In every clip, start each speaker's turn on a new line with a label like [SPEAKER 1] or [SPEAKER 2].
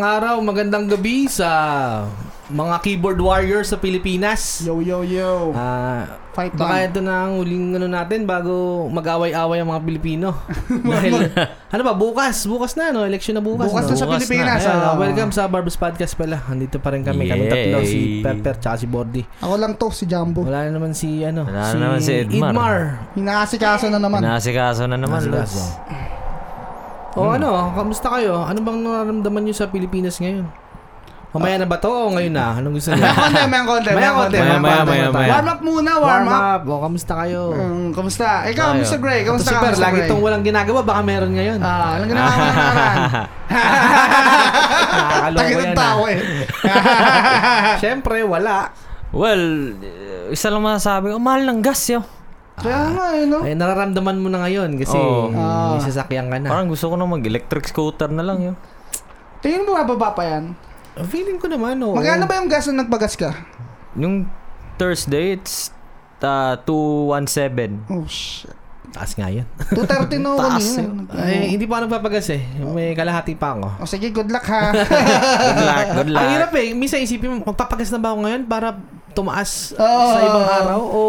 [SPEAKER 1] magandang gabi sa mga keyboard warriors sa Pilipinas.
[SPEAKER 2] Yo, yo, yo.
[SPEAKER 1] Ah,
[SPEAKER 2] Fight
[SPEAKER 1] baka
[SPEAKER 2] lang.
[SPEAKER 1] ito na ang huling ano natin bago mag-away-away ang mga Pilipino. Dahil, ano ba, bukas, bukas na, no? Election na bukas.
[SPEAKER 2] Bukas
[SPEAKER 1] no?
[SPEAKER 2] na sa
[SPEAKER 3] Bukas na.
[SPEAKER 2] Pilipinas.
[SPEAKER 1] Ayan, ah,
[SPEAKER 2] ah.
[SPEAKER 1] welcome sa Barbers Podcast pala. Andito pa rin kami. Kami
[SPEAKER 3] Yay.
[SPEAKER 1] tatlo, si Pepper tsaka si Bordy.
[SPEAKER 2] Ako lang to, si Jumbo.
[SPEAKER 1] Wala na naman si, ano,
[SPEAKER 3] Wala na naman si Edmar.
[SPEAKER 2] Inaasikaso na naman.
[SPEAKER 3] Nasikaso na naman,
[SPEAKER 1] Nasikaso.
[SPEAKER 3] Lods.
[SPEAKER 1] O ano, kamusta kayo? Ano bang nararamdaman nyo sa Pilipinas ngayon? Mamaya na ba to o ngayon na? Anong gusto nyo?
[SPEAKER 2] Konti, mayang konti.
[SPEAKER 1] Maya,
[SPEAKER 2] Mayang konti.
[SPEAKER 1] konti,
[SPEAKER 3] Maya, maya, maya, maya.
[SPEAKER 2] Warm up muna, warm,
[SPEAKER 1] Warm
[SPEAKER 2] up.
[SPEAKER 1] up. O, kamusta kayo?
[SPEAKER 2] Um, kamusta? Ikaw,
[SPEAKER 3] Tayo.
[SPEAKER 2] Mr. Gray,
[SPEAKER 1] Ito
[SPEAKER 2] kamusta
[SPEAKER 1] si
[SPEAKER 2] ka,
[SPEAKER 1] Per,
[SPEAKER 2] Mr.
[SPEAKER 1] lagi
[SPEAKER 2] Gray?
[SPEAKER 1] itong walang ginagawa. Baka meron ngayon.
[SPEAKER 2] Ah, alam ka na naman naman.
[SPEAKER 1] Nakakaloko
[SPEAKER 2] Takit
[SPEAKER 1] yan,
[SPEAKER 2] ang tao
[SPEAKER 1] ah.
[SPEAKER 2] eh.
[SPEAKER 1] Siyempre, wala.
[SPEAKER 3] Well, eh, isa lang masasabi ko, mahal ng gas, yo.
[SPEAKER 2] Kaya nga eh, no?
[SPEAKER 1] Eh, nararamdaman mo na ngayon kasi
[SPEAKER 3] Oo.
[SPEAKER 2] Ah.
[SPEAKER 1] may sasakyan ka na.
[SPEAKER 3] Parang gusto ko na mag-electric scooter na lang, yo.
[SPEAKER 2] Tingin mo bababa pa yan?
[SPEAKER 1] Feeling ko naman, oo.
[SPEAKER 2] Magkano ba yung gas na nagpagas ka?
[SPEAKER 3] Yung Thursday, it's uh, 217.
[SPEAKER 2] Oh, shit.
[SPEAKER 1] Taas nga yan.
[SPEAKER 2] 230 no ako
[SPEAKER 3] Taas
[SPEAKER 2] niya.
[SPEAKER 1] Eh, hindi pa ako nagpapagas eh. May kalahati pa ako.
[SPEAKER 2] O Oh, sige, good luck ha.
[SPEAKER 3] Good luck, good
[SPEAKER 1] Ang hirap
[SPEAKER 3] luck.
[SPEAKER 1] eh. Minsan isipin mo, magpapagas na ba ako ngayon para tumaas
[SPEAKER 2] Oo.
[SPEAKER 1] sa ibang araw o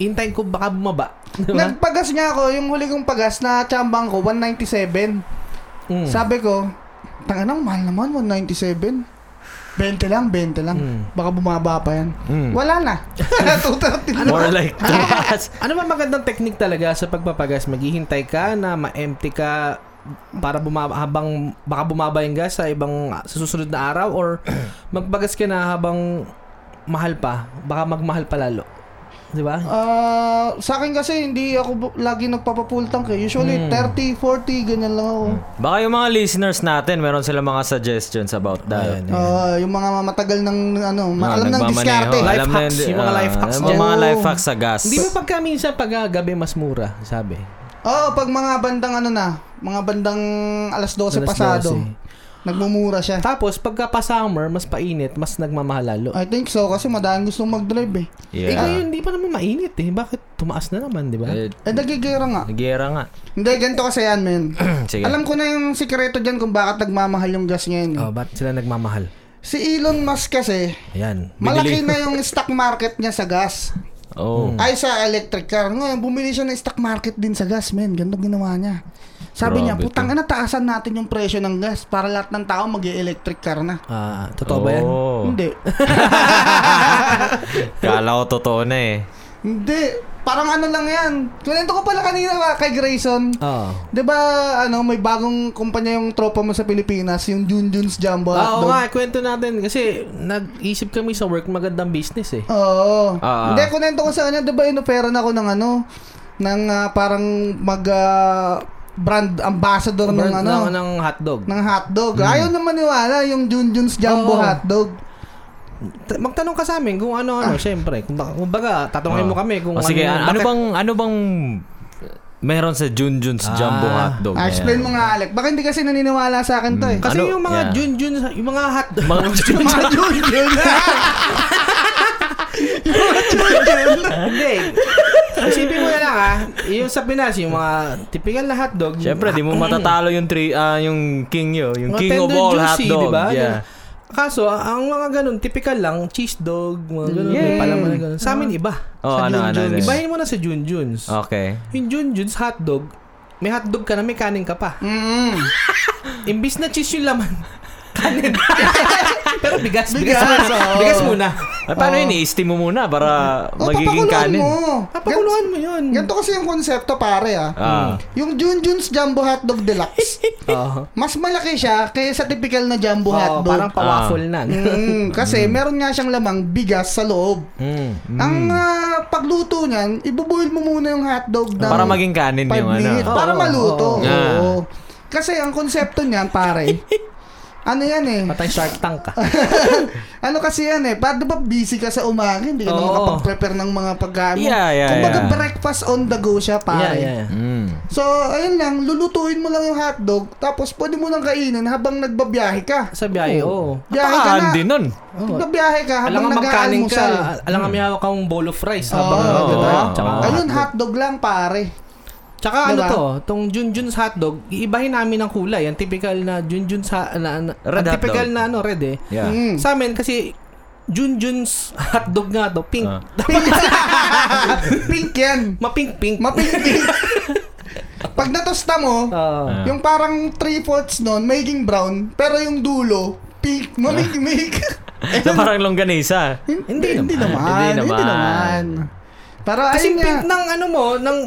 [SPEAKER 1] hintayin ko baka bumaba? Diba?
[SPEAKER 2] Nagpagas nga ako, yung huli kong pagas na chambang ko, 197.
[SPEAKER 1] Mm.
[SPEAKER 2] Sabi ko, tanganang mahal naman, 197. 20 lang, 20 lang.
[SPEAKER 1] Mm.
[SPEAKER 2] Baka bumaba pa yan.
[SPEAKER 3] Mm.
[SPEAKER 2] Wala na. 230 na.
[SPEAKER 3] More like gas.
[SPEAKER 1] Ano ba magandang technique talaga sa pagpapagas? Maghihintay ka na ma-empty ka para bumaba habang baka bumaba yung gas sa ibang sa susunod na araw or magpagas ka na habang mahal pa baka magmahal pa lalo di ba
[SPEAKER 2] Ah, sa akin kasi hindi ako bu- lagi nagpapapull tank eh. Usually 30, 40 ganyan lang ako.
[SPEAKER 3] Baka yung mga listeners natin, meron sila mga suggestions about that.
[SPEAKER 1] Ayan,
[SPEAKER 2] Ah, yung mga matagal ng ano,
[SPEAKER 3] Mga
[SPEAKER 2] alam ng
[SPEAKER 3] Ah, nagmamaneho,
[SPEAKER 2] diskarte.
[SPEAKER 1] Life
[SPEAKER 3] alam na
[SPEAKER 1] hacks, yung mga
[SPEAKER 3] ah,
[SPEAKER 1] life hacks Oh.
[SPEAKER 3] yung
[SPEAKER 2] dyan.
[SPEAKER 3] mga
[SPEAKER 2] Oo.
[SPEAKER 3] life hacks sa gas.
[SPEAKER 1] hindi ba pagka minsan pag ah, gabi mas mura sabi
[SPEAKER 2] Oo, pag mga bandang ano na, mga bandang alas 12
[SPEAKER 1] Alas
[SPEAKER 2] pasado,
[SPEAKER 1] 12.
[SPEAKER 2] nagmumura siya.
[SPEAKER 1] Tapos, pagka pa summer, mas painit, mas nagmamahal lalo.
[SPEAKER 2] I think so kasi madaming gustong mag-drive eh.
[SPEAKER 1] Eh,
[SPEAKER 3] Yeah.
[SPEAKER 1] ngayon, hindi pa naman mainit eh. Bakit tumaas na naman, di ba?
[SPEAKER 3] Eh,
[SPEAKER 2] Eh, nagigera nga.
[SPEAKER 3] Nagera nga.
[SPEAKER 2] Hindi, ganito kasi yan, men.
[SPEAKER 3] Sige.
[SPEAKER 2] Alam ko na yung sikreto dyan kung bakit nagmamahal yung gas ngayon.
[SPEAKER 1] Oh, ba't sila nagmamahal?
[SPEAKER 2] Si Elon Musk kasi,
[SPEAKER 1] Ayan.
[SPEAKER 2] malaki na yung stock market niya sa gas.
[SPEAKER 3] Oh.
[SPEAKER 1] Ah,
[SPEAKER 2] Ay, sa electric car. Ngayon, bumili siya ng stock market din sa gas, men. Ganito ginawa niya. Sabi niya,
[SPEAKER 3] Grabe
[SPEAKER 2] putang ina, taasan natin yung presyo ng gas para lahat ng tao mag electric car na.
[SPEAKER 1] Ah, totoo ba yan?
[SPEAKER 3] Oh.
[SPEAKER 2] Hindi.
[SPEAKER 3] Kala ko totoo na eh.
[SPEAKER 2] Hindi. Parang ano lang yan. Kunento ko pala kanina ah, kay Grayson.
[SPEAKER 1] Oo.
[SPEAKER 2] 'Di ba ano, may bagong kumpanya yung tropa mo sa Pilipinas, yung Junjun's Jumbo
[SPEAKER 1] Ah, Oo
[SPEAKER 2] Hotdog.
[SPEAKER 1] nga, kwento natin. Kasi nag-isip kami sa work, magandang business eh.
[SPEAKER 2] Oo.
[SPEAKER 3] Ah, ah.
[SPEAKER 2] Hindi, kunento ko sa kanya, 'di ba inoferan ako ng ano, ng ah, parang mag ah, brand ambassador ng
[SPEAKER 1] Burnt
[SPEAKER 2] ano,
[SPEAKER 1] lang ng hotdog.
[SPEAKER 2] ng hotdog. Ayaw na maniwala yung Junjun's
[SPEAKER 1] Oo.
[SPEAKER 2] Jumbo Hotdog.
[SPEAKER 1] T- Magtanong ka sa amin kung ano-ano, syempre. Kung, baka, kung baga, tatungin mo
[SPEAKER 3] Oh.
[SPEAKER 1] kami kung
[SPEAKER 3] O Ah. sige, ano,
[SPEAKER 1] bakit-
[SPEAKER 3] bang ano bang meron sa Junjun's
[SPEAKER 1] Ah.
[SPEAKER 3] Jumbo Hotdog?
[SPEAKER 2] Ah, explain mo nga, Alec. Baka hindi kasi naniniwala sa akin 'to eh.
[SPEAKER 1] Kasi
[SPEAKER 3] Ano?
[SPEAKER 1] yung mga
[SPEAKER 3] Yeah.
[SPEAKER 1] Junjun, yung mga hotdog.
[SPEAKER 3] Mga Junjun.
[SPEAKER 2] Mga Junjun.
[SPEAKER 1] Hindi. Isipin mo na lang ah. Yung sa Pinas, yung mga typical na hotdog.
[SPEAKER 3] Siyempre, di mo matatalo yung tri, ah, yung king yo, yung
[SPEAKER 1] Mga
[SPEAKER 3] king of
[SPEAKER 1] tender
[SPEAKER 3] all
[SPEAKER 1] juicy,
[SPEAKER 3] hotdog.
[SPEAKER 1] diba?
[SPEAKER 3] Yeah.
[SPEAKER 1] Kaso, ang mga ganun, typical lang, cheese dog, mga ganun, may
[SPEAKER 3] Yeah.
[SPEAKER 1] palaman na ganun. Sa amin, iba.
[SPEAKER 3] Oh,
[SPEAKER 2] Sa
[SPEAKER 3] ano, ano, ano.
[SPEAKER 2] Junjun's.
[SPEAKER 1] Ibahin mo na sa Junjuns.
[SPEAKER 3] Okay.
[SPEAKER 1] Yung Junjuns hotdog, may hotdog ka na, may kanin ka pa.
[SPEAKER 2] Mm.
[SPEAKER 1] Imbis na cheese yung laman, kanin. Pero bigas, bigas, bigas,
[SPEAKER 2] Bigas, oo.
[SPEAKER 1] bigas muna.
[SPEAKER 3] Ay, Eh, paano yun? I-steam mo muna para
[SPEAKER 2] Oh,
[SPEAKER 3] Ah, magiging
[SPEAKER 2] papakuluan
[SPEAKER 3] kanin.
[SPEAKER 2] Mo. Gan-
[SPEAKER 1] Papakuluan mo yun.
[SPEAKER 2] Ganito kasi yung konsepto pare ah.
[SPEAKER 3] Ah.
[SPEAKER 2] Yung Junjun's Jumbo Hotdog Deluxe,
[SPEAKER 1] Oo.
[SPEAKER 2] mas malaki siya kaysa typical na Jumbo
[SPEAKER 1] Oo,
[SPEAKER 2] Oh, Hotdog. Ah.
[SPEAKER 1] parang pawaful na.
[SPEAKER 2] Mm, kasi meron nga siyang lamang bigas sa loob.
[SPEAKER 3] Mm.
[SPEAKER 2] Ang
[SPEAKER 1] Hmm.
[SPEAKER 2] ah, pagluto niyan, ibuboil mo muna yung hotdog ng
[SPEAKER 3] Para maging kanin
[SPEAKER 2] five
[SPEAKER 3] yung ano.
[SPEAKER 2] minutes para
[SPEAKER 1] Oo,
[SPEAKER 2] maluto.
[SPEAKER 1] oo.
[SPEAKER 3] Ah.
[SPEAKER 2] Oo. Kasi ang konsepto niyan, pare. ano yan eh?
[SPEAKER 1] Patay shark tank ka.
[SPEAKER 2] ano kasi yan eh, paano ba busy ka sa umaga, hindi ka na
[SPEAKER 1] Oo.
[SPEAKER 2] makapag-prepare ng mga pagkain mo.
[SPEAKER 3] Yeah, yeah,
[SPEAKER 2] Kumbaga
[SPEAKER 3] yeah.
[SPEAKER 2] breakfast on the go siya, pare.
[SPEAKER 1] Yeah, yeah, yeah.
[SPEAKER 3] Mm.
[SPEAKER 2] So, ayun lang, lulutuin mo lang yung hotdog, tapos pwede mo nang kainin habang nagbabiyahe ka.
[SPEAKER 1] Sa biyahe, oo.
[SPEAKER 2] Biyahe ka na.
[SPEAKER 3] Napakaandi nun.
[SPEAKER 2] Nagbabiyahe ka
[SPEAKER 1] Alam
[SPEAKER 2] Oh. habang
[SPEAKER 1] nga magkanin ka,
[SPEAKER 2] nag-aalmusal. Mm. Oh.
[SPEAKER 1] alam nga may hawak kang bowl of rice
[SPEAKER 2] Oo,
[SPEAKER 1] habang
[SPEAKER 2] diba?
[SPEAKER 1] Tsaka
[SPEAKER 3] Oo.
[SPEAKER 2] Ayun, hotdog lang, pare.
[SPEAKER 1] Tsaka ano
[SPEAKER 2] Diba?
[SPEAKER 1] to, tong Junjun's hotdog, iibahin namin ang kulay. Ang typical na Junjun's ha- na, na,
[SPEAKER 3] Red
[SPEAKER 1] ang typical
[SPEAKER 3] hotdog.
[SPEAKER 1] na ano, red eh.
[SPEAKER 3] Yeah.
[SPEAKER 2] Mm.
[SPEAKER 1] Sa amin kasi Junjun's hotdog nga to, pink.
[SPEAKER 3] Ah.
[SPEAKER 2] Pink yan.
[SPEAKER 1] Mapink-pink.
[SPEAKER 2] Mapink-pink. Pag natusta mo,
[SPEAKER 1] Ah.
[SPEAKER 3] Ah.
[SPEAKER 2] yung parang three-fourths nun, magiging brown, pero yung dulo, pink,
[SPEAKER 1] Ah.
[SPEAKER 2] mamig-mig.
[SPEAKER 3] Na parang longganisa.
[SPEAKER 2] hindi, hindi
[SPEAKER 3] naman.
[SPEAKER 2] naman.
[SPEAKER 3] Hindi
[SPEAKER 2] Hindi naman.
[SPEAKER 3] naman.
[SPEAKER 2] Pero
[SPEAKER 1] Kasi
[SPEAKER 2] ayun nga.
[SPEAKER 1] pink ng ano mo, ng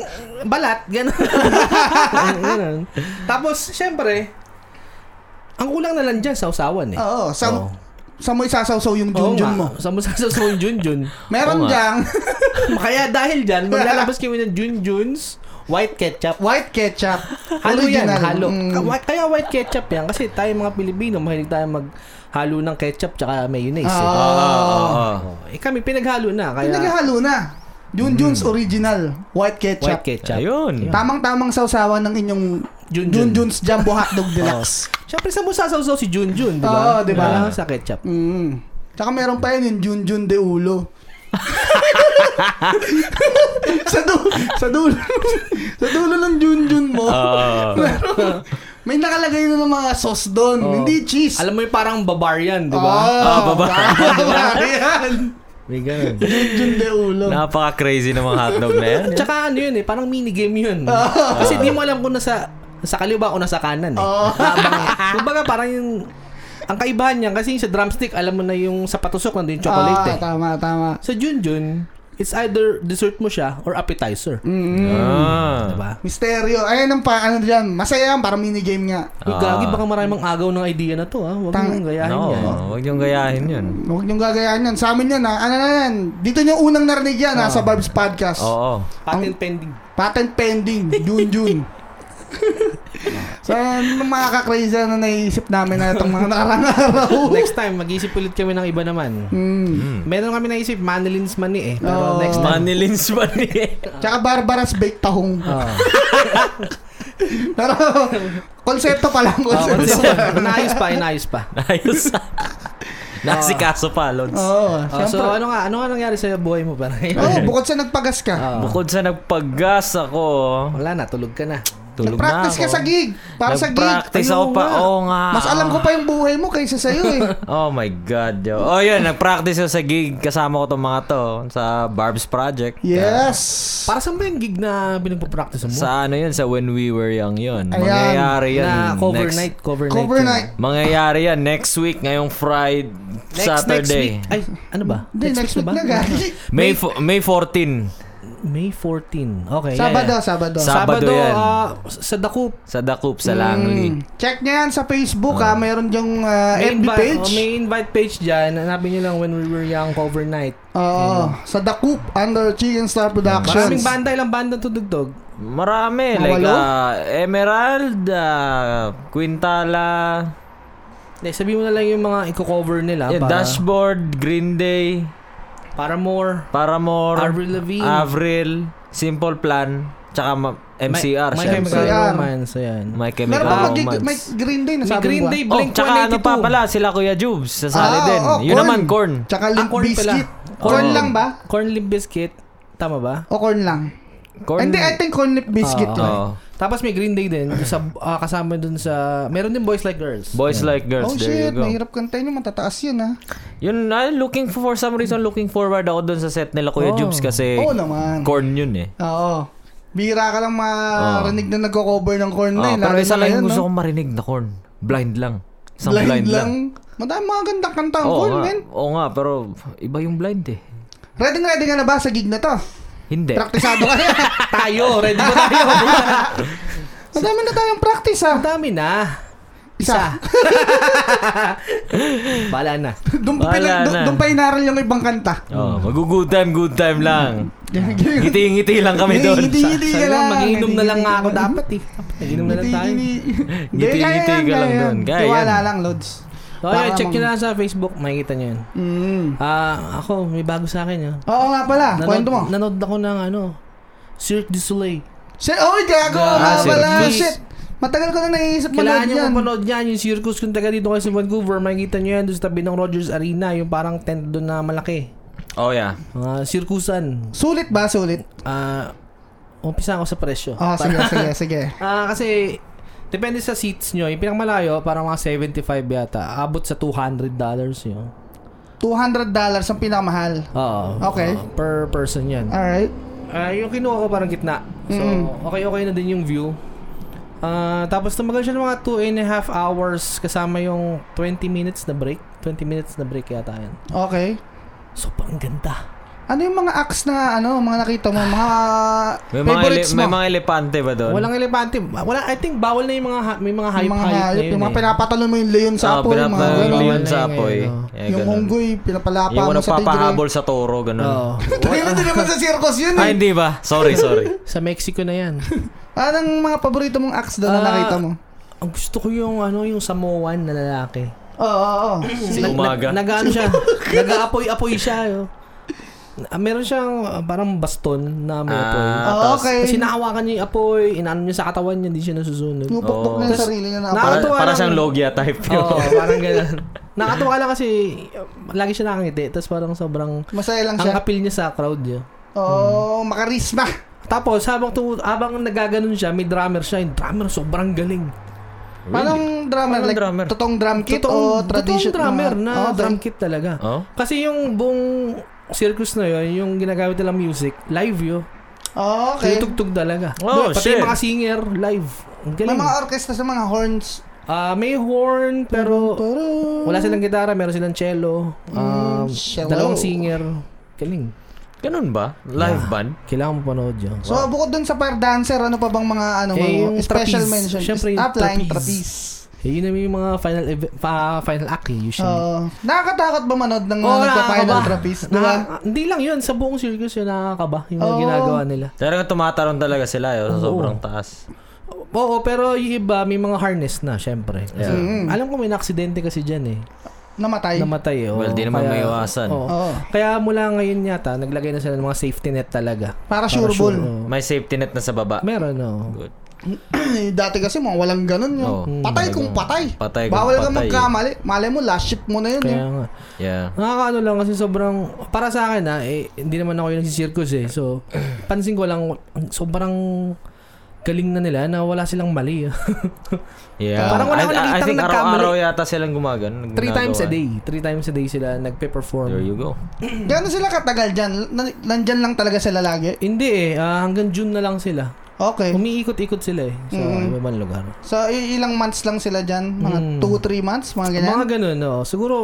[SPEAKER 1] balat, gano'n. Ganun. Tapos, syempre, ang kulang na lang dyan, sausawan eh.
[SPEAKER 2] Oo, sa,
[SPEAKER 1] Oo.
[SPEAKER 2] sa mo isasawsaw yung
[SPEAKER 1] Oo
[SPEAKER 2] junjun
[SPEAKER 1] nga.
[SPEAKER 2] Ah. mo.
[SPEAKER 1] Sa mo sasawsaw yung Junjun.
[SPEAKER 2] Meron
[SPEAKER 3] Oo nga.
[SPEAKER 2] dyang
[SPEAKER 1] Kaya dahil dyan, maglalabas kami ng Junjun's white ketchup.
[SPEAKER 2] white ketchup.
[SPEAKER 1] Halo yan,
[SPEAKER 2] Original.
[SPEAKER 1] halo.
[SPEAKER 2] Mm.
[SPEAKER 1] Ka- wa- Kaya white ketchup yan. Kasi tayo mga Pilipino, mahilig tayo maghalo ng ketchup tsaka mayonnaise.
[SPEAKER 2] Oo.
[SPEAKER 1] Eh.
[SPEAKER 3] Ah, Oo.
[SPEAKER 1] Oh, eh kami, pinaghalo na. Kaya
[SPEAKER 2] Ah. Pinaghalo na. Junjun's original white ketchup.
[SPEAKER 1] Mm. white ketchup.
[SPEAKER 3] ah. Ayun.
[SPEAKER 2] Tamang-tamang sausawan ng inyong
[SPEAKER 1] Junjun.
[SPEAKER 2] Junjun's Jumbo Hotdog Deluxe.
[SPEAKER 1] Siyempre, sa mo sasawsaw si Junjun, di
[SPEAKER 2] Oo,
[SPEAKER 1] ba?
[SPEAKER 2] di ba?
[SPEAKER 1] Kailangan sa ketchup.
[SPEAKER 2] Mm. Tsaka meron pa yun yung Junjun de Ulo. sa, du- sa dulo sa dulo ng Junjun
[SPEAKER 3] Ah,
[SPEAKER 2] mo
[SPEAKER 1] Ah.
[SPEAKER 3] Oo.
[SPEAKER 2] meron- may nakalagay na ng mga sauce doon
[SPEAKER 1] Oo.
[SPEAKER 2] hindi cheese
[SPEAKER 1] Oh. Alam mo yung parang barbarian, di ba?
[SPEAKER 3] Ah, baba.
[SPEAKER 2] yan
[SPEAKER 1] May ganun.
[SPEAKER 2] Junjun de Ulo
[SPEAKER 3] Napaka-crazy ng mga hotdog na yan.
[SPEAKER 1] Tsaka ano yun eh, parang minigame yun. Kasi di mo alam kung nasa, nasa kaliwa o nasa kanan eh.
[SPEAKER 2] Oo.
[SPEAKER 1] Habang, kumbaga parang yung, ang kaibahan niya kasi yung sa drumstick, alam mo na yung sa patusok, nandun yung chocolate
[SPEAKER 2] Ah,
[SPEAKER 1] eh.
[SPEAKER 2] tama tama
[SPEAKER 1] Sa Junjun, it's either dessert mo siya or appetizer.
[SPEAKER 2] mm
[SPEAKER 3] Ah.
[SPEAKER 1] Diba?
[SPEAKER 2] Misteryo. Ayan ang pa, ano dyan. Masaya yan, parang minigame nga.
[SPEAKER 1] Uy, gagi, baka maraming agaw ng idea na to ha. Huwag
[SPEAKER 2] Tang-
[SPEAKER 1] mong gayahin
[SPEAKER 3] No,
[SPEAKER 1] yan.
[SPEAKER 3] huwag niyong gayahin yun.
[SPEAKER 2] Huwag niyong gagayaan yan. Sa amin yan, ha? ano na yan. Dito niyo unang narinig yan, ha, sa Barb's Podcast.
[SPEAKER 3] Ah. Oo.
[SPEAKER 1] Patent pending.
[SPEAKER 2] Patent pending, June June. so, ano mga ka-crazy na naisip namin na itong mga nakarang araw.
[SPEAKER 1] Next time, mag-isip ulit kami ng iba naman.
[SPEAKER 2] Mm.
[SPEAKER 3] Hmm.
[SPEAKER 1] Meron kami naisip, Manilins Mani eh. Pero
[SPEAKER 2] Oo.
[SPEAKER 1] next time.
[SPEAKER 3] Manilins ba ni?
[SPEAKER 2] Tsaka Barbaras Baked Tahong.
[SPEAKER 1] Oo.
[SPEAKER 3] Ah.
[SPEAKER 2] Pero, konsepto pa
[SPEAKER 3] Ah,
[SPEAKER 2] lang.
[SPEAKER 1] Oo,
[SPEAKER 2] Konsepto
[SPEAKER 1] concept.
[SPEAKER 2] pa lang.
[SPEAKER 1] Inayos pa, inayos pa.
[SPEAKER 3] Ayos. Nasikaso pa, Lods.
[SPEAKER 2] Oo,
[SPEAKER 1] Oh,
[SPEAKER 3] Ah.
[SPEAKER 1] so
[SPEAKER 2] syempre.
[SPEAKER 1] ano nga, ano nga nangyari sa buhay mo parang
[SPEAKER 2] Oo, bukod sa nagpagas ka.
[SPEAKER 1] Oo.
[SPEAKER 3] Bukod sa nagpag-gas ako,
[SPEAKER 1] Wala na, tulog ka na.
[SPEAKER 3] tulog na ako.
[SPEAKER 2] Nag-practice ka sa gig. Para sa gig. Ano?
[SPEAKER 3] Nag-practice
[SPEAKER 1] Ayun
[SPEAKER 3] ako pa.
[SPEAKER 1] nga.
[SPEAKER 3] Oo nga.
[SPEAKER 2] Mas alam ko pa yung buhay mo kaysa sa'yo eh.
[SPEAKER 3] Oh my God, yo. Oh, yun. Nag-practice ako sa gig. Kasama ko tong mga to. Sa Barb's Project.
[SPEAKER 2] Yes.
[SPEAKER 1] Para saan ba yung gig na pinagpapractice mo?
[SPEAKER 3] Sa ano yun? Sa When We Were Young yun.
[SPEAKER 2] Ayan.
[SPEAKER 3] Mangyayari yan.
[SPEAKER 1] na cover
[SPEAKER 3] next,
[SPEAKER 1] night, cover,
[SPEAKER 2] Cover
[SPEAKER 1] night.
[SPEAKER 2] night.
[SPEAKER 1] yun.
[SPEAKER 3] Mangyayari yan next week. Ngayong Friday,
[SPEAKER 1] Next, next week.
[SPEAKER 3] Saturday.
[SPEAKER 1] Ay, ano ba?
[SPEAKER 2] Hindi, next week
[SPEAKER 1] ba?
[SPEAKER 2] na gagi.
[SPEAKER 3] May, fo- May 14.
[SPEAKER 1] May 14. Okay. yeah,
[SPEAKER 2] Sabado,
[SPEAKER 1] yeah.
[SPEAKER 2] Sabado.
[SPEAKER 3] Sa-
[SPEAKER 1] Sabado
[SPEAKER 3] Sabado yan.
[SPEAKER 1] ah, sa Dakup.
[SPEAKER 3] Sa Dakup, sa Langley.
[SPEAKER 2] Mm. Check niya yan sa Facebook ha. Mayroon diyang ah,
[SPEAKER 1] May
[SPEAKER 2] FB
[SPEAKER 1] invi-
[SPEAKER 2] page.
[SPEAKER 1] oh, may invite page dyan. Hanapin nyo lang when we were young, cover night.
[SPEAKER 2] Oo. Sa The Coop under Chicken Star Productions.
[SPEAKER 1] Maraming banda, ilang banda tudugtog.
[SPEAKER 3] Marami.
[SPEAKER 2] Mga
[SPEAKER 3] like,
[SPEAKER 2] walo?
[SPEAKER 3] ah, Emerald, ah, Quintala,
[SPEAKER 1] Eh, sabihin mo na lang yung mga i-cover
[SPEAKER 2] Ah,
[SPEAKER 1] nila
[SPEAKER 3] yeah,
[SPEAKER 1] para,
[SPEAKER 3] eh, Dashboard, Green Day,
[SPEAKER 1] para more.
[SPEAKER 3] Paramore,
[SPEAKER 1] Avril Lavigne.
[SPEAKER 3] Avril, Simple Plan, tsaka ma- MCR.
[SPEAKER 1] My, My
[SPEAKER 3] syempre.
[SPEAKER 1] Chemical
[SPEAKER 2] MCR.
[SPEAKER 1] Romance. Ayan.
[SPEAKER 3] My
[SPEAKER 2] Meron
[SPEAKER 3] Chemical
[SPEAKER 2] pa mag-
[SPEAKER 3] Romance.
[SPEAKER 2] may Green Day na
[SPEAKER 1] May
[SPEAKER 2] sabi
[SPEAKER 1] Green
[SPEAKER 2] mo.
[SPEAKER 1] Day,
[SPEAKER 3] oh,
[SPEAKER 1] Blink
[SPEAKER 3] tsaka ano pa
[SPEAKER 1] 182.
[SPEAKER 3] pala, sila Kuya Jubes, sasali
[SPEAKER 2] Ah,
[SPEAKER 3] din.
[SPEAKER 2] oo,
[SPEAKER 3] Yun
[SPEAKER 2] corn.
[SPEAKER 3] naman, Korn.
[SPEAKER 2] Tsaka
[SPEAKER 1] Ah,
[SPEAKER 2] Limp
[SPEAKER 1] corn pala.
[SPEAKER 2] Biscuit.
[SPEAKER 1] Corn.
[SPEAKER 2] Corn lang ba?
[SPEAKER 1] Corn Limp Biscuit. Tama ba?
[SPEAKER 2] O corn lang?
[SPEAKER 3] Korn.
[SPEAKER 2] Hindi, I think corn Limp Biscuit
[SPEAKER 1] Oo.
[SPEAKER 2] yun.
[SPEAKER 3] Oo.
[SPEAKER 1] Tapos may Green Day din sa ah, kasama dun sa meron din Boys Like Girls.
[SPEAKER 3] Boys Like
[SPEAKER 2] Oh
[SPEAKER 3] Girls,
[SPEAKER 2] shit,
[SPEAKER 3] there you go.
[SPEAKER 2] mahirap kantahin yung matataas yun ha.
[SPEAKER 3] Yun, ah, looking for, for some reason, looking forward ako dun sa set nila
[SPEAKER 1] Oh.
[SPEAKER 3] Kuya Jubes kasi
[SPEAKER 2] Oo naman.
[SPEAKER 3] Korn yun eh.
[SPEAKER 2] Oo. Bira ka lang marinig na nagko-cover ng corn na
[SPEAKER 3] Ah,
[SPEAKER 2] yun.
[SPEAKER 3] pero
[SPEAKER 2] lalo na
[SPEAKER 3] isa lang
[SPEAKER 2] ngayon,
[SPEAKER 3] yung gusto
[SPEAKER 2] no?
[SPEAKER 3] kong marinig na corn. Blind lang. Isang
[SPEAKER 2] blind,
[SPEAKER 3] blind,
[SPEAKER 2] lang. Madami mga gandang kanta ang
[SPEAKER 3] Oo
[SPEAKER 2] corn,
[SPEAKER 3] nga.
[SPEAKER 2] man.
[SPEAKER 3] Oo nga, pero iba yung blind eh.
[SPEAKER 2] Ready na ready ka na ba sa gig na to?
[SPEAKER 3] Hindi.
[SPEAKER 2] Praktisado ka na.
[SPEAKER 1] Tayo, ready ba tayo?
[SPEAKER 2] Madami na tayong practice ha.
[SPEAKER 1] Ang dami na. Isa. Bala na.
[SPEAKER 2] Doon pa,
[SPEAKER 3] Wala
[SPEAKER 2] pina, doon-
[SPEAKER 3] na.
[SPEAKER 2] doon pa inaral yung ibang kanta.
[SPEAKER 3] oh, mag-good time, good time lang.
[SPEAKER 2] Giti
[SPEAKER 3] Ngiti-ngiti lang kami doon.
[SPEAKER 2] Hindi ka
[SPEAKER 1] Sabi
[SPEAKER 2] lang.
[SPEAKER 1] mo, mag-inom na lang nga ako
[SPEAKER 2] Hindi,
[SPEAKER 1] dapat eh. Mag-inom na lang
[SPEAKER 2] hindi,
[SPEAKER 1] tayo.
[SPEAKER 2] hindi. Hindi,
[SPEAKER 3] Ngiti-
[SPEAKER 2] kaya
[SPEAKER 3] ngiti
[SPEAKER 2] yan,
[SPEAKER 3] ka lang
[SPEAKER 2] kaya
[SPEAKER 3] doon.
[SPEAKER 2] yan.
[SPEAKER 3] Kaya
[SPEAKER 2] Tiwala
[SPEAKER 3] yan.
[SPEAKER 2] lang, Lods.
[SPEAKER 1] So, ayun,
[SPEAKER 2] Para
[SPEAKER 1] check nyo
[SPEAKER 2] mang-
[SPEAKER 1] na lang sa Facebook. Makikita nyo yun.
[SPEAKER 2] Mm.
[SPEAKER 1] Ah, ako, may bago sa akin ah. yun.
[SPEAKER 2] Oo nga pala, Ah, kwento mo.
[SPEAKER 1] nanood ako ng ano, Cirque du Soleil.
[SPEAKER 2] Shit, oh, gago
[SPEAKER 1] Ah,
[SPEAKER 2] nga
[SPEAKER 3] shit.
[SPEAKER 2] pala.
[SPEAKER 1] Please.
[SPEAKER 2] Shit. Matagal ko na naisip
[SPEAKER 1] Kailangan
[SPEAKER 2] manood
[SPEAKER 1] nyo
[SPEAKER 2] yan.
[SPEAKER 1] mapanood yan. Yung circus kung taga dito kayo sa Vancouver, makikita nyo yan doon sa tabi ng Rogers Arena. Yung parang tent doon na malaki.
[SPEAKER 3] Oh yeah.
[SPEAKER 1] Mga sirkusan.
[SPEAKER 2] Sulit ba, sulit?
[SPEAKER 1] Ah, umpisa ako sa presyo.
[SPEAKER 2] Ah, sige,
[SPEAKER 1] Para-
[SPEAKER 2] sige, sige.
[SPEAKER 1] Ah, kasi depende sa seats nyo. Yung pinakamalayo, parang mga 75 yata. Abot sa $200 yun.
[SPEAKER 2] $200 ang pinakamahal.
[SPEAKER 1] Oo.
[SPEAKER 2] Okay.
[SPEAKER 1] Oo, per person yan.
[SPEAKER 2] Alright.
[SPEAKER 1] Ah, yung kinuha ko parang gitna. So,
[SPEAKER 2] Mm.
[SPEAKER 1] okay-okay na din yung view. Ah, tapos tumagal siya ng mga 2 and a half hours kasama yung 20 minutes na break. 20 minutes na break yata yan.
[SPEAKER 2] Okay.
[SPEAKER 1] So, ang ganda.
[SPEAKER 2] Ano yung mga acts na ano, mga nakita mo, mga
[SPEAKER 3] May mga,
[SPEAKER 2] favorites
[SPEAKER 3] ele-
[SPEAKER 2] mo?
[SPEAKER 3] may mga elepante ba doon?
[SPEAKER 1] Walang elefante. Wala, I think bawal na yung mga, ha- may mga
[SPEAKER 2] yung
[SPEAKER 1] hype-hype
[SPEAKER 2] mga
[SPEAKER 1] na
[SPEAKER 2] hayop,
[SPEAKER 1] yun.
[SPEAKER 2] yung mga
[SPEAKER 1] eh.
[SPEAKER 2] pinapatalon mo yung leon sa
[SPEAKER 3] Ah,
[SPEAKER 2] apoy, mga
[SPEAKER 3] pinapa-
[SPEAKER 1] ganun.
[SPEAKER 3] leon
[SPEAKER 1] Wala na
[SPEAKER 3] sa
[SPEAKER 1] yun
[SPEAKER 3] apoy.
[SPEAKER 1] ngayon, oh.
[SPEAKER 3] Yeah,
[SPEAKER 2] Yung
[SPEAKER 3] ganun.
[SPEAKER 2] hunggoy, pinapalapa
[SPEAKER 3] Yung
[SPEAKER 2] mo
[SPEAKER 3] ano,
[SPEAKER 2] sa
[SPEAKER 3] papahabol sa toro, ganun.
[SPEAKER 1] Oo.
[SPEAKER 2] Tayo na din naman sa circus yun
[SPEAKER 3] Ah,
[SPEAKER 2] eh.
[SPEAKER 3] hindi ba? Sorry, sorry.
[SPEAKER 1] Sa Mexico na yan.
[SPEAKER 2] Anong mga paborito mong acts doon na
[SPEAKER 1] Ah,
[SPEAKER 2] nakita mo?
[SPEAKER 1] Ang gusto ko yung ano yung Samoan na lalaki.
[SPEAKER 2] Oo, oo, oo.
[SPEAKER 3] Si Umaga.
[SPEAKER 1] Nagaano siya. Nag-aapoy-apoy siya. Yo. Ah, Meron siyang ah, parang baston na may apoy.
[SPEAKER 2] Oo,
[SPEAKER 3] Ah, tapos-
[SPEAKER 2] okay.
[SPEAKER 1] Kasi nahawakan niya yung apoy, inaano niya sa katawan niya, hindi siya nasusunog. Oo,
[SPEAKER 2] Pupukpok na yung sarili niya
[SPEAKER 1] Para-
[SPEAKER 2] na
[SPEAKER 3] Para,
[SPEAKER 2] apoy.
[SPEAKER 1] Nakakatuwa
[SPEAKER 3] para
[SPEAKER 1] lang.
[SPEAKER 3] siyang logia type. yun.
[SPEAKER 1] parang ganun. Nakatuwa lang kasi uh, lagi siya nakangiti, tapos parang sobrang
[SPEAKER 2] Masaya lang
[SPEAKER 1] ang
[SPEAKER 2] siya.
[SPEAKER 1] appeal niya sa crowd niya.
[SPEAKER 2] Oo, makarisma.
[SPEAKER 1] Tapos habang tu- habang nagaganon siya, may drummer siya, yung drummer sobrang galing.
[SPEAKER 2] Anong drummer?
[SPEAKER 3] Anong
[SPEAKER 2] Like,
[SPEAKER 3] drummer?
[SPEAKER 2] totoong drum kit o
[SPEAKER 1] Totoong,
[SPEAKER 2] oh, tradition?
[SPEAKER 1] totoong drummer
[SPEAKER 2] mga-
[SPEAKER 1] na
[SPEAKER 2] Oh, okay.
[SPEAKER 1] drum kit talaga.
[SPEAKER 3] Oh?
[SPEAKER 1] Kasi yung buong circus na yun, yung ginagamit nilang music, live yun.
[SPEAKER 2] Oh, okay.
[SPEAKER 1] Okay. Tinutugtog talaga.
[SPEAKER 3] Oh,
[SPEAKER 1] Pati
[SPEAKER 3] shit.
[SPEAKER 1] yung mga singer, live. Ang
[SPEAKER 2] May
[SPEAKER 1] galing.
[SPEAKER 2] mga orkestra sa mga horns.
[SPEAKER 1] Ah, may horn, pero
[SPEAKER 2] Pero...
[SPEAKER 1] wala silang gitara, meron silang cello. Um,
[SPEAKER 2] Mm, cello.
[SPEAKER 1] Dalawang singer. Galing.
[SPEAKER 3] Ganun ba? Live band?
[SPEAKER 1] Kailangan mo panood yun.
[SPEAKER 2] So, bukod dun sa fire dancer, ano pa bang mga ano,
[SPEAKER 1] Eh,
[SPEAKER 2] mga
[SPEAKER 1] yung
[SPEAKER 2] special
[SPEAKER 1] trapeze.
[SPEAKER 2] mention?
[SPEAKER 1] Siyempre, yung
[SPEAKER 2] Upline,
[SPEAKER 1] trapeze.
[SPEAKER 2] trapeze.
[SPEAKER 1] Eh, yun naman yung mga final ev- pa, final act eh, usually.
[SPEAKER 2] Oo. nakakatakot ba manood ng
[SPEAKER 1] Oo,
[SPEAKER 2] oh, nagpa-final
[SPEAKER 1] nakakaba.
[SPEAKER 2] trapeze? Diba? Di ba?
[SPEAKER 1] Naka- hindi lang yun, sa buong circus yun nakakaba yung mga
[SPEAKER 2] Oo.
[SPEAKER 1] ginagawa nila.
[SPEAKER 3] Talagang tumataron talaga sila yun sa
[SPEAKER 1] Oo.
[SPEAKER 3] sobrang taas.
[SPEAKER 1] Oo, pero yung iba may mga harness na, syempre. Kasi,
[SPEAKER 3] Yeah.
[SPEAKER 2] Mm.
[SPEAKER 1] Alam ko may naksidente kasi dyan eh.
[SPEAKER 2] Namatay.
[SPEAKER 1] Namatay eh. oo.
[SPEAKER 3] Well, di naman
[SPEAKER 1] Kaya-
[SPEAKER 3] maiwasan.
[SPEAKER 1] oo.
[SPEAKER 2] Oo.
[SPEAKER 1] Kaya mula ngayon yata, naglagay na sila ng mga safety net talaga. Para
[SPEAKER 2] Para sure Ano ball.
[SPEAKER 1] oo.
[SPEAKER 3] May safety net na sa baba.
[SPEAKER 1] Meron, oo.
[SPEAKER 3] Good.
[SPEAKER 2] Dati kasi mga walang ganun yun.
[SPEAKER 3] Oo.
[SPEAKER 2] Patay kung patay.
[SPEAKER 3] Patay kung
[SPEAKER 2] Bawal ka
[SPEAKER 3] patay.
[SPEAKER 2] magkamali. Malay mo, last ship mo na yun.
[SPEAKER 1] Kaya
[SPEAKER 2] eh.
[SPEAKER 1] nga.
[SPEAKER 3] Yeah.
[SPEAKER 1] Nakakaano lang kasi sobrang, para sa akin ha, eh, hindi naman ako yung nagsisirkus eh. So, pansin ko lang, ang sobrang galing na nila na wala silang mali. ah.
[SPEAKER 3] Yeah.
[SPEAKER 1] Parang wala
[SPEAKER 3] I-
[SPEAKER 1] akong
[SPEAKER 3] I- I
[SPEAKER 1] nakitang
[SPEAKER 3] think
[SPEAKER 1] nagkamali.
[SPEAKER 3] araw-araw yata silang gumagano.
[SPEAKER 1] Three times a
[SPEAKER 3] ginagawa.
[SPEAKER 1] day. Three times a day sila
[SPEAKER 3] There
[SPEAKER 1] nagpe-perform.
[SPEAKER 3] you go.
[SPEAKER 2] Gano'n sila katagal dyan? Nan- Nandyan lang talaga sila lagi?
[SPEAKER 1] Hindi eh, ah, hanggang June na lang sila.
[SPEAKER 2] Okay.
[SPEAKER 1] Umiikot-ikot sila eh sa
[SPEAKER 2] Mm.
[SPEAKER 1] iba ibang lugar.
[SPEAKER 2] So, i- ilang months lang sila dyan? Mga 2-3 months? Mga ganyan?
[SPEAKER 1] Hmm. Mga ganun, no. Siguro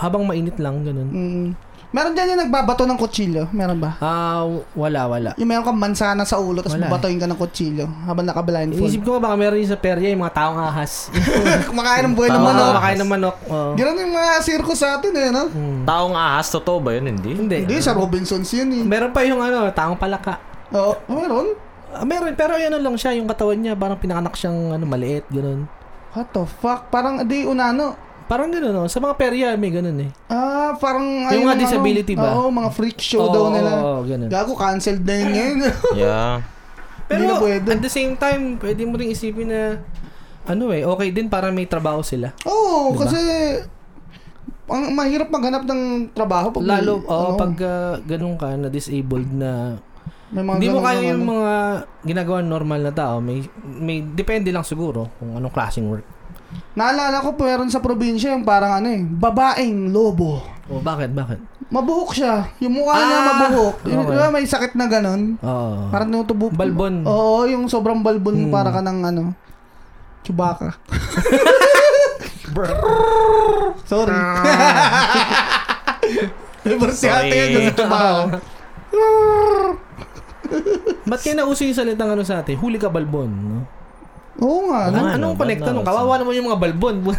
[SPEAKER 1] habang mainit lang ganun.
[SPEAKER 2] Mm. Meron dyan yung nagbabato ng kutsilyo? Meron ba?
[SPEAKER 1] Ah, w- wala wala.
[SPEAKER 2] Yung meron kang mansana sa ulo tapos
[SPEAKER 1] Wala eh.
[SPEAKER 2] babatuin ka ng kutsilyo habang naka-blindfold.
[SPEAKER 1] Inisip ko nga baka meron yung sa perya yung mga taong ahas.
[SPEAKER 2] Kumakain ng buhay ng
[SPEAKER 3] Tama.
[SPEAKER 1] Mga
[SPEAKER 2] manok.
[SPEAKER 1] kumakain ng manok. oo.
[SPEAKER 2] Ganun yung mga circus sa atin eh, no?
[SPEAKER 1] Hmm.
[SPEAKER 3] Taong ahas, totoo ba yun? Hindi.
[SPEAKER 1] Mm. Hindi.
[SPEAKER 2] Hindi, sa Robinsons yun eh.
[SPEAKER 1] Meron pa yung ano, taong palaka.
[SPEAKER 2] Oo, meron.
[SPEAKER 1] Ah, meron, pero yun lang siya, yung katawan niya, parang pinanganak siyang ano, maliit, ganun.
[SPEAKER 2] What the fuck? Parang di unano.
[SPEAKER 1] Parang ganun, oh. sa mga perya, may ganun eh.
[SPEAKER 2] Ah, parang...
[SPEAKER 1] mga
[SPEAKER 2] ayun, ano,
[SPEAKER 1] disability ba?
[SPEAKER 2] Oo, mga freak show
[SPEAKER 1] Oo,
[SPEAKER 2] daw nila.
[SPEAKER 1] oo, oo, ganun.
[SPEAKER 2] Gago, canceled na yun ngayon. eh.
[SPEAKER 3] Yeah.
[SPEAKER 1] Pero
[SPEAKER 2] na pwede.
[SPEAKER 1] at the same time, pwede mo rin isipin na, ano eh, okay din para may trabaho sila.
[SPEAKER 2] Oo,
[SPEAKER 1] Diba?
[SPEAKER 2] kasi... Ang mahirap maghanap ng trabaho pag...
[SPEAKER 1] Lalo, oh,
[SPEAKER 2] ano,
[SPEAKER 1] pag ah, ganun ka, na disabled na,
[SPEAKER 2] may mga
[SPEAKER 1] hindi mo
[SPEAKER 2] ganun
[SPEAKER 1] kaya
[SPEAKER 2] ng
[SPEAKER 1] yung
[SPEAKER 2] ano.
[SPEAKER 1] mga ginagawa ng normal na tao, may, may, depende lang siguro kung anong klaseng work.
[SPEAKER 2] Naalala ko, meron sa probinsya yung parang ano eh, babaeng lobo.
[SPEAKER 1] O, bakit, bakit?
[SPEAKER 2] Mabuhok siya. Yung mukha niya
[SPEAKER 1] Ah!
[SPEAKER 2] mabuhok. Yung,
[SPEAKER 1] Okay.
[SPEAKER 2] di ba may sakit na ganun?
[SPEAKER 1] Oo.
[SPEAKER 2] Parang nutubo.
[SPEAKER 1] Balbon. Hmm.
[SPEAKER 2] Oo, yung sobrang balbon para ka ng ano, Chewbacca. Sorry. Ever si ate
[SPEAKER 3] Sorry.
[SPEAKER 2] yun sa Chewbacca.
[SPEAKER 1] Ba't kaya nauso yung salitang ano sa atin? Huli ka balbon, no?
[SPEAKER 2] Oo nga.
[SPEAKER 1] Ano,
[SPEAKER 2] ano?
[SPEAKER 3] Ano,
[SPEAKER 1] anong
[SPEAKER 3] ba't
[SPEAKER 1] konekta nung?
[SPEAKER 3] nauso?
[SPEAKER 1] Kawawa naman yung mga balbon.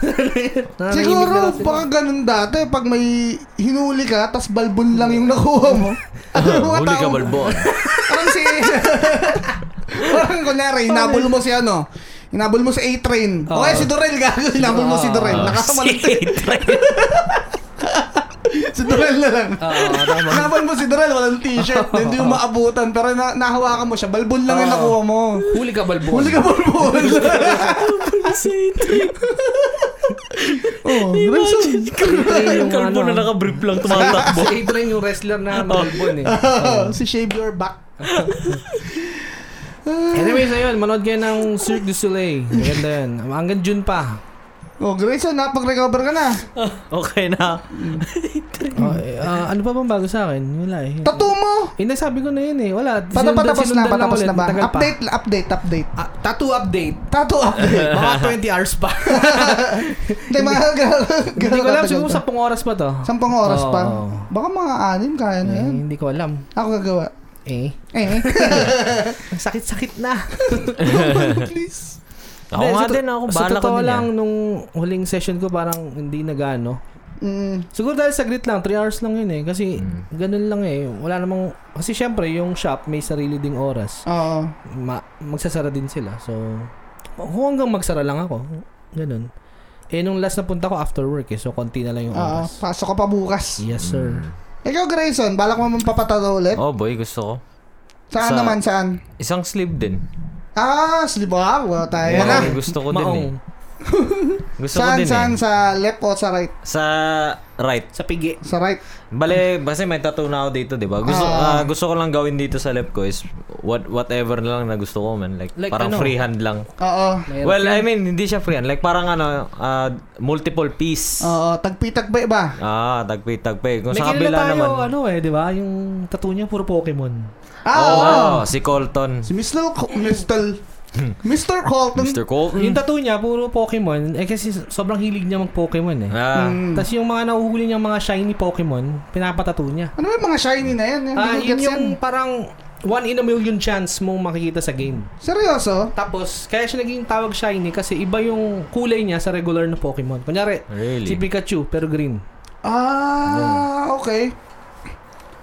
[SPEAKER 2] Siguro, baka ganun dati. Pag may hinuli ka, tas balbon lang yung nakuha mo. Ano yung mga
[SPEAKER 3] Huli ka,
[SPEAKER 2] taong-
[SPEAKER 3] Balbon.
[SPEAKER 2] Parang si... parang kunyari, hinabol mo si ano, hinabol mo si A-Train. O
[SPEAKER 1] Oo.
[SPEAKER 2] kaya si Dorel gago, hinabol mo si Dorel. Nakasama lang tayo. si Dorel na lang.
[SPEAKER 1] Oo, tama.
[SPEAKER 2] Hinabol mo si Dorel, walang t-shirt. Hindi mo maabutan, pero na nahawakan mo siya. Balbon lang yung
[SPEAKER 1] Oo.
[SPEAKER 2] nakuha mo.
[SPEAKER 1] Huli ka balbon.
[SPEAKER 2] Huli ka balbon. oh, Remson.
[SPEAKER 1] Yung
[SPEAKER 3] Yung kalbo
[SPEAKER 1] ano,
[SPEAKER 3] na nakabrief lang
[SPEAKER 1] Si
[SPEAKER 3] tumatakbo. Oh.
[SPEAKER 1] A-Train yung wrestler na balbon eh.
[SPEAKER 2] si Shave Your Back.
[SPEAKER 1] Anyways, ayun, manood kayo ng Cirque du Soleil. Maganda yun. Hanggang June pa.
[SPEAKER 2] Oh, Grayson, napag-recover ka na.
[SPEAKER 3] Okay na.
[SPEAKER 1] Oh, eh, ah, ano pa bang bago sa akin? Wala eh.
[SPEAKER 2] Tattoo mo!
[SPEAKER 1] Eh, nasabi ko na yun eh. Wala.
[SPEAKER 2] Pata-
[SPEAKER 1] Sinundan-
[SPEAKER 2] patapos na,
[SPEAKER 1] sinundan lang
[SPEAKER 2] patapos
[SPEAKER 1] ulit.
[SPEAKER 2] na ba?
[SPEAKER 1] Matagal pa.
[SPEAKER 2] Update, update, update.
[SPEAKER 1] Ah, tattoo update.
[SPEAKER 2] Tattoo update.
[SPEAKER 1] Mga 20 hours pa.
[SPEAKER 2] Hindi, mga gal-
[SPEAKER 1] Hindi ko alam.
[SPEAKER 2] gal-
[SPEAKER 1] Siguro
[SPEAKER 2] gal-
[SPEAKER 1] sampung oras pa to.
[SPEAKER 2] Sampung ano oras pa.
[SPEAKER 1] Oo.
[SPEAKER 2] Baka mga anim, kaya na
[SPEAKER 1] Eh,
[SPEAKER 2] yan.
[SPEAKER 1] hindi ko alam.
[SPEAKER 2] Ako gagawa.
[SPEAKER 1] Eh.
[SPEAKER 2] Eh,
[SPEAKER 1] Ang sakit-sakit na.
[SPEAKER 2] please.
[SPEAKER 3] Ako
[SPEAKER 1] Hindi,
[SPEAKER 3] nga
[SPEAKER 1] sa to-
[SPEAKER 3] din, ako
[SPEAKER 1] Sa
[SPEAKER 3] bahala ka
[SPEAKER 1] totoo
[SPEAKER 3] din
[SPEAKER 1] lang,
[SPEAKER 3] lang.
[SPEAKER 1] nung huling session ko, parang hindi nagano.
[SPEAKER 2] Mm,
[SPEAKER 1] Siguro dahil saglit lang, 3 hours lang yun eh. Kasi
[SPEAKER 3] Hmm.
[SPEAKER 1] ganun lang eh. Wala namang... Kasi syempre, yung shop may sarili ding oras.
[SPEAKER 2] oo.
[SPEAKER 1] Ma- magsasara din sila. So, kung hanggang magsara lang ako, ganun. Eh, nung last na punta ko, after work eh. So, konti na lang yung
[SPEAKER 2] Oo,
[SPEAKER 1] oras.
[SPEAKER 2] pasok ka pa bukas.
[SPEAKER 1] Yes, sir.
[SPEAKER 3] Hmm.
[SPEAKER 2] Ikaw, Grayson, balak mo mong papatato ulit?
[SPEAKER 3] Oh boy, gusto ko.
[SPEAKER 2] Saan
[SPEAKER 3] sa-
[SPEAKER 2] naman, saan?
[SPEAKER 3] Isang sleeve din.
[SPEAKER 2] Ah, sleep wow, wow, tayo na.
[SPEAKER 3] Oo, gusto ko din eh.
[SPEAKER 1] Maong.
[SPEAKER 3] Gusto ko
[SPEAKER 2] Saan,
[SPEAKER 3] din
[SPEAKER 2] saan?
[SPEAKER 3] eh.
[SPEAKER 2] Sa left o sa right?
[SPEAKER 3] Sa right.
[SPEAKER 1] Sa pigi.
[SPEAKER 2] Sa right.
[SPEAKER 3] Bale, kasi may tattoo na ako dito, di ba? Gusto,
[SPEAKER 2] Ah.
[SPEAKER 3] ah, gusto ko lang gawin dito sa left ko is what, whatever lang na gusto ko, man. Like,
[SPEAKER 1] Like
[SPEAKER 3] parang
[SPEAKER 1] ano?
[SPEAKER 3] freehand lang.
[SPEAKER 2] Oo.
[SPEAKER 1] Mayroon
[SPEAKER 3] Well,
[SPEAKER 1] yan.
[SPEAKER 3] I mean, hindi siya freehand. Like, parang ano, ah, multiple piece.
[SPEAKER 2] Oo, tagpitag ba iba?
[SPEAKER 3] Ah, tagpi-tagpi. Kung
[SPEAKER 1] May
[SPEAKER 3] sa
[SPEAKER 1] kilala
[SPEAKER 3] kabila
[SPEAKER 1] tayo,
[SPEAKER 3] naman.
[SPEAKER 1] ano eh, di ba? Yung tattoo niya, puro Pokemon.
[SPEAKER 2] Ah,
[SPEAKER 3] Oo,
[SPEAKER 2] oo.
[SPEAKER 3] si Colton.
[SPEAKER 2] Si Mr. Co- Mr. Mr. Colton.
[SPEAKER 3] Mr. Colton.
[SPEAKER 1] Yung tattoo niya, puro Pokemon. Eh, kasi sobrang hilig niya mag-Pokemon eh.
[SPEAKER 3] Ah,
[SPEAKER 2] Mm.
[SPEAKER 1] Tapos yung mga nahuhuli niyang mga shiny Pokemon, pinapatato niya.
[SPEAKER 2] Ano ba yung mga shiny na yan? Hindi
[SPEAKER 1] Ah,
[SPEAKER 2] ko
[SPEAKER 1] yun
[SPEAKER 2] gets
[SPEAKER 1] yung
[SPEAKER 2] yan.
[SPEAKER 1] parang one in a million chance mong makikita sa game.
[SPEAKER 2] Seryoso?
[SPEAKER 1] Tapos, kaya siya naging tawag shiny kasi iba yung kulay niya sa regular na Pokemon. Kunyari, si
[SPEAKER 3] really?
[SPEAKER 1] Pikachu pero green.
[SPEAKER 2] Ah, okay.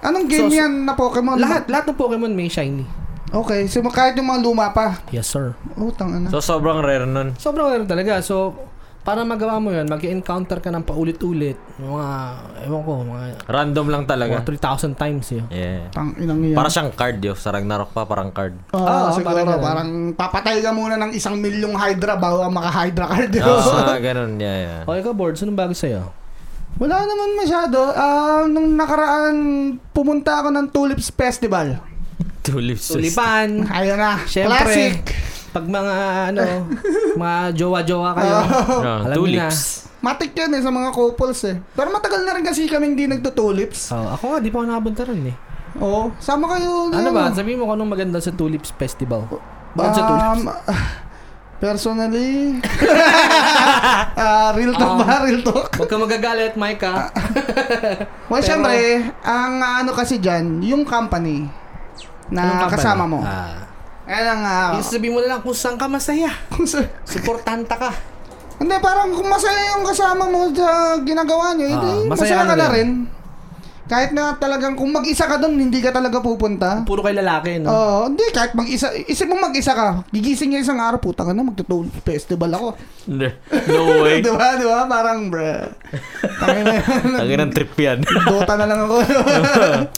[SPEAKER 2] Anong game
[SPEAKER 1] So, so-
[SPEAKER 2] yan na Pokemon?
[SPEAKER 1] Lahat, lahat ng Pokemon may shiny.
[SPEAKER 2] Okay, so kahit yung mga luma pa.
[SPEAKER 1] Yes, sir.
[SPEAKER 2] Utang ano.
[SPEAKER 3] So, sobrang rare nun.
[SPEAKER 1] Sobrang rare talaga. So, para magawa mo yun, mag encounter ka ng paulit-ulit. Mga, ewan ko, mga,
[SPEAKER 3] Random lang
[SPEAKER 1] mga
[SPEAKER 3] talaga.
[SPEAKER 1] 3,000 times eh. yun.
[SPEAKER 3] Yeah.
[SPEAKER 2] Tang inang yan.
[SPEAKER 3] Para siyang card yun. Sa Ragnarok pa, parang card.
[SPEAKER 2] Oo,
[SPEAKER 1] Ah,
[SPEAKER 2] siguro,
[SPEAKER 1] parang
[SPEAKER 2] parang,
[SPEAKER 1] ganun.
[SPEAKER 2] papatay ka muna ng isang milyong Hydra bago ka maka-Hydra card.
[SPEAKER 3] Ah, ganun. Yeah, yeah.
[SPEAKER 1] Okay ka, board. Anong bago sa'yo?
[SPEAKER 2] Wala naman masyado. Ah, nung nakaraan, pumunta ako ng Tulips Festival.
[SPEAKER 3] Tulips.
[SPEAKER 1] Tulipan.
[SPEAKER 2] Ayun na,
[SPEAKER 1] Siyempre.
[SPEAKER 2] classic.
[SPEAKER 1] Pag mga ano, mga jowa-jowa kayo.
[SPEAKER 3] Ah,
[SPEAKER 1] Alam niyo na.
[SPEAKER 3] tulips.
[SPEAKER 2] Matik yan eh sa mga couples eh. Pero matagal na rin kasi kami hindi nagtutulips.
[SPEAKER 1] Oh, ako nga, di pa ako nakapunta rin eh.
[SPEAKER 2] Oo, sama kayo.
[SPEAKER 1] Ano ba? Sabihin mo kung anong maganda sa Tulips Festival. Bakit sa Tulips?
[SPEAKER 2] Hmm. Oh, Um, personally, ah, real talk
[SPEAKER 1] Ah.
[SPEAKER 2] ba? Real talk?
[SPEAKER 1] Huwag ka magagalit,
[SPEAKER 2] Ah,
[SPEAKER 1] Micah.
[SPEAKER 2] Well,
[SPEAKER 1] Pero-
[SPEAKER 2] syempre, ang ano kasi dyan, yung company na
[SPEAKER 1] Anong company?
[SPEAKER 2] kasama mo.
[SPEAKER 1] Ah.
[SPEAKER 2] Ayan ang, ah,
[SPEAKER 1] Yung sabihin mo na lang kung saan ka masaya.
[SPEAKER 2] kung sa-
[SPEAKER 1] Suportanta ka.
[SPEAKER 2] Hindi, parang kung masaya yung kasama mo sa ginagawa niyo,
[SPEAKER 1] Ah,
[SPEAKER 2] edi masaya,
[SPEAKER 1] masaya
[SPEAKER 2] ka
[SPEAKER 1] na
[SPEAKER 2] na rin. Kahit na talagang kung mag-isa ka doon, hindi ka talaga pupunta.
[SPEAKER 1] Puro kay lalaki, no?
[SPEAKER 2] Oo, hindi, kahit mag-isa, isip mo mag-isa ka, gigising niya isang araw, puta ka na, magtutulog festival ako.
[SPEAKER 3] No way.
[SPEAKER 2] di ba, di ba? Parang, bruh. Tangin na yan.
[SPEAKER 3] Ang ng trip yan.
[SPEAKER 2] Dota na lang ako.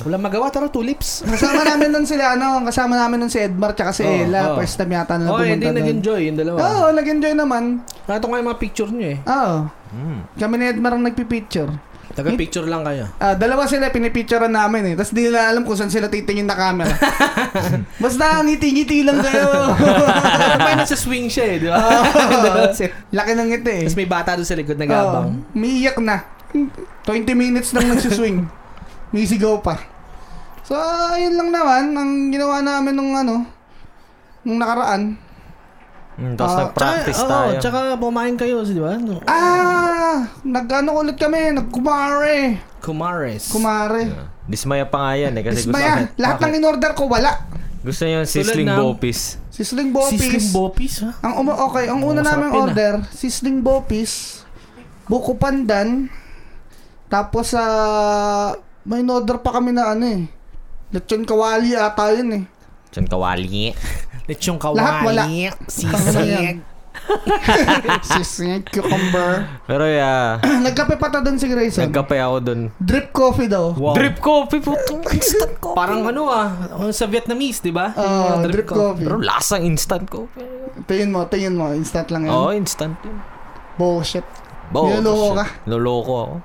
[SPEAKER 1] Wala magawa, tara Tulips.
[SPEAKER 2] kasama namin nun sila, ano, kasama namin nun si Edmar tsaka si
[SPEAKER 1] Oo,
[SPEAKER 2] Ella.
[SPEAKER 1] oo.
[SPEAKER 2] First time yata Ah, na Oh.
[SPEAKER 1] Oh, hindi
[SPEAKER 2] pumunta doon.
[SPEAKER 1] nag-enjoy yung dalawa.
[SPEAKER 2] Oo, nag-enjoy naman.
[SPEAKER 1] Nakita ko nga yung mga picture nyo eh.
[SPEAKER 2] Oo.
[SPEAKER 3] Mm.
[SPEAKER 2] Kami ni Edmar ang nagpipicture.
[SPEAKER 1] Taga-picture lang kayo.
[SPEAKER 2] Ah, dalawa sila pinipicturean namin eh. Tapos di nila alam kung saan sila titingin na camera. Basta ngiti-ngiti lang kayo.
[SPEAKER 1] May Ano nasa swing siya eh, di ba?
[SPEAKER 2] Ah.
[SPEAKER 1] Dalawa sila.
[SPEAKER 2] Laki ng ngiti eh.
[SPEAKER 1] Tapos may bata doon sa likod nag-abang.
[SPEAKER 2] Oo, umiiyak na. 20 minutes nang nagsiswing. may sigaw pa. So, ayun lang naman. Ang ginawa namin nung ano, nung nakaraan.
[SPEAKER 3] Mm, Tapos
[SPEAKER 2] Ah,
[SPEAKER 3] nag-practice
[SPEAKER 1] Tsaka-
[SPEAKER 3] tayo.
[SPEAKER 1] Oo, tsaka pumain kayo, di ba?
[SPEAKER 2] Ah! Nag-ano ulit kami. Nagkumare.
[SPEAKER 1] Kumares.
[SPEAKER 2] Kumare.
[SPEAKER 3] Yeah. Dismaya pa nga yan eh. Kasi
[SPEAKER 2] Ismaya.
[SPEAKER 3] gusto,
[SPEAKER 2] Lahat ng in-order ko, wala.
[SPEAKER 3] gusto niya yung sizzling
[SPEAKER 1] Tulad ng-
[SPEAKER 3] bopis.
[SPEAKER 2] Sisling Bopis.
[SPEAKER 1] Sisling Bopis, ha?
[SPEAKER 2] Ang uma okay, ang una
[SPEAKER 1] Oh, masarap
[SPEAKER 2] naming
[SPEAKER 1] yun, ah.
[SPEAKER 2] order, sisling bopis, buko pandan, tapos sa may order pa kami na ano eh. Lechon kawali ata yun eh.
[SPEAKER 3] Diyan kawali.
[SPEAKER 1] Lechong
[SPEAKER 2] Lahat wala.
[SPEAKER 1] kawali. Sisig.
[SPEAKER 2] Sisling cucumber.
[SPEAKER 3] Pero yeah,
[SPEAKER 2] Ah, Nagkape pa ta doon si Grayson.
[SPEAKER 3] nagkape ako dun.
[SPEAKER 2] Drip coffee daw.
[SPEAKER 1] Wow.
[SPEAKER 3] Drip coffee po. instant coffee.
[SPEAKER 1] Parang ano ah, sa Vietnamese, di ba?
[SPEAKER 2] Ah,
[SPEAKER 1] Yung
[SPEAKER 2] drip
[SPEAKER 1] ko.
[SPEAKER 2] coffee.
[SPEAKER 3] Pero lasang instant coffee.
[SPEAKER 2] Tingin mo, tingin mo, instant lang yan.
[SPEAKER 3] Oo, oh, instant yun.
[SPEAKER 2] Bullshit.
[SPEAKER 3] Bo,
[SPEAKER 2] Mm. Niloloko
[SPEAKER 3] shit.
[SPEAKER 2] ka.
[SPEAKER 3] Niloloko ako.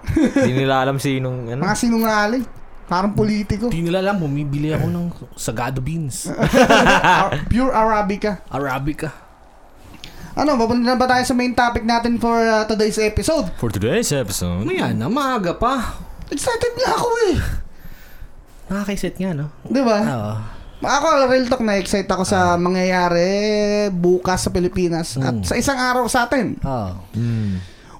[SPEAKER 3] Hindi nila alam sinong ano.
[SPEAKER 2] Mga sinungaling. Parang politiko.
[SPEAKER 1] Hindi nila alam, bumibili ako ng sagado beans.
[SPEAKER 2] Ar- Pure Arabica.
[SPEAKER 1] Arabica.
[SPEAKER 2] Ano, papunta na ba tayo sa main topic natin for uh, today's episode?
[SPEAKER 3] For today's episode.
[SPEAKER 1] Maya na, Ano ah, maaga pa.
[SPEAKER 2] Excited nga ako eh.
[SPEAKER 1] Nakakaisit nga, no?
[SPEAKER 2] Di ba?
[SPEAKER 1] Oo.
[SPEAKER 2] Ako, real talk, na-excite ako sa mangyayari bukas sa Pilipinas at sa isang araw sa atin.
[SPEAKER 1] Oo.
[SPEAKER 3] Mm.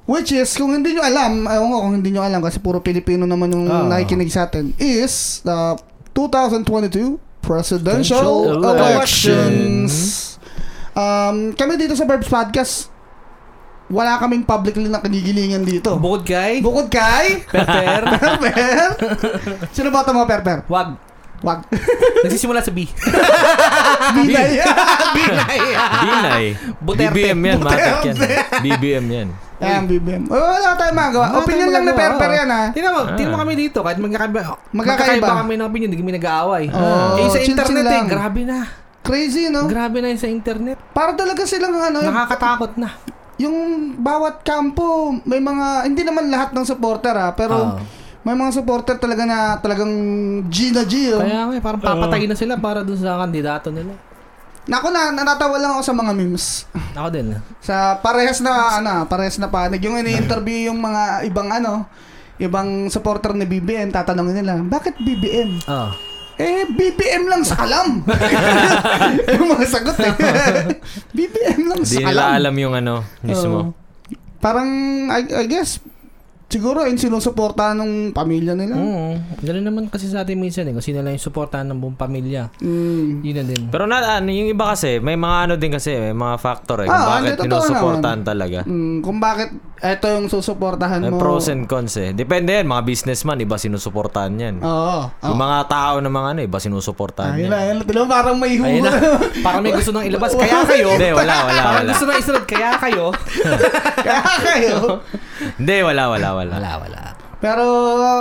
[SPEAKER 2] Which is, kung hindi nyo alam, ayaw nga kung hindi nyo alam kasi puro Pilipino naman yung
[SPEAKER 1] Ah.
[SPEAKER 2] nakikinig sa atin, is the 2022 presidential
[SPEAKER 1] Presidential
[SPEAKER 2] elections. Um, kami dito sa Verbs Podcast, wala kaming publicly na kinigilingan dito.
[SPEAKER 1] Bukod kay
[SPEAKER 2] Bukod kay
[SPEAKER 1] Perper,
[SPEAKER 2] Perper. Sino ba ito mga Perper?
[SPEAKER 1] wag.
[SPEAKER 2] Wag.
[SPEAKER 1] Nagsisimula sa B. Ah,
[SPEAKER 2] Binay.
[SPEAKER 3] Dinay.
[SPEAKER 1] Buterte.
[SPEAKER 3] BBM yan, matik yan.
[SPEAKER 2] Buterte.
[SPEAKER 3] BBM yan.
[SPEAKER 2] Ayan, BBM. Oh, wala tayong magawa.
[SPEAKER 1] Wala Ano
[SPEAKER 2] Opinion
[SPEAKER 1] tayong
[SPEAKER 2] lang na
[SPEAKER 1] magagawa,
[SPEAKER 2] Perper
[SPEAKER 1] oo.
[SPEAKER 2] yan ha.
[SPEAKER 1] Tingnan mo,
[SPEAKER 3] Ah.
[SPEAKER 1] tingnan mo kami dito. Kahit magkakaiba,
[SPEAKER 2] Magkakaiba.
[SPEAKER 1] magkakaiba kami ng opinion, hindi kami nag-aaway.
[SPEAKER 2] Oo,
[SPEAKER 1] eh, sa
[SPEAKER 2] chill-chill
[SPEAKER 1] internet eh,
[SPEAKER 2] lang.
[SPEAKER 1] grabe na.
[SPEAKER 2] Crazy, no?
[SPEAKER 1] Grabe na yun sa internet.
[SPEAKER 2] Para talaga silang ano,
[SPEAKER 1] Nakakatakot na.
[SPEAKER 2] yung bawat kampo, may mga, hindi naman lahat ng supporter ha, pero
[SPEAKER 1] Oo.
[SPEAKER 2] may mga supporter talaga na talagang G na G. Oh.
[SPEAKER 1] Kaya nga, eh, parang papatayin na sila para dun sa kandidato nila.
[SPEAKER 2] Nako na, natatawa lang ako sa mga memes.
[SPEAKER 1] Ako din.
[SPEAKER 2] Sa parehas na, ano, parehas na panig. Yung ini-interview yung mga ibang ano, ibang supporter ni BBM, tatanungin nila, bakit BBM?
[SPEAKER 1] Oo.
[SPEAKER 2] Eh, BBM lang sa kalam. yung mga sagot eh. BBM lang
[SPEAKER 3] Hindi
[SPEAKER 2] sa
[SPEAKER 3] nila
[SPEAKER 2] kalam. Oh.
[SPEAKER 3] alam yung ano, mismo.
[SPEAKER 2] Parang, I, I guess, siguro yun sinusuporta ng pamilya
[SPEAKER 3] Mm.
[SPEAKER 2] nila.
[SPEAKER 1] Oo. Ganun naman kasi sa atin minsan eh. Kasi nila yung supportahan ng buong pamilya.
[SPEAKER 2] Mm.
[SPEAKER 1] Yun na din.
[SPEAKER 3] Pero na, ano, yung iba kasi, may mga ano din kasi, may mga factor eh, kung
[SPEAKER 2] Ah,
[SPEAKER 3] bakit
[SPEAKER 2] hindi, totoo
[SPEAKER 3] sinusuportahan talaga.
[SPEAKER 2] Mm, kung bakit ito yung susuportahan
[SPEAKER 3] May
[SPEAKER 2] mo.
[SPEAKER 3] pros and cons eh. Depende yan, mga businessman, iba sinusuportahan yan.
[SPEAKER 2] Oo.
[SPEAKER 3] Yung mga tao ng mga ano, iba sinusuportahan
[SPEAKER 2] Ayun
[SPEAKER 3] yan.
[SPEAKER 2] na, ayun na. Diba parang may
[SPEAKER 1] Ayun na.
[SPEAKER 2] humor.
[SPEAKER 1] Parang may gusto nang ilabas. Kaya kayo.
[SPEAKER 3] Hindi, wala, wala,
[SPEAKER 1] Parang
[SPEAKER 3] wala.
[SPEAKER 1] gusto nang isunod. Kaya kayo.
[SPEAKER 2] Kaya kayo.
[SPEAKER 3] Hindi, wala, wala, wala.
[SPEAKER 1] Wala, wala.
[SPEAKER 2] Pero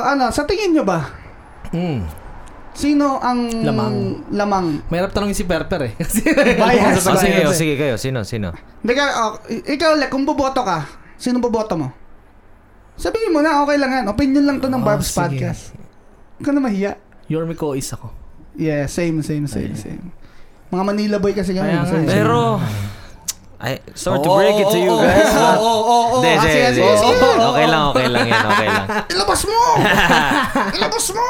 [SPEAKER 2] ano, sa tingin nyo ba?
[SPEAKER 1] Mm.
[SPEAKER 2] Sino ang
[SPEAKER 1] Lamang.
[SPEAKER 2] lamang?
[SPEAKER 1] Mahirap tanongin si Perper eh. Kasi
[SPEAKER 2] Bias.
[SPEAKER 3] Oh, sige,
[SPEAKER 1] Bias eh.
[SPEAKER 3] oh, sige kayo. Sino, sino?
[SPEAKER 2] Hindi ka, oh, i- ikaw, like, kung boboto ka, sino boboto mo? Sabihin mo na, okay lang yan. Opinion lang to ng
[SPEAKER 1] Oh,
[SPEAKER 2] Barb's
[SPEAKER 1] sige.
[SPEAKER 2] Podcast. Huwag ka na mahiya.
[SPEAKER 1] Yormiko is ako.
[SPEAKER 2] Yeah, same, same, same, same. Mga Manila boy kasi kami.
[SPEAKER 1] Kaya nga, eh.
[SPEAKER 2] same, same.
[SPEAKER 3] Pero, I, sorry to break it to you guys.
[SPEAKER 2] Oo, oo, oo, oo.
[SPEAKER 3] Hindi,
[SPEAKER 2] Ah,
[SPEAKER 3] sige,
[SPEAKER 2] sige,
[SPEAKER 3] sige.
[SPEAKER 2] sige, sige.
[SPEAKER 3] Okay lang, okay lang yan, okay lang.
[SPEAKER 2] Ilabas mo! Ilabas mo!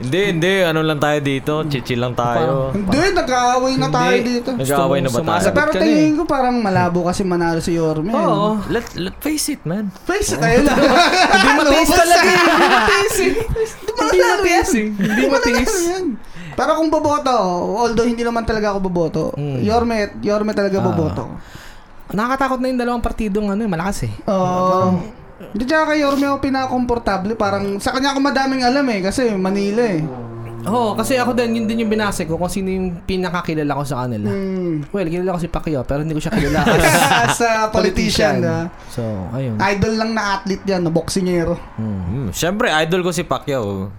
[SPEAKER 3] Hindi, hindi, ano lang tayo dito, chill lang tayo.
[SPEAKER 2] Hindi, nag-aaway na tayo dito.
[SPEAKER 3] Nag-aaway na ba tayo?
[SPEAKER 1] Sumasagot
[SPEAKER 2] Pero
[SPEAKER 1] ka na
[SPEAKER 2] tingin
[SPEAKER 1] eh.
[SPEAKER 2] ko parang malabo kasi manalo si Yorme. eh.
[SPEAKER 1] Oo.
[SPEAKER 3] Let, let face it, man.
[SPEAKER 2] Face tayo lang. Ano, Hindi
[SPEAKER 1] Matiis talaga eh. Hindi matiis eh. Hindi
[SPEAKER 2] manalo yan.
[SPEAKER 1] matiis eh. Hindi matiis.
[SPEAKER 2] Manalo yan. Pero kung boboto, although hindi naman talaga ako boboto,
[SPEAKER 1] Mm.
[SPEAKER 2] Yorme, Yorme talaga
[SPEAKER 1] Ah.
[SPEAKER 2] boboto.
[SPEAKER 1] Nakakatakot na yung dalawang partidong ano, eh, malakas eh.
[SPEAKER 2] Oo. Um, Hindi tsaka kay Yorme ako pinakomportable. Parang sa kanya ako madaming alam eh. Kasi Manila eh.
[SPEAKER 1] Oo, kasi ako din, yun din yung binase ko kung sino yung pinakakilala ko sa kanila.
[SPEAKER 2] Mm.
[SPEAKER 1] Well, kilala ko si Pacquiao, pero hindi ko siya kilala as
[SPEAKER 2] As a politician. ah.
[SPEAKER 1] So, ayun.
[SPEAKER 2] Idol lang na athlete yan, na boksingero.
[SPEAKER 3] Hmm, Siyempre, idol ko si Pacquiao.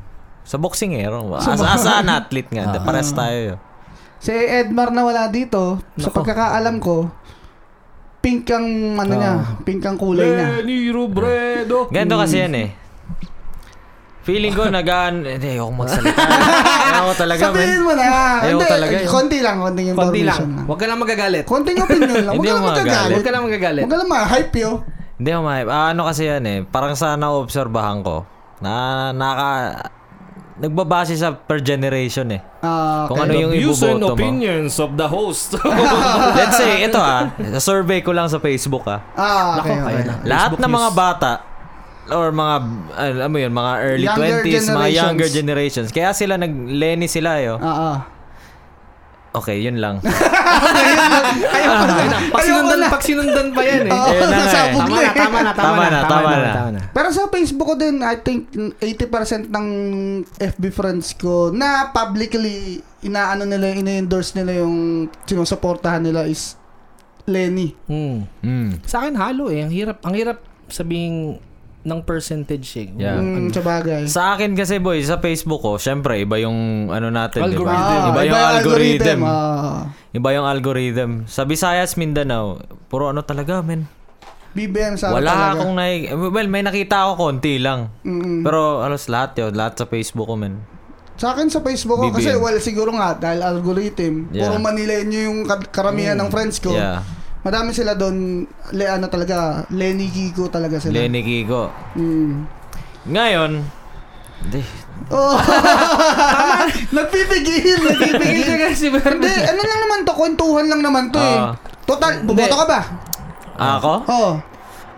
[SPEAKER 3] Sa boxing eh. no? As, as an athlete nga.
[SPEAKER 1] Ah.
[SPEAKER 3] Pares tayo. eh.
[SPEAKER 2] Si Edmar na wala dito, sa
[SPEAKER 1] Nako.
[SPEAKER 2] pagkakaalam ko, pink ang ano niya, pink ang kulay niya.
[SPEAKER 1] Robredo.
[SPEAKER 3] Ganito kasi yan eh. Feeling ko nagaan... Hindi, ayoko magsalita. Ayoko talaga, man.
[SPEAKER 2] Sabihin mo na.
[SPEAKER 3] Ayaw
[SPEAKER 2] Hindi,
[SPEAKER 3] talaga yun.
[SPEAKER 2] konti lang, konting
[SPEAKER 1] Konti
[SPEAKER 2] information
[SPEAKER 1] lang. Huwag ka lang magagalit.
[SPEAKER 2] Konting opinion lang. Huwag
[SPEAKER 3] Hindi
[SPEAKER 2] ka lang
[SPEAKER 3] ako magagalit.
[SPEAKER 2] magagalit.
[SPEAKER 1] Huwag ka lang magagalit.
[SPEAKER 2] Huwag ka lang ma-hype yo.
[SPEAKER 3] Hindi ako ma- ah, ano kasi yan eh. Parang sa naobserbahan ko. Na naka... Nagbabase sa per generation eh.
[SPEAKER 2] Ah,
[SPEAKER 3] Kung ano yung iboboto mo.
[SPEAKER 1] opinions of the host.
[SPEAKER 3] Let's say, ito ah. Survey ko lang sa Facebook ah.
[SPEAKER 2] ah,
[SPEAKER 1] Nako,
[SPEAKER 2] okay, okay.
[SPEAKER 1] ayun na.
[SPEAKER 3] Lahat
[SPEAKER 1] Facebook
[SPEAKER 3] ng
[SPEAKER 1] news.
[SPEAKER 3] mga bata or mga ano alam mo yun, mga early
[SPEAKER 2] Younger
[SPEAKER 3] 20s, mga
[SPEAKER 2] generations.
[SPEAKER 3] younger generations. Kaya sila nag-leni sila yo.
[SPEAKER 2] Ah, ah.
[SPEAKER 3] Okay, yun lang.
[SPEAKER 2] Ayoko na.
[SPEAKER 1] pag
[SPEAKER 2] Ayoko
[SPEAKER 1] sinundan,
[SPEAKER 2] na.
[SPEAKER 1] pag sinundan pa yan eh.
[SPEAKER 2] Oo,
[SPEAKER 3] Ayun na nga eh.
[SPEAKER 2] nasabog
[SPEAKER 1] Tama na,
[SPEAKER 2] na eh.
[SPEAKER 1] tama na, tama,
[SPEAKER 3] Tama
[SPEAKER 1] na, tama,
[SPEAKER 3] na, tama
[SPEAKER 1] na,
[SPEAKER 3] na.
[SPEAKER 1] tama na.
[SPEAKER 2] Pero sa Facebook ko din, I think 80% ng FB friends ko na publicly inaano nila, ina-endorse nila yung sinusuportahan nila is Lenny.
[SPEAKER 1] Hmm.
[SPEAKER 3] Mm.
[SPEAKER 1] Sa akin halo eh. Ang hirap, ang hirap sabihin ng percentage eh.
[SPEAKER 3] Yeah.
[SPEAKER 2] Mm, sa bagay.
[SPEAKER 3] Sa akin kasi boy, sa Facebook ko, syempre iba yung ano natin, di ba?
[SPEAKER 1] Algorithm.
[SPEAKER 3] Iba yung algorithm.
[SPEAKER 2] ah.
[SPEAKER 3] Iba yung algorithm. Sa Visayas, Mindanao, puro ano talaga, men.
[SPEAKER 2] BBM sa
[SPEAKER 3] Wala
[SPEAKER 2] talaga.
[SPEAKER 3] akong nai... Well, may nakita ako konti lang.
[SPEAKER 2] Mm-mm.
[SPEAKER 3] Pero alos lahat yun. Lahat sa Facebook ko, man.
[SPEAKER 2] Sa akin sa Facebook ko, kasi
[SPEAKER 3] BBM.
[SPEAKER 2] well, siguro nga, dahil algorithm,
[SPEAKER 3] Yeah. Mm.
[SPEAKER 2] puro Manilenyo yung ka- karamihan ng friends ko.
[SPEAKER 3] Yeah.
[SPEAKER 2] Madami sila doon, le, ano talaga, Lenny Kiko talaga sila.
[SPEAKER 3] Lenny Kiko.
[SPEAKER 2] Mm.
[SPEAKER 3] Ngayon, hindi.
[SPEAKER 2] Oh!
[SPEAKER 1] Tingin
[SPEAKER 2] nagpipigil, nagpipigil.
[SPEAKER 1] ka kasi
[SPEAKER 2] Hindi,
[SPEAKER 1] Bernard.
[SPEAKER 2] ano lang naman to, kwentuhan lang naman to eh.
[SPEAKER 3] Ah.
[SPEAKER 2] Total, bumoto
[SPEAKER 1] Hindi.
[SPEAKER 2] ka ba? Oh.
[SPEAKER 3] Ako?
[SPEAKER 2] Oo.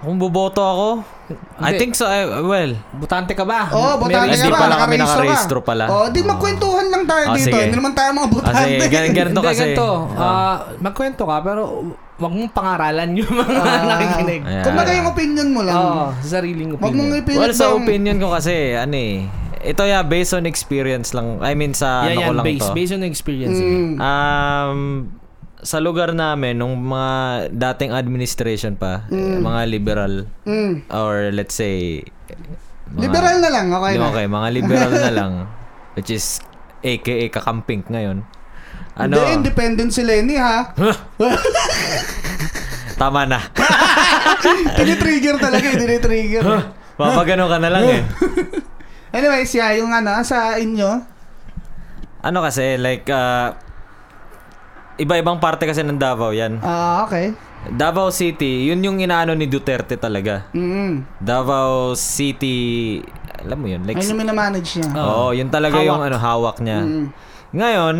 [SPEAKER 3] Kung boboto ako, I
[SPEAKER 1] Hindi.
[SPEAKER 3] think so. eh, well,
[SPEAKER 1] Butante ka ba?
[SPEAKER 2] Oo, oh,
[SPEAKER 1] Meron-
[SPEAKER 2] botante ka
[SPEAKER 3] hindi
[SPEAKER 2] ba?
[SPEAKER 3] pala kami
[SPEAKER 2] Nakarehistro ka.
[SPEAKER 3] nakarehistro pala.
[SPEAKER 2] Oo, di magkwentuhan lang tayo
[SPEAKER 3] Ah,
[SPEAKER 2] dito.
[SPEAKER 3] sige.
[SPEAKER 2] Hindi naman tayo mga
[SPEAKER 3] Ah, sige,
[SPEAKER 2] botante.
[SPEAKER 3] gan- ganito
[SPEAKER 1] Hindi,
[SPEAKER 3] kasi.
[SPEAKER 1] ganito.
[SPEAKER 3] Ah.
[SPEAKER 1] Ah, magkwento ka, pero wag mong pangaralan yung mga
[SPEAKER 2] Ah.
[SPEAKER 1] nakikinig.
[SPEAKER 3] Ayan.
[SPEAKER 2] Kumbaga yung opinion mo lang.
[SPEAKER 1] Oo, sa sariling
[SPEAKER 2] Huwag mong
[SPEAKER 1] opinion.
[SPEAKER 2] ipilit
[SPEAKER 3] Ah. well, sa
[SPEAKER 2] bang-
[SPEAKER 3] opinion ko kasi, ano eh, ito ya, based on experience lang. I mean, sa
[SPEAKER 1] Yan
[SPEAKER 3] ano ko
[SPEAKER 1] yan,
[SPEAKER 3] lang
[SPEAKER 1] based,
[SPEAKER 3] to.
[SPEAKER 1] based on experience. eh.
[SPEAKER 2] Mm.
[SPEAKER 3] Um, sa lugar namin, nung mga dating administration pa, eh, mga liberal,
[SPEAKER 2] Mm.
[SPEAKER 3] or let's say, mga-
[SPEAKER 2] Liberal na lang, okay
[SPEAKER 3] Di
[SPEAKER 2] na.
[SPEAKER 3] ba, okay, mga liberal na lang, which is aka kakamping ngayon. Ano?
[SPEAKER 2] Hindi, independent si Lenny ha.
[SPEAKER 3] Tama na.
[SPEAKER 2] Tinitrigger talaga, eh, tinitrigger.
[SPEAKER 3] Papagano ka na lang eh.
[SPEAKER 2] Anyways, yeah, yung ano, sa inyo.
[SPEAKER 3] Ano kasi, like, ah, iba-ibang parte kasi ng Davao yan.
[SPEAKER 2] Ah, okay.
[SPEAKER 3] Davao City, yun yung inaano ni Duterte talaga.
[SPEAKER 2] Mm.
[SPEAKER 3] Davao City, alam mo yun, like,
[SPEAKER 2] Ayun yung minamanage niya.
[SPEAKER 3] oo, yun talaga
[SPEAKER 1] Hawak.
[SPEAKER 3] yung ano, hawak niya.
[SPEAKER 2] Mm.
[SPEAKER 3] Ngayon,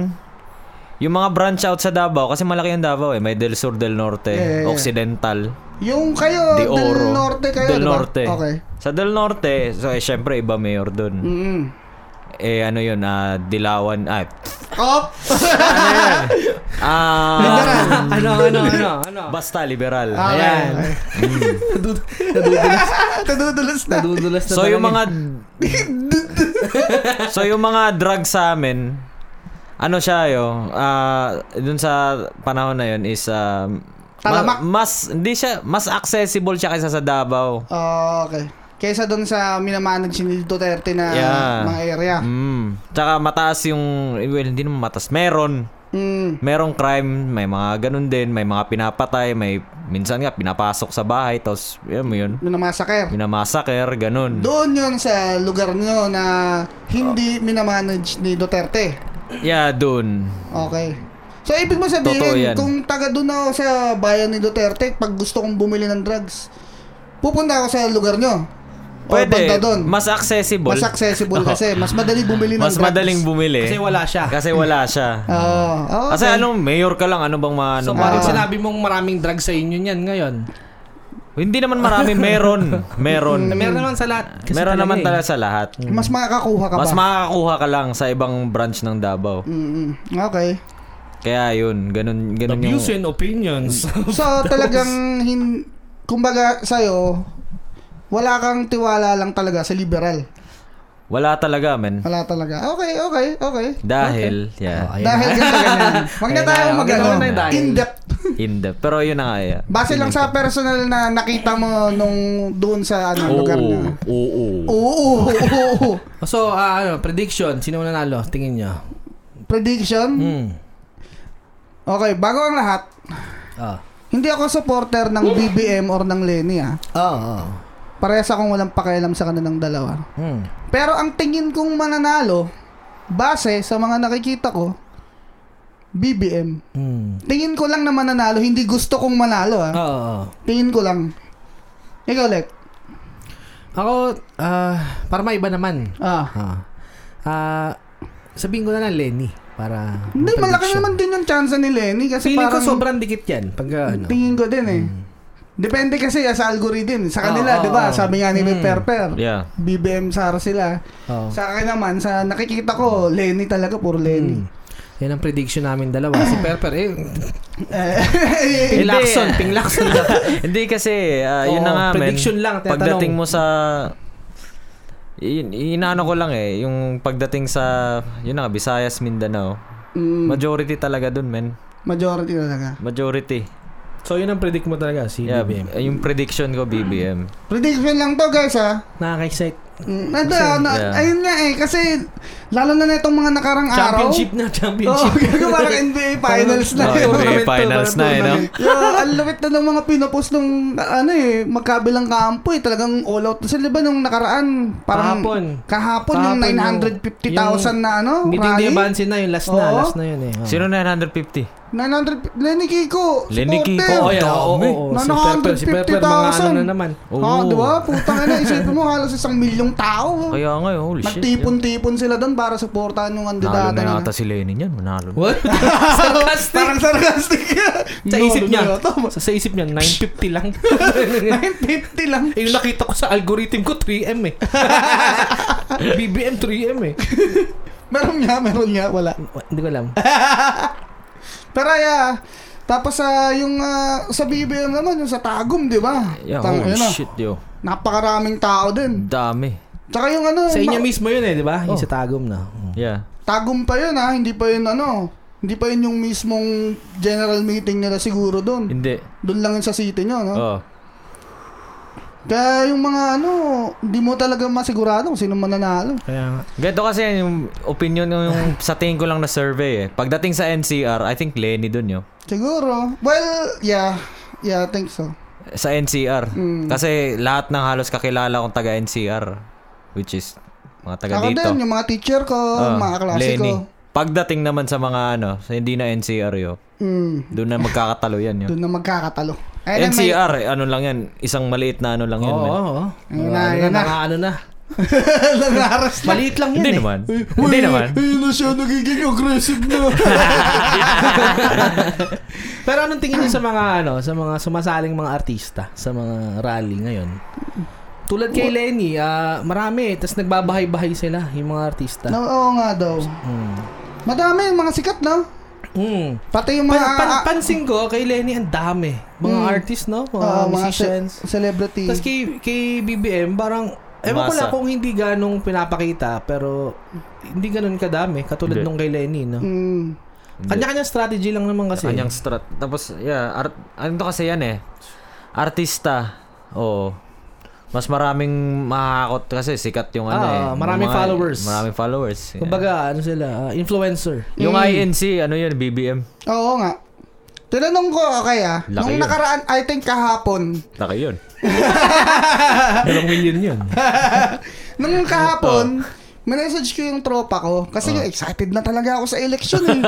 [SPEAKER 3] yung mga branch out sa Davao, kasi malaki yung Davao eh, may Del Sur, Del Norte,
[SPEAKER 2] Yeah, yeah, yeah.
[SPEAKER 3] Occidental,
[SPEAKER 2] Yung kayo,
[SPEAKER 3] De
[SPEAKER 2] Del
[SPEAKER 3] Oro,
[SPEAKER 2] Norte kayo, di
[SPEAKER 3] Del
[SPEAKER 2] ba?
[SPEAKER 3] Norte.
[SPEAKER 2] Okay.
[SPEAKER 3] Sa Del Norte, so eh, syempre iba mayor dun.
[SPEAKER 2] Mm.
[SPEAKER 3] Eh ano yun, ah, Dilawan, ah,
[SPEAKER 2] Op!
[SPEAKER 3] ah,
[SPEAKER 1] ano, ano, ano, ano?
[SPEAKER 3] basta liberal.
[SPEAKER 2] Ah,
[SPEAKER 1] Ayan. Nadud- nadudulas,
[SPEAKER 2] Nadudulas na.
[SPEAKER 1] nadudulas na
[SPEAKER 3] So yung
[SPEAKER 1] talaga.
[SPEAKER 3] mga So yung mga drug sa amin ano siya yo ah dun sa panahon na yun is ah,
[SPEAKER 2] Talamak.
[SPEAKER 3] mas hindi siya mas accessible siya kaysa sa Davao.
[SPEAKER 2] Ah, okay. Kaysa doon sa minamanage ni Duterte na
[SPEAKER 3] Yeah.
[SPEAKER 2] mga area.
[SPEAKER 3] Mm. Tsaka mataas yung well hindi naman mataas meron
[SPEAKER 2] Mm.
[SPEAKER 3] merong crime, may mga ganun din, may mga pinapatay, may minsan nga pinapasok sa bahay tapos yun mo yun.
[SPEAKER 2] Minamasaker.
[SPEAKER 3] Minamasaker, ganun.
[SPEAKER 2] Doon yun sa lugar nyo na hindi minamanage ni Duterte.
[SPEAKER 3] Yeah, dun.
[SPEAKER 2] Okay. So, ibig mo
[SPEAKER 3] Totoo
[SPEAKER 2] sabihin,
[SPEAKER 3] yan.
[SPEAKER 2] kung taga doon ako sa bayan ni Duterte, pag gusto kong bumili ng drugs, pupunta ako sa lugar nyo. O
[SPEAKER 3] Pwede.
[SPEAKER 2] banda doon.
[SPEAKER 3] Mas
[SPEAKER 2] Mas
[SPEAKER 3] accessible.
[SPEAKER 2] accessible kasi. Mas madali bumili ng
[SPEAKER 3] Mas
[SPEAKER 2] drugs.
[SPEAKER 3] madaling bumili.
[SPEAKER 1] Kasi wala siya. Ah,
[SPEAKER 3] Kasi wala siya.
[SPEAKER 2] Oo. okay.
[SPEAKER 3] Kasi anong mayor ka lang, ano bang mga ano
[SPEAKER 1] So,
[SPEAKER 3] ba?
[SPEAKER 1] parang
[SPEAKER 2] Ah.
[SPEAKER 1] sinabi mong maraming drug sa inyo niyan ngayon.
[SPEAKER 3] Hindi naman marami, meron. Meron.
[SPEAKER 1] Na meron naman sa lahat. Kasi
[SPEAKER 3] meron naman
[SPEAKER 1] eh.
[SPEAKER 3] talaga sa lahat.
[SPEAKER 2] Mas makakakuha ka
[SPEAKER 3] Mas
[SPEAKER 2] ba?
[SPEAKER 3] makakakuha ka lang sa ibang branch ng Davao.
[SPEAKER 2] Mm, Okay.
[SPEAKER 3] Kaya yun, ganun, ganun yung...
[SPEAKER 1] Views and opinions.
[SPEAKER 2] So, talagang, hin- kumbaga, sa'yo, wala kang tiwala lang talaga sa liberal.
[SPEAKER 3] Wala
[SPEAKER 1] Ah,
[SPEAKER 3] talaga, men.
[SPEAKER 2] Wala talaga. Okay, okay, okay.
[SPEAKER 3] Dahil, yeah.
[SPEAKER 1] Ayan
[SPEAKER 2] Dahil ganyan ganyan. Huwag na
[SPEAKER 1] Ayan
[SPEAKER 2] tayo
[SPEAKER 1] na,
[SPEAKER 2] mag
[SPEAKER 1] huwag na
[SPEAKER 2] ano,
[SPEAKER 1] tayo dahil.
[SPEAKER 2] in-depth.
[SPEAKER 3] In the, pero yun na nga, yeah.
[SPEAKER 2] Base lang sa personal na nakita mo nung doon sa ano,
[SPEAKER 3] Oo,
[SPEAKER 2] lugar na.
[SPEAKER 3] oo.
[SPEAKER 2] Oo, oo, oo, oo.
[SPEAKER 1] So, ah, ano, prediction. Sino nanalo? Tingin nyo.
[SPEAKER 2] Prediction?
[SPEAKER 1] Hmm.
[SPEAKER 2] Okay, bago ang lahat,
[SPEAKER 1] Ah.
[SPEAKER 2] hindi ako supporter ng BBM or ng Lenny ah.
[SPEAKER 1] Oo. oo.
[SPEAKER 2] Parehas akong walang pakialam sa kanilang dalawa.
[SPEAKER 1] Hmm.
[SPEAKER 2] Pero ang tingin kong mananalo, base sa mga nakikita ko, BBM.
[SPEAKER 1] Hmm.
[SPEAKER 2] Tingin ko lang na mananalo, hindi gusto kong manalo ah.
[SPEAKER 1] Oo. oo.
[SPEAKER 2] Tingin ko lang. Ikaw, Lek.
[SPEAKER 1] Ako, ah, para maiba naman.
[SPEAKER 2] Ah.
[SPEAKER 1] Ah. Ah, sabihin ko na lang Lenny para
[SPEAKER 2] Hindi,
[SPEAKER 1] prediction.
[SPEAKER 2] malaki naman din yung chance ni Lenny kasi
[SPEAKER 1] Feeling
[SPEAKER 2] parang...
[SPEAKER 1] ko sobrang dikit 'yan pag ah, ano.
[SPEAKER 2] Tingin ko din eh. Depende kasi ah, sa algorithm. Sa
[SPEAKER 1] Oo, oo,
[SPEAKER 2] kanila, 'di
[SPEAKER 1] oo.
[SPEAKER 2] ba? Sabi nga ni
[SPEAKER 1] Mm.
[SPEAKER 2] Perper,
[SPEAKER 3] Yeah.
[SPEAKER 2] BBM Sara sila.
[SPEAKER 1] Oo.
[SPEAKER 2] Sa akin naman, sa nakikita ko, Lenny talaga, puro Lenny.
[SPEAKER 1] Hmm. Yan ang prediction namin dalawa. Si Perper, eh,
[SPEAKER 2] Eh,
[SPEAKER 1] Ping Lacson, Ping Lacson lang.
[SPEAKER 3] Hindi kasi, ah, yun
[SPEAKER 1] Oo,
[SPEAKER 3] na nga, men.
[SPEAKER 1] prediction lang, tinatanong.
[SPEAKER 3] Pagdating mo sa... In, inaano ko lang eh, yung pagdating sa, yun na nga, Visayas, Mindanao.
[SPEAKER 2] mm,
[SPEAKER 3] Majority talaga dun, men.
[SPEAKER 2] majority talaga.
[SPEAKER 3] Majority.
[SPEAKER 1] So, yun ang predict mo talaga, si
[SPEAKER 3] Yeah, eh,
[SPEAKER 1] BBM.
[SPEAKER 3] Yung prediction ko, BBM.
[SPEAKER 2] Prediction lang to, guys, ha?
[SPEAKER 1] Nakaka-excite.
[SPEAKER 2] Mm, Nada, na,
[SPEAKER 3] Yeah.
[SPEAKER 2] ayun nga eh, kasi Lalo na na itong mga nakarang araw.
[SPEAKER 1] Championship na,
[SPEAKER 2] Oo,
[SPEAKER 1] championship. Oh,
[SPEAKER 2] gano'n Oh, parang NBA Finals na.
[SPEAKER 3] Oo,
[SPEAKER 2] yun.
[SPEAKER 3] NBA
[SPEAKER 2] Tournament,
[SPEAKER 3] Finals na, eh, no?
[SPEAKER 2] tournament. Yeah, ang lapit na ng mga pinopost nung, ano eh, magkabilang kampo eh. Talagang all out. Kasi diba nung nakaraan, parang
[SPEAKER 1] Kahapon.
[SPEAKER 2] kahapon yung
[SPEAKER 1] Kahapon, oo.
[SPEAKER 2] 950,000 na ano,
[SPEAKER 1] Meeting ni
[SPEAKER 2] rally.
[SPEAKER 1] Abansin na yun. Last na,
[SPEAKER 2] Oo.
[SPEAKER 1] last na yun eh. Oo.
[SPEAKER 3] Sino 950?
[SPEAKER 2] 900, Lenny Kiko,
[SPEAKER 3] Lenny Kiko. oh,
[SPEAKER 2] supporter.
[SPEAKER 1] Oo, yan. Oo,
[SPEAKER 3] Dami.
[SPEAKER 1] Oh, oo, oo. Si Pepper, si Pepper, mga ano
[SPEAKER 2] 950,000.
[SPEAKER 1] na naman.
[SPEAKER 2] Oo,
[SPEAKER 3] Oo.
[SPEAKER 2] Ah, di ba? Putang ina, isipin mo halos isang milyong tao.
[SPEAKER 3] Kaya nga, eh, holy shit.
[SPEAKER 2] Nagtipon-tipon sila doon para suportahan yung
[SPEAKER 3] Nalo
[SPEAKER 2] kandidata
[SPEAKER 3] na
[SPEAKER 2] nila.
[SPEAKER 3] yata si Lenin yan. Manalo.
[SPEAKER 1] What? Sarcastic.
[SPEAKER 2] Parang sarcastic.
[SPEAKER 1] Sa
[SPEAKER 2] Lolo
[SPEAKER 1] isip niya.
[SPEAKER 2] nila to.
[SPEAKER 1] Sa, sa isip niya, 950 lang.
[SPEAKER 2] 950 lang.
[SPEAKER 1] eh, yung nakita ko sa algorithm ko, 3M eh. BBM, 3M eh.
[SPEAKER 2] Meron niya, meron niya, wala.
[SPEAKER 1] Wa- Hindi ko alam.
[SPEAKER 2] Pero yeah, tapos sa yung ah, sa BBM naman, yung sa Tagum, di ba?
[SPEAKER 3] Yeah,
[SPEAKER 2] Tang-
[SPEAKER 3] holy
[SPEAKER 2] yun ah,
[SPEAKER 3] shit, yo.
[SPEAKER 2] Napakaraming tao din.
[SPEAKER 3] Dami.
[SPEAKER 2] Tsaka yung ano,
[SPEAKER 1] Sa inyo
[SPEAKER 2] ma-
[SPEAKER 1] mismo yun eh, di ba? Yung
[SPEAKER 3] Oh.
[SPEAKER 1] sa Tagum na. Mm.
[SPEAKER 3] Yeah.
[SPEAKER 2] Tagum pa yun ha, hindi pa yun ano, hindi pa yun yung mismong general meeting nila siguro doon.
[SPEAKER 3] Hindi. Oh.
[SPEAKER 2] Doon lang yun sa city nyo, no?
[SPEAKER 3] Oo.
[SPEAKER 2] Kaya yung mga ano, hindi mo talaga masigurado kung sino mananalo.
[SPEAKER 1] Kaya nga.
[SPEAKER 3] Ganito kasi yan, yung opinion yung sa tingin ko lang na survey eh. Pagdating sa NCR, I think Lenny dun yo.
[SPEAKER 2] Siguro. Well, yeah. Yeah, I think so.
[SPEAKER 3] Sa NCR.
[SPEAKER 2] Mm.
[SPEAKER 3] Kasi lahat ng halos kakilala kong taga NCR. Which is mga taga
[SPEAKER 2] Ako
[SPEAKER 3] dito.
[SPEAKER 2] din, yung mga teacher ko,
[SPEAKER 1] Ah,
[SPEAKER 3] Oo,
[SPEAKER 2] mga klase ko.
[SPEAKER 3] Ah, Lenny. Pagdating naman sa mga ano, sa hindi na NCR yo.
[SPEAKER 2] Mm,
[SPEAKER 3] Doon na magkakatalo yan yo.
[SPEAKER 2] doon na magkakatalo. Ayun na, may-
[SPEAKER 3] NCR, eh, ano lang yan, isang maliit na ano lang
[SPEAKER 1] Oo,
[SPEAKER 3] yan. man.
[SPEAKER 1] oo, oo.
[SPEAKER 2] Ayun
[SPEAKER 1] Mga
[SPEAKER 2] na,
[SPEAKER 1] ano
[SPEAKER 2] ayun na.
[SPEAKER 1] mga ano na.
[SPEAKER 2] Nangaras na.
[SPEAKER 1] Maliit lang yan
[SPEAKER 3] Hindi
[SPEAKER 1] eh.
[SPEAKER 3] naman. Hindi naman.
[SPEAKER 2] Ayun na siya, nagiging aggressive na.
[SPEAKER 1] Pero anong tingin niyo sa mga ano, sa mga sumasaling mga artista sa mga rally ngayon? Tulad kay Lenny, ah, marami eh, tapos nagbabahay-bahay sila yung mga artista.
[SPEAKER 2] no, oo nga daw.
[SPEAKER 1] Mm.
[SPEAKER 2] Madami yung mga sikat, no?
[SPEAKER 1] Mm.
[SPEAKER 2] Pati yung
[SPEAKER 1] Pan,
[SPEAKER 2] mga...
[SPEAKER 1] pan,
[SPEAKER 2] ah,
[SPEAKER 1] pansin ko kay Lenny ang dami. Mga
[SPEAKER 2] Mm.
[SPEAKER 1] artist, no? Mga
[SPEAKER 2] ah, mga ce-
[SPEAKER 1] musicians.
[SPEAKER 2] celebrity.
[SPEAKER 1] Tapos kay, kay BBM, parang Ewan ko
[SPEAKER 3] Masa.
[SPEAKER 1] lang kung hindi ganong pinapakita, pero hindi ganun kadami. Katulad
[SPEAKER 3] Hindi.
[SPEAKER 1] nung kay Lenny, no?
[SPEAKER 2] Mm.
[SPEAKER 1] Kanya-kanya strategy lang naman kasi.
[SPEAKER 3] Kanyang strat. Tapos, yeah, art, ano to kasi yan eh. Artista. Oo. Mas maraming makakakot kasi sikat yung
[SPEAKER 1] Ah,
[SPEAKER 3] ano eh.
[SPEAKER 1] maraming
[SPEAKER 3] Mga-
[SPEAKER 1] followers.
[SPEAKER 3] Maraming followers. Yeah.
[SPEAKER 1] Kumbaga, eh. ano sila, ah, influencer.
[SPEAKER 3] yung
[SPEAKER 2] Mm.
[SPEAKER 3] INC, ano yun, BBM.
[SPEAKER 2] Oo nga. Tinanong ko, okay ah.
[SPEAKER 3] Laki
[SPEAKER 2] nung
[SPEAKER 3] yun.
[SPEAKER 2] nakaraan, I think kahapon.
[SPEAKER 3] Taka yun.
[SPEAKER 1] Dalawang million yun.
[SPEAKER 2] Nung kahapon, minessage ko yung tropa ko. Kasi
[SPEAKER 1] Oh.
[SPEAKER 2] excited na talaga ako sa election eh.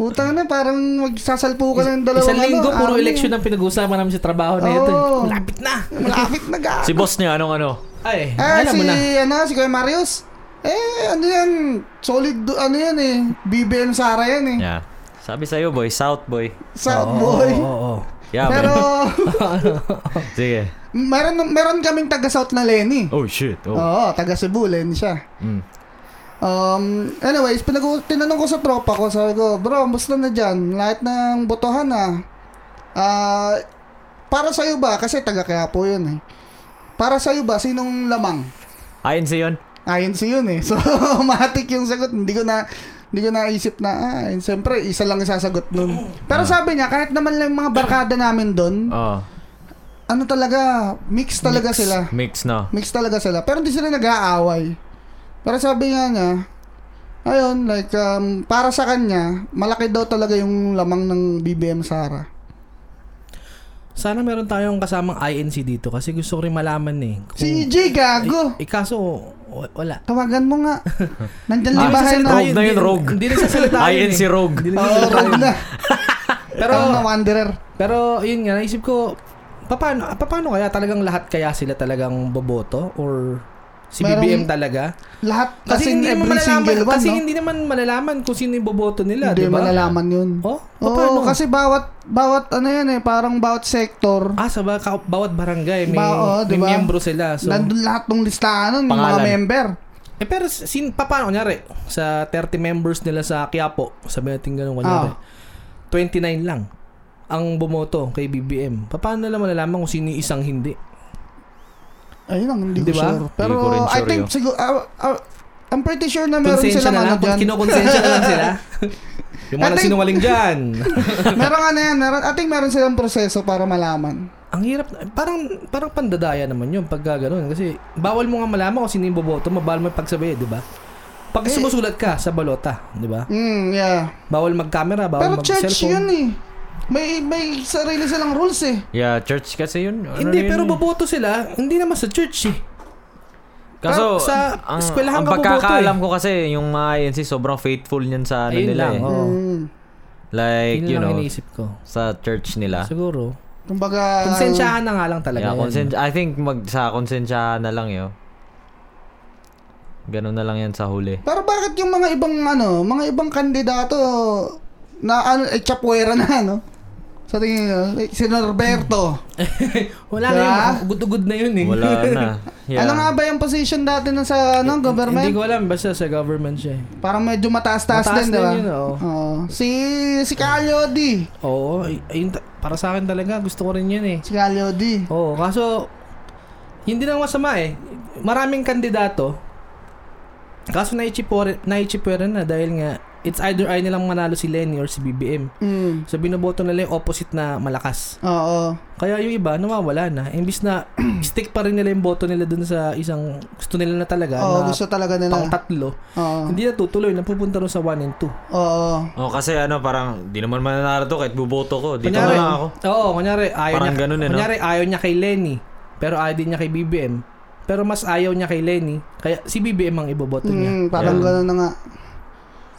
[SPEAKER 2] Utang na, parang magsasalpo ka ng dalawang
[SPEAKER 1] Isang linggo,
[SPEAKER 2] ano, Oh.
[SPEAKER 1] puro
[SPEAKER 2] araw
[SPEAKER 1] election
[SPEAKER 2] eh.
[SPEAKER 1] ang pinag-uusapan namin sa trabaho na
[SPEAKER 2] Oo.
[SPEAKER 1] ito. eh. Malapit na.
[SPEAKER 2] Malapit na ga.
[SPEAKER 3] Si boss niya, anong ano?
[SPEAKER 1] Ay,
[SPEAKER 2] Ah,
[SPEAKER 1] alam
[SPEAKER 2] si,
[SPEAKER 1] mo na.
[SPEAKER 2] ano, si Kuya Marius. Eh, ano yan? Solid, do- ano yan eh. BBM Sara yan eh.
[SPEAKER 3] Yeah. Sabi sa'yo, boy. South, boy.
[SPEAKER 2] Sad
[SPEAKER 1] Oo,
[SPEAKER 2] boy.
[SPEAKER 1] oo, oo, oo.
[SPEAKER 3] Yeah,
[SPEAKER 2] Pero,
[SPEAKER 3] man. Sige.
[SPEAKER 2] meron, meron kaming taga-South na Lenny.
[SPEAKER 3] Oh, shit. Oh.
[SPEAKER 2] Oo, taga-Cebu, Lenny siya.
[SPEAKER 3] Mm.
[SPEAKER 2] Um, anyways, pinag tinanong ko sa tropa ko, sabi ko, bro, musta na dyan? Lahat ng botohan na. Ah, para sa'yo ba? Kasi taga kaya po yun eh. Para sa'yo ba? Sinong lamang?
[SPEAKER 1] Ah.
[SPEAKER 3] INC yun?
[SPEAKER 2] Ayon si yun eh. So, matik yung sagot. Hindi ko na hindi ko naisip na, ah, and siyempre, isa lang yung sasagot nun. Pero sabi niya, kahit naman lang yung mga barkada namin doon,
[SPEAKER 1] Ah.
[SPEAKER 3] Oo.
[SPEAKER 2] ano talaga, mix talaga sila.
[SPEAKER 3] Mix na.
[SPEAKER 2] Mix talaga sila. Pero hindi sila nag-aaway. Pero sabi nga niya, ayun, like, um, para sa kanya, malaki daw talaga yung lamang ng BBM Sara.
[SPEAKER 1] Sana meron tayong kasamang INC dito kasi gusto ko rin malaman eh. Kung,
[SPEAKER 2] Si EJ, gago!
[SPEAKER 1] Eh, kaso, wa- wala.
[SPEAKER 2] Tawagan mo nga. Nandyan
[SPEAKER 1] Hindi
[SPEAKER 2] din bahay
[SPEAKER 1] nagsasalita
[SPEAKER 2] na.
[SPEAKER 3] Rogue na yun,
[SPEAKER 1] hindi-
[SPEAKER 3] rogue.
[SPEAKER 1] Hindi nagsasalita yun eh.
[SPEAKER 3] INC Rogue.
[SPEAKER 1] Hindi
[SPEAKER 2] Oo,
[SPEAKER 1] nagsasalita
[SPEAKER 2] road
[SPEAKER 1] yun.
[SPEAKER 2] na.
[SPEAKER 1] Pero,
[SPEAKER 2] Tama na, wanderer.
[SPEAKER 1] pero yun nga, naisip ko, paano, paano kaya talagang lahat kaya sila talagang boboto? Or si
[SPEAKER 2] Merong-
[SPEAKER 1] BBM talaga?
[SPEAKER 2] Lahat,
[SPEAKER 1] Kasi hindi naman
[SPEAKER 2] every
[SPEAKER 1] malalaman,
[SPEAKER 2] single one,
[SPEAKER 1] kasi
[SPEAKER 2] no?
[SPEAKER 1] hindi naman malalaman kung sino yung boboto nila,
[SPEAKER 2] Hindi
[SPEAKER 1] di ba?
[SPEAKER 2] malalaman yun.
[SPEAKER 1] Oh,
[SPEAKER 2] Oo,
[SPEAKER 1] paano?
[SPEAKER 2] kasi bawat, bawat ano yan eh, parang bawat sector,
[SPEAKER 1] Ah, sa ba, ka- bawat barangay may,
[SPEAKER 2] Ba- oo, di
[SPEAKER 1] may
[SPEAKER 2] ba?
[SPEAKER 1] miyembro sila. Ah, So,
[SPEAKER 2] nandun lahat ng listahan nun, yung mga
[SPEAKER 3] Pangalan.
[SPEAKER 2] member.
[SPEAKER 1] eh, pero sin, pa- paano, kunyari, sa 30 members nila sa Quiapo, sabi natin ganun, kunyari,
[SPEAKER 2] Ah.
[SPEAKER 1] 29 lang ang bumoto kay BBM. Pa- Paano nila malalaman kung sino yung isang hindi?
[SPEAKER 2] Ayun lang, hindi
[SPEAKER 1] Di
[SPEAKER 2] ko
[SPEAKER 1] ba?
[SPEAKER 2] sure. Pero
[SPEAKER 3] ko rin
[SPEAKER 2] I
[SPEAKER 3] sure
[SPEAKER 2] think
[SPEAKER 3] yun.
[SPEAKER 2] siguro, ah, ah, I'm pretty sure na meron
[SPEAKER 1] Konsensya
[SPEAKER 2] silang
[SPEAKER 1] na
[SPEAKER 2] ano
[SPEAKER 1] lang,
[SPEAKER 2] dyan.
[SPEAKER 1] kinokonsensya na lang sila. yung mga
[SPEAKER 2] I think-
[SPEAKER 1] nagsinungaling dyan.
[SPEAKER 2] meron ano yan, meron, I think meron silang proseso para malaman.
[SPEAKER 1] ang hirap, parang, parang pandadaya naman yun pagka ganun. Kasi bawal mo nga malaman kung sino yung boboto mo, bawal mo yung pagsabi, di ba? Pag
[SPEAKER 2] Eh.
[SPEAKER 1] sumusulat ka sa balota, di ba?
[SPEAKER 2] Mm, yeah.
[SPEAKER 1] Bawal mag-camera, bawal
[SPEAKER 2] Pero church
[SPEAKER 1] mag-cellphone.
[SPEAKER 2] yun eh. May, may sarili silang rules eh.
[SPEAKER 3] Yeah, church kasi yun. Ano
[SPEAKER 1] Hindi,
[SPEAKER 3] na yun
[SPEAKER 1] pero
[SPEAKER 3] eh.
[SPEAKER 1] boboto sila. Hindi naman sa church eh.
[SPEAKER 3] Kaso,
[SPEAKER 1] Sa
[SPEAKER 3] ang,
[SPEAKER 1] eskwelahan
[SPEAKER 3] ang
[SPEAKER 1] ka eh. boboto
[SPEAKER 3] pagkakaalam ko kasi, yung mga INC, sobrang faithful niyan sa ano
[SPEAKER 1] Ayun
[SPEAKER 3] nila
[SPEAKER 1] lang,
[SPEAKER 3] eh.
[SPEAKER 1] oo.
[SPEAKER 2] Mm.
[SPEAKER 3] Like,
[SPEAKER 1] Yun
[SPEAKER 3] you
[SPEAKER 1] lang
[SPEAKER 3] know,
[SPEAKER 1] iniisip ko.
[SPEAKER 3] sa church nila.
[SPEAKER 1] Siguro.
[SPEAKER 2] Kumbaga...
[SPEAKER 1] Konsensyahan na nga lang talaga
[SPEAKER 3] yeah,
[SPEAKER 1] yun.
[SPEAKER 3] consen- I think mag sa konsensya na lang yun. Ganun na lang yan sa huli.
[SPEAKER 2] Pero bakit yung mga ibang ano, mga ibang kandidato na ano, eh, chapwera na, no? Sa tingin nyo, like, si Norberto.
[SPEAKER 1] Wala na
[SPEAKER 2] Diba?
[SPEAKER 1] yun. Good-good na yun eh.
[SPEAKER 3] Wala na. Yeah.
[SPEAKER 2] Ano nga ba yung position dati nun sa ano, government?
[SPEAKER 1] Hindi ko alam. Basta sa government siya eh.
[SPEAKER 2] Parang medyo mataas-taas
[SPEAKER 1] Mataas din
[SPEAKER 2] din, di ba?
[SPEAKER 1] yun, oo.
[SPEAKER 2] Oo. Si, si Calyodi.
[SPEAKER 1] Oo. ay- ayun ta- para sa akin talaga. Gusto ko rin yun eh.
[SPEAKER 2] Si Calyodi.
[SPEAKER 1] Oo. Kaso, hindi lang masama eh. Maraming kandidato. Kaso naichipore, naichipore na dahil nga it's either ay nilang manalo si Lenny or si BBM.
[SPEAKER 2] Mm.
[SPEAKER 1] So binoboto nila yung opposite na malakas.
[SPEAKER 2] Oo.
[SPEAKER 1] Kaya yung iba nawawala na. Imbis na stick pa rin nila yung boto nila dun sa isang gusto nila na talaga
[SPEAKER 2] Oo,
[SPEAKER 1] na
[SPEAKER 2] gusto talaga
[SPEAKER 1] pang
[SPEAKER 2] nila.
[SPEAKER 1] tatlo.
[SPEAKER 2] Oo.
[SPEAKER 1] Hindi na tutuloy, napupunta rin sa 1 and 2.
[SPEAKER 2] Oo.
[SPEAKER 3] Oh, kasi ano, parang, di naman mananalo to kahit buboto ko. Dito na
[SPEAKER 1] Kunyari-
[SPEAKER 3] lang ako.
[SPEAKER 1] Oo, kunyari ayaw
[SPEAKER 3] Parang
[SPEAKER 1] niya,
[SPEAKER 3] ganun eh, no?
[SPEAKER 1] kunyari ayaw niya kay Lenny, pero ayaw din niya kay BBM. Pero mas ayaw niya kay Lenny, kaya si BBM ang iboboto niya.
[SPEAKER 2] Mm, parang
[SPEAKER 3] Yeah.
[SPEAKER 2] gano'n na nga.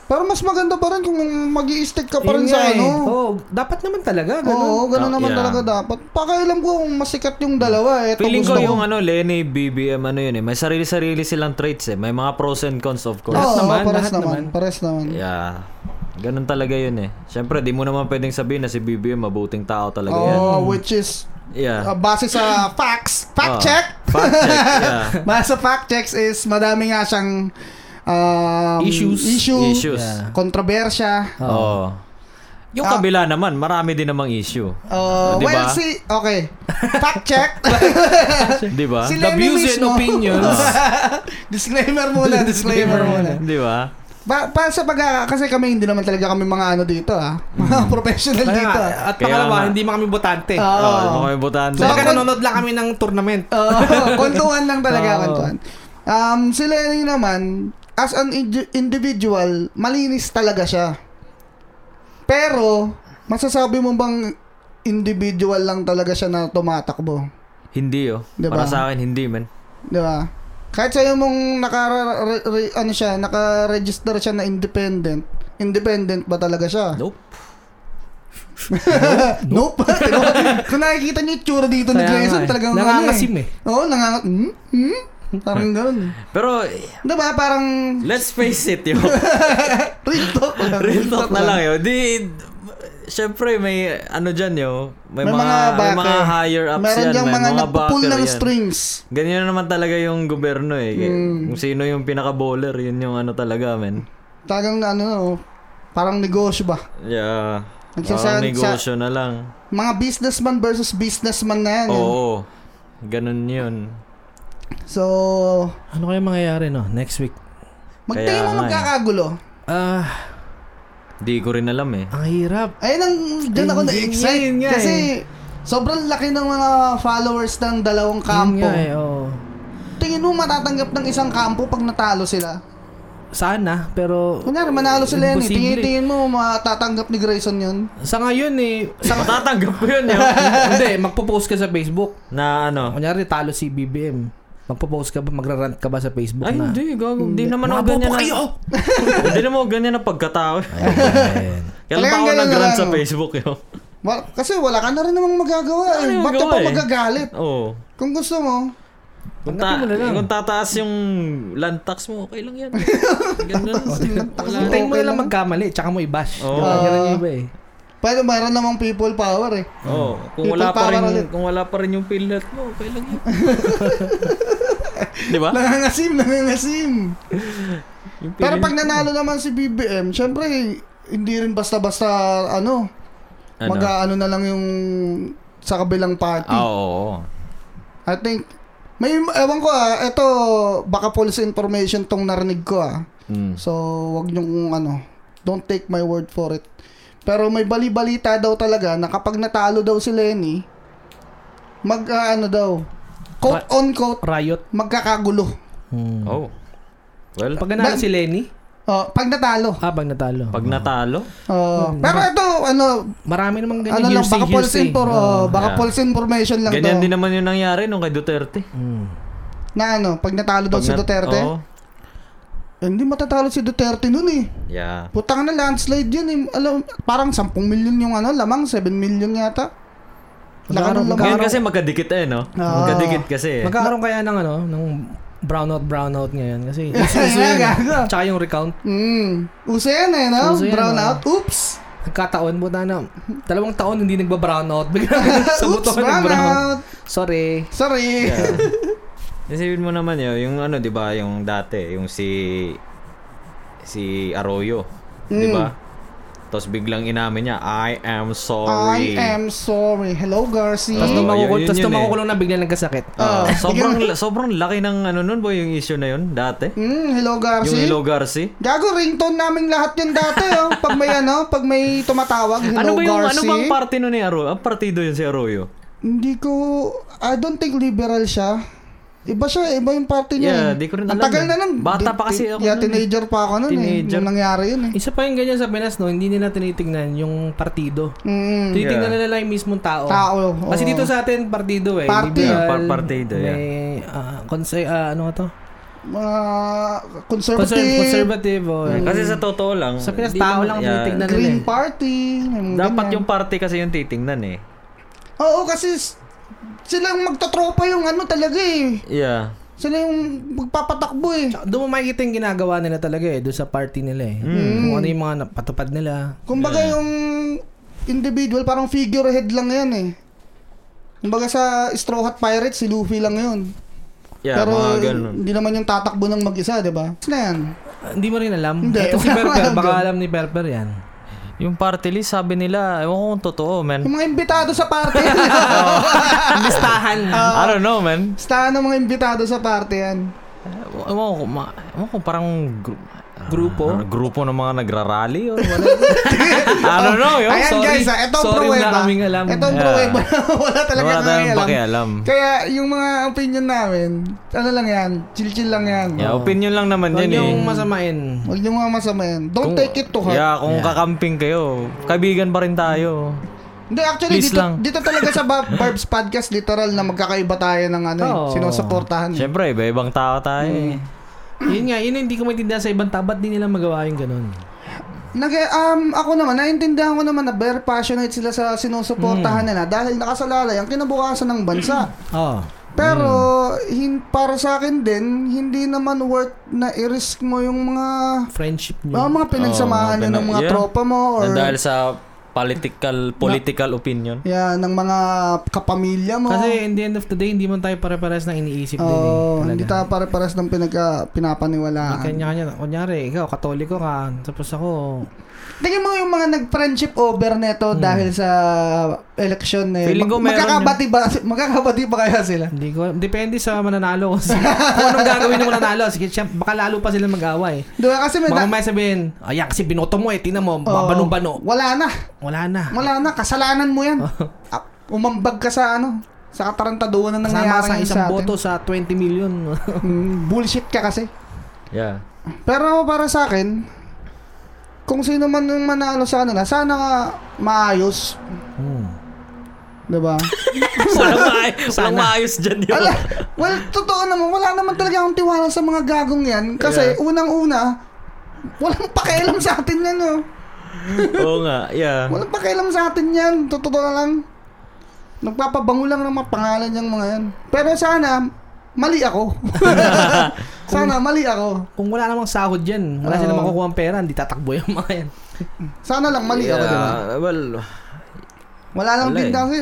[SPEAKER 2] Pero mas maganda pa rin kung mag i stick ka pa
[SPEAKER 1] Yun
[SPEAKER 2] rin
[SPEAKER 1] nga
[SPEAKER 2] sa
[SPEAKER 1] eh.
[SPEAKER 2] ano.
[SPEAKER 1] Oo, dapat naman talaga, ganun.
[SPEAKER 2] Oo, ganun
[SPEAKER 3] Ah,
[SPEAKER 2] naman
[SPEAKER 3] yeah.
[SPEAKER 2] talaga dapat. Pakialam ko kung masikat yung dalawa. Ito
[SPEAKER 3] Feeling ko
[SPEAKER 2] gusto
[SPEAKER 3] yung ano, Lenny, BBM, ano yun eh. May sarili-sarili silang traits eh. May mga pros and cons of
[SPEAKER 2] Oo,
[SPEAKER 3] course.
[SPEAKER 1] Lahat naman,
[SPEAKER 2] pares
[SPEAKER 1] lahat
[SPEAKER 2] naman,
[SPEAKER 1] naman.
[SPEAKER 2] Pares naman.
[SPEAKER 3] Yeah. Ganun talaga yun eh. Siyempre, di mo naman pwedeng sabihin na si BBM mabuting tao talaga
[SPEAKER 2] Oo,
[SPEAKER 3] yan.
[SPEAKER 2] which is
[SPEAKER 3] Yeah.
[SPEAKER 2] Oh. uh, base sa facts. Fact
[SPEAKER 3] Oo.
[SPEAKER 2] check!
[SPEAKER 3] Fact check, yeah.
[SPEAKER 2] base sa fact checks is madami nga siyang um,
[SPEAKER 1] Issues.
[SPEAKER 2] issue,
[SPEAKER 3] Issues.
[SPEAKER 1] Yeah.
[SPEAKER 2] kontrobersya.
[SPEAKER 3] Oo. Oh. Yung
[SPEAKER 2] Oh. Ah.
[SPEAKER 3] kabila naman, marami din namang issue.
[SPEAKER 2] Uh,
[SPEAKER 3] Di
[SPEAKER 2] Well,
[SPEAKER 3] ba?
[SPEAKER 2] si... Okay. Fact check.
[SPEAKER 3] Di ba?
[SPEAKER 2] si
[SPEAKER 1] The
[SPEAKER 2] Lenny
[SPEAKER 1] views and
[SPEAKER 2] mismo.
[SPEAKER 1] opinions.
[SPEAKER 2] disclaimer muna, disclaimer muna.
[SPEAKER 3] Di ba?
[SPEAKER 2] Pa, pa sa pag kasi kami hindi naman talaga kami mga ano dito ah. Mga professional
[SPEAKER 1] Kaya
[SPEAKER 2] dito.
[SPEAKER 1] nga,
[SPEAKER 2] ah.
[SPEAKER 1] at
[SPEAKER 3] Kaya nga.
[SPEAKER 1] pangalawa, hindi mga kami botante.
[SPEAKER 2] Oo.
[SPEAKER 3] Oo, oh, mga may botante.
[SPEAKER 2] So,
[SPEAKER 1] Talaga
[SPEAKER 2] kon-
[SPEAKER 1] nanonood lang kami ng tournament.
[SPEAKER 2] Oo, kwentuhan lang talaga,
[SPEAKER 1] Oo.
[SPEAKER 2] kwentuhan. Um, si Lenny naman, as an indi- individual, malinis talaga siya. Pero, masasabi mo bang individual lang talaga siya na tumatakbo?
[SPEAKER 3] Hindi oh.
[SPEAKER 2] Di ba?
[SPEAKER 3] Para sa akin, hindi man.
[SPEAKER 2] Di ba? Kahit sa'yo mong naka, re- re- ano siya, naka-register siya na independent, independent ba talaga siya?
[SPEAKER 3] Nope.
[SPEAKER 2] Nope. Tingnan- Kung nakikita niyo yung tsura dito
[SPEAKER 1] Kaya
[SPEAKER 2] ni
[SPEAKER 1] nga
[SPEAKER 2] Grayson,
[SPEAKER 1] eh.
[SPEAKER 2] talagang ano
[SPEAKER 1] Nangangasim eh.
[SPEAKER 2] Oo, nangangat. Hmm? Hmm? Parang ganun.
[SPEAKER 3] Pero, eh,
[SPEAKER 2] Di ba? Parang
[SPEAKER 3] let's face it, yo.
[SPEAKER 2] real talk lang.
[SPEAKER 3] Real talk na lang, yo. Di, Siyempre, may ano dyan, yo. May, mga, may mga
[SPEAKER 2] backer.
[SPEAKER 3] higher ups
[SPEAKER 2] Meron
[SPEAKER 3] yan.
[SPEAKER 2] dyang
[SPEAKER 3] May
[SPEAKER 2] mga,
[SPEAKER 3] mga
[SPEAKER 2] nagpo-pull
[SPEAKER 3] backer
[SPEAKER 2] ng
[SPEAKER 3] yan.
[SPEAKER 2] strings.
[SPEAKER 3] Ganyan na naman talaga yung gobyerno eh. Kaya, Kung sino yung pinaka-bowler, yun yung ano talaga, men.
[SPEAKER 2] Talagang ano, oh, parang negosyo ba?
[SPEAKER 3] Yeah.
[SPEAKER 2] Nagsasa-
[SPEAKER 3] Parang negosyo na lang.
[SPEAKER 2] Mga businessman versus businessman na yan. eh.
[SPEAKER 3] Oo. Ganun yun.
[SPEAKER 2] So,
[SPEAKER 1] Ano kaya mangyayari no next week?
[SPEAKER 2] magtayo
[SPEAKER 3] Kaya
[SPEAKER 2] mo
[SPEAKER 3] nga eh.
[SPEAKER 2] magkakagulo.
[SPEAKER 1] Ah,
[SPEAKER 3] Di ko rin alam eh.
[SPEAKER 1] ang hirap.
[SPEAKER 2] Ayun ang dyan ako
[SPEAKER 1] Ayun,
[SPEAKER 2] na-excite.
[SPEAKER 1] yun nga eh.
[SPEAKER 2] Kasi, sobrang laki ng mga followers ng dalawang
[SPEAKER 1] Yun
[SPEAKER 2] kampo.
[SPEAKER 1] nga eh, oo.
[SPEAKER 2] Tingin mo matatanggap ng isang kampo pag natalo sila?
[SPEAKER 1] Sana, pero
[SPEAKER 2] Kunyari, manalo si Lenny.
[SPEAKER 1] Imposible.
[SPEAKER 2] Tingin, tingin mo matatanggap ni Grayson yun?
[SPEAKER 1] sa ngayon eh,
[SPEAKER 3] Sa matatanggap ko yun yo.
[SPEAKER 1] hindi, magpo-post ka sa Facebook.
[SPEAKER 3] na ano.
[SPEAKER 1] Ah, Kunyari, talo si BBM. Magpo-post ka ba? Magra-rant ka ba sa Facebook
[SPEAKER 3] Ay,
[SPEAKER 1] na?
[SPEAKER 3] hindi. Gago. Hindi naman ako
[SPEAKER 1] Mabobo
[SPEAKER 3] ganyan na.
[SPEAKER 1] kayo!
[SPEAKER 3] Hindi naman ako ganyan na pagkatao.
[SPEAKER 1] Ayan.
[SPEAKER 3] Kailan pa
[SPEAKER 2] Talagang
[SPEAKER 3] ako
[SPEAKER 2] ganun na
[SPEAKER 3] nag-rant
[SPEAKER 2] lang,
[SPEAKER 3] sa
[SPEAKER 2] oh.
[SPEAKER 3] Facebook yo.
[SPEAKER 2] Wa- kasi wala ka na rin namang magagawa.
[SPEAKER 3] Ano
[SPEAKER 2] Eh.
[SPEAKER 3] yung
[SPEAKER 2] Ba't ka
[SPEAKER 3] magawa
[SPEAKER 2] pa
[SPEAKER 3] eh?
[SPEAKER 2] magagalit?
[SPEAKER 3] Oo.
[SPEAKER 2] Kung gusto mo,
[SPEAKER 3] Kung,
[SPEAKER 1] Tanggapin
[SPEAKER 3] ta-
[SPEAKER 1] mo na lang.
[SPEAKER 3] kung tataas yung land tax mo, okay lang yan. Ganun. Wala.
[SPEAKER 1] Hintayin mo na lang magkamali, tsaka mo i-bash.
[SPEAKER 3] Oo.
[SPEAKER 1] Diba? Ganun yung iba eh.
[SPEAKER 2] pwede mayroon namang people power eh.
[SPEAKER 3] Oo. Kung
[SPEAKER 2] People
[SPEAKER 3] wala pa
[SPEAKER 2] power
[SPEAKER 3] rin,
[SPEAKER 2] ulit.
[SPEAKER 3] kung wala pa rin yung pilot mo, okay lang yan. Di ba?
[SPEAKER 2] Nangangasim, nangangasim.
[SPEAKER 3] Yung
[SPEAKER 2] Pero
[SPEAKER 3] pilot-
[SPEAKER 2] pag nanalo naman si BBM, syempre, hindi rin basta-basta, ano,
[SPEAKER 3] Ano?
[SPEAKER 2] mag-ano na lang yung sa kabilang party.
[SPEAKER 3] Ah, oo, oo.
[SPEAKER 2] I think, may, ewan ko ah, ito, baka false information tong narinig ko ah.
[SPEAKER 3] Mm.
[SPEAKER 2] So, wag niyong kung ano, don't take my word for it. Pero may bali-balita daw talaga na kapag natalo daw si Lenny, mag ah, ano daw, quote on quote,
[SPEAKER 1] Riot.
[SPEAKER 2] magkakagulo.
[SPEAKER 1] Hmm.
[SPEAKER 3] Oh. Well,
[SPEAKER 1] Pag nanalo
[SPEAKER 2] Ba-
[SPEAKER 1] si Lenny,
[SPEAKER 2] Oh, pag natalo.
[SPEAKER 1] habang natalo.
[SPEAKER 3] pag natalo,
[SPEAKER 2] Oh,
[SPEAKER 3] Hmm,
[SPEAKER 2] pero ito ano,
[SPEAKER 1] Marami namang ganyan. eh.
[SPEAKER 2] ano lang
[SPEAKER 1] hearsay,
[SPEAKER 2] baka false
[SPEAKER 1] hearsay.
[SPEAKER 2] info, oh, baka
[SPEAKER 3] yeah.
[SPEAKER 2] false information lang
[SPEAKER 3] ganyan
[SPEAKER 2] to.
[SPEAKER 3] din naman yung nangyari nung kay Duterte.
[SPEAKER 1] Hmm.
[SPEAKER 2] Na ano, pag natalo daw
[SPEAKER 3] Pag
[SPEAKER 2] si
[SPEAKER 3] nat- oh.
[SPEAKER 2] Duterte.
[SPEAKER 3] Oo.
[SPEAKER 2] Eh, Hindi matatalo si Duterte nun eh.
[SPEAKER 3] Yeah.
[SPEAKER 2] Putang na landslide yun eh. Alam, parang 10 million yung ano, lamang 7 million yata.
[SPEAKER 1] Magkano-
[SPEAKER 2] Nakaroon lamang.
[SPEAKER 3] Ngayon kasi magkadikit eh, no?
[SPEAKER 2] Ah.
[SPEAKER 3] Magkadikit kasi eh.
[SPEAKER 1] Magkakaroon kaya ng ano, ng brownout brownout ngayon kasi uso
[SPEAKER 2] Ayun
[SPEAKER 1] uso
[SPEAKER 2] na,
[SPEAKER 1] yun.
[SPEAKER 2] gago.
[SPEAKER 1] Tsaka yung recount,
[SPEAKER 2] Mm. Uso yan eh, no?
[SPEAKER 1] Uso yan,
[SPEAKER 2] Brown
[SPEAKER 1] ah.
[SPEAKER 2] out. Oops!
[SPEAKER 1] nagkataon mo na na dalawang taon hindi nagba-brownout. Bigla sa
[SPEAKER 2] Oops,
[SPEAKER 1] buto ka
[SPEAKER 2] brown
[SPEAKER 1] nag-brownout.
[SPEAKER 2] out.
[SPEAKER 1] Sorry.
[SPEAKER 2] Sorry.
[SPEAKER 3] Yeah. Isipin mo naman yun, yung ano, di ba, yung dati, yung si, si Arroyo,
[SPEAKER 2] Hmm.
[SPEAKER 3] di ba? Tapos biglang inamin niya, I am
[SPEAKER 2] I
[SPEAKER 3] sorry.
[SPEAKER 2] am sorry. Hello, Garcia.
[SPEAKER 1] Tapos
[SPEAKER 3] Oo,
[SPEAKER 1] nung
[SPEAKER 3] yun-
[SPEAKER 1] makukul-
[SPEAKER 3] yun
[SPEAKER 1] tapos
[SPEAKER 3] yun
[SPEAKER 1] nung
[SPEAKER 3] eh.
[SPEAKER 1] makukulong na bigla nagkasakit.
[SPEAKER 3] Ah,
[SPEAKER 2] Ah,
[SPEAKER 3] sobrang, sobrang laki ng ano nun boy, yung issue na yun, dati.
[SPEAKER 2] Mm, hello, Garcia.
[SPEAKER 3] Yung Ilo Garci.
[SPEAKER 2] Gago, ringtone namin lahat yun dati, oh. Pag may ano, pag may tumatawag, hello,
[SPEAKER 3] Ano ba yung,
[SPEAKER 2] Garcia.
[SPEAKER 3] ano bang party nun ni Arroyo? Ang partido yun si Arroyo.
[SPEAKER 2] Hindi ko, I don't think liberal siya. Iba siya, iba yung party niya.
[SPEAKER 3] Yeah,
[SPEAKER 2] eh.
[SPEAKER 3] di ko rin
[SPEAKER 2] Ang
[SPEAKER 3] alam
[SPEAKER 2] tagal
[SPEAKER 3] eh.
[SPEAKER 2] na nun. Di-
[SPEAKER 3] Bata pa
[SPEAKER 2] ti-
[SPEAKER 3] kasi ako
[SPEAKER 2] Yeah,
[SPEAKER 3] nun eh.
[SPEAKER 2] teenager pa ako nun eh.
[SPEAKER 3] Teenager.
[SPEAKER 2] Nung nangyari yun eh.
[SPEAKER 1] Isa pa yung ganyan sa Pinas, no? Hindi nila tinitingnan yung partido.
[SPEAKER 2] Mm,
[SPEAKER 1] Tinitingnan nila lang yung mismong tao.
[SPEAKER 2] tao. oo.
[SPEAKER 1] Kasi dito sa atin, partido eh.
[SPEAKER 2] Party.
[SPEAKER 1] Liberal,
[SPEAKER 3] Yeah, par- partido, yeah.
[SPEAKER 1] May, ah, conse- ah, ano nga to?
[SPEAKER 2] Mga Ah, conservative,
[SPEAKER 1] Conservative. conservative oh,
[SPEAKER 2] Mm.
[SPEAKER 1] eh.
[SPEAKER 3] Kasi sa totoo lang,
[SPEAKER 1] Sa Pinas,
[SPEAKER 3] di
[SPEAKER 1] tao
[SPEAKER 3] naman-
[SPEAKER 1] lang
[SPEAKER 3] yeah.
[SPEAKER 1] tinitignan nila
[SPEAKER 2] Green
[SPEAKER 1] eh.
[SPEAKER 2] Party. yung
[SPEAKER 3] ano Dapat
[SPEAKER 2] ganyan.
[SPEAKER 3] yung party kasi yung titingnan eh.
[SPEAKER 2] Oo, kasi s- silang magtotropa yung ano talaga eh.
[SPEAKER 3] Yeah.
[SPEAKER 2] Sila yung magpapatakbo eh.
[SPEAKER 1] Tsaka Doon mo makikita yung ginagawa nila talaga eh, doon sa party nila eh. Kung
[SPEAKER 3] Hmm.
[SPEAKER 1] ano yung mga napatupad nila.
[SPEAKER 2] Kumbaga yung individual, parang figurehead lang yan eh. Kumbaga sa Straw Hat Pirates, si Luffy lang yun.
[SPEAKER 3] Yeah,
[SPEAKER 2] Pero
[SPEAKER 3] mga ganun.
[SPEAKER 2] hindi naman yung tatakbo ng mag-isa, di ba? Kasi na yan.
[SPEAKER 1] Ah, Hindi mo rin alam.
[SPEAKER 2] Hindi,
[SPEAKER 1] Ito si
[SPEAKER 2] wala
[SPEAKER 1] Perper,
[SPEAKER 2] alam
[SPEAKER 1] baka
[SPEAKER 2] doon.
[SPEAKER 1] alam ni Perper yan.
[SPEAKER 3] Yung party list, sabi nila, ewan ko kung totoo, man.
[SPEAKER 2] Yung mga imbitado sa party.
[SPEAKER 1] Listahan.
[SPEAKER 3] I don't know, man.
[SPEAKER 2] Stahan ng mga imbitado sa party yan.
[SPEAKER 3] Ewan ko, kung ma- ewan ko parang gru-
[SPEAKER 1] Grupo?
[SPEAKER 3] Ah, grupo ng mga nagrarally or whatever. I don't know, yun.
[SPEAKER 2] Ayan
[SPEAKER 1] sorry.
[SPEAKER 2] guys, ah, ito ang
[SPEAKER 1] Sorry, wala
[SPEAKER 2] pruweba.
[SPEAKER 1] kaming alam.
[SPEAKER 2] Ito ang
[SPEAKER 3] Yeah.
[SPEAKER 2] pruweba. wala talaga
[SPEAKER 3] Wala tayong
[SPEAKER 2] alam.
[SPEAKER 3] pakialam.
[SPEAKER 2] Kaya yung mga opinion namin, ano lang yan, chill-chill lang yan.
[SPEAKER 3] Yeah, opinion lang naman
[SPEAKER 1] Huwag
[SPEAKER 3] yan eh.
[SPEAKER 1] yung masamain.
[SPEAKER 2] Huwag niyo mga masama yan. Don't take it to heart.
[SPEAKER 3] Yeah, kung kakamping kayo, kaibigan pa rin tayo.
[SPEAKER 2] Hindi, actually,
[SPEAKER 3] Please
[SPEAKER 2] dito,
[SPEAKER 3] lang.
[SPEAKER 2] dito talaga sa Ba- Barbs Podcast, literal na magkakaiba tayo ng ano, eh,
[SPEAKER 1] Oo.
[SPEAKER 2] sinusuportahan. eh.
[SPEAKER 3] Siyempre, iba-ibang tao tayo eh.
[SPEAKER 2] Hmm.
[SPEAKER 1] Yun nga, yun ang hindi ko maintindihan sa ibang tabat, di nila magawa yung ganun.
[SPEAKER 2] Nag, um, ako naman, naintindihan ko naman na very passionate sila sa sinusuportahan
[SPEAKER 3] Hmm.
[SPEAKER 2] nila dahil nakasalalay ang kinabukasan ng bansa.
[SPEAKER 1] Oo.
[SPEAKER 3] Oh.
[SPEAKER 2] Pero
[SPEAKER 3] Hmm.
[SPEAKER 2] hin, para sa akin din, hindi naman worth na i-risk mo yung mga
[SPEAKER 1] Friendship
[SPEAKER 2] ah,
[SPEAKER 1] nyo.
[SPEAKER 2] mga pinagsamahan
[SPEAKER 3] Oo,
[SPEAKER 2] nyo ng mga
[SPEAKER 3] yeah.
[SPEAKER 2] tropa mo or
[SPEAKER 3] Na dahil sa political political opinion.
[SPEAKER 2] yeah, ng mga kapamilya mo.
[SPEAKER 1] Kasi in the end of the day, hindi man tayo pare-pares ng iniisip din eh.
[SPEAKER 2] Oo,
[SPEAKER 1] Talaga.
[SPEAKER 2] hindi tayo pare-pares ng pinagka, pinapaniwalaan.
[SPEAKER 1] Kanya-kanya. Kunyari, ikaw, katoliko ka. Tapos ako,
[SPEAKER 2] Tingin mo yung mga nag-friendship over neto dahil sa election eh.
[SPEAKER 3] Feeling ko
[SPEAKER 2] mag-
[SPEAKER 3] meron
[SPEAKER 2] magkakabati ba, magkakabati ba kaya sila?
[SPEAKER 1] hindi ko, depende sa mananalo. Kung anong gagawin ng mananalo. Sige, siya, baka lalo pa sila mag-away.
[SPEAKER 2] Diba kasi may...
[SPEAKER 1] Baka
[SPEAKER 2] na-
[SPEAKER 1] may sabihin, ayan kasi binoto mo eh, tinan mo,
[SPEAKER 2] Oo.
[SPEAKER 1] babano-bano.
[SPEAKER 2] Wala na.
[SPEAKER 1] Wala na.
[SPEAKER 2] Wala na. Kasalanan mo yan. Ah, Umambag ka sa ano. Sa katarantaduan na
[SPEAKER 1] Kasama
[SPEAKER 2] nangyayari
[SPEAKER 1] sa
[SPEAKER 2] ngayon
[SPEAKER 1] isang
[SPEAKER 2] atin.
[SPEAKER 1] boto sa 20 million.
[SPEAKER 2] Mm, bullshit ka kasi.
[SPEAKER 3] Yeah.
[SPEAKER 2] Pero para sa akin, kung sino man yung manalo sa kanila, sana nga maayos.
[SPEAKER 3] Hmm.
[SPEAKER 2] Diba?
[SPEAKER 3] Walang, maay- walang maayos dyan yun.
[SPEAKER 2] Ala, well, totoo naman, wala naman talaga akong tiwala sa mga gagong yan. Kasi
[SPEAKER 3] Yeah.
[SPEAKER 2] unang-una, walang pakialam sa atin yan, oh.
[SPEAKER 3] Oo nga, yeah.
[SPEAKER 2] Walang pakialam sa atin yan, totoo na lang. Nagpapabango lang ng mga pangalan yung mga yan. Pero sana, mali ako. sana, mali ako.
[SPEAKER 1] Kung wala namang sahod yan, wala
[SPEAKER 2] Oo.
[SPEAKER 1] silang makukuha ang pera, hindi tatakbo yung mga yan.
[SPEAKER 2] Sana lang, mali ako, diba?
[SPEAKER 3] Yeah, Well,
[SPEAKER 2] Wala lang
[SPEAKER 3] Wala
[SPEAKER 2] din
[SPEAKER 3] eh.
[SPEAKER 2] kasi.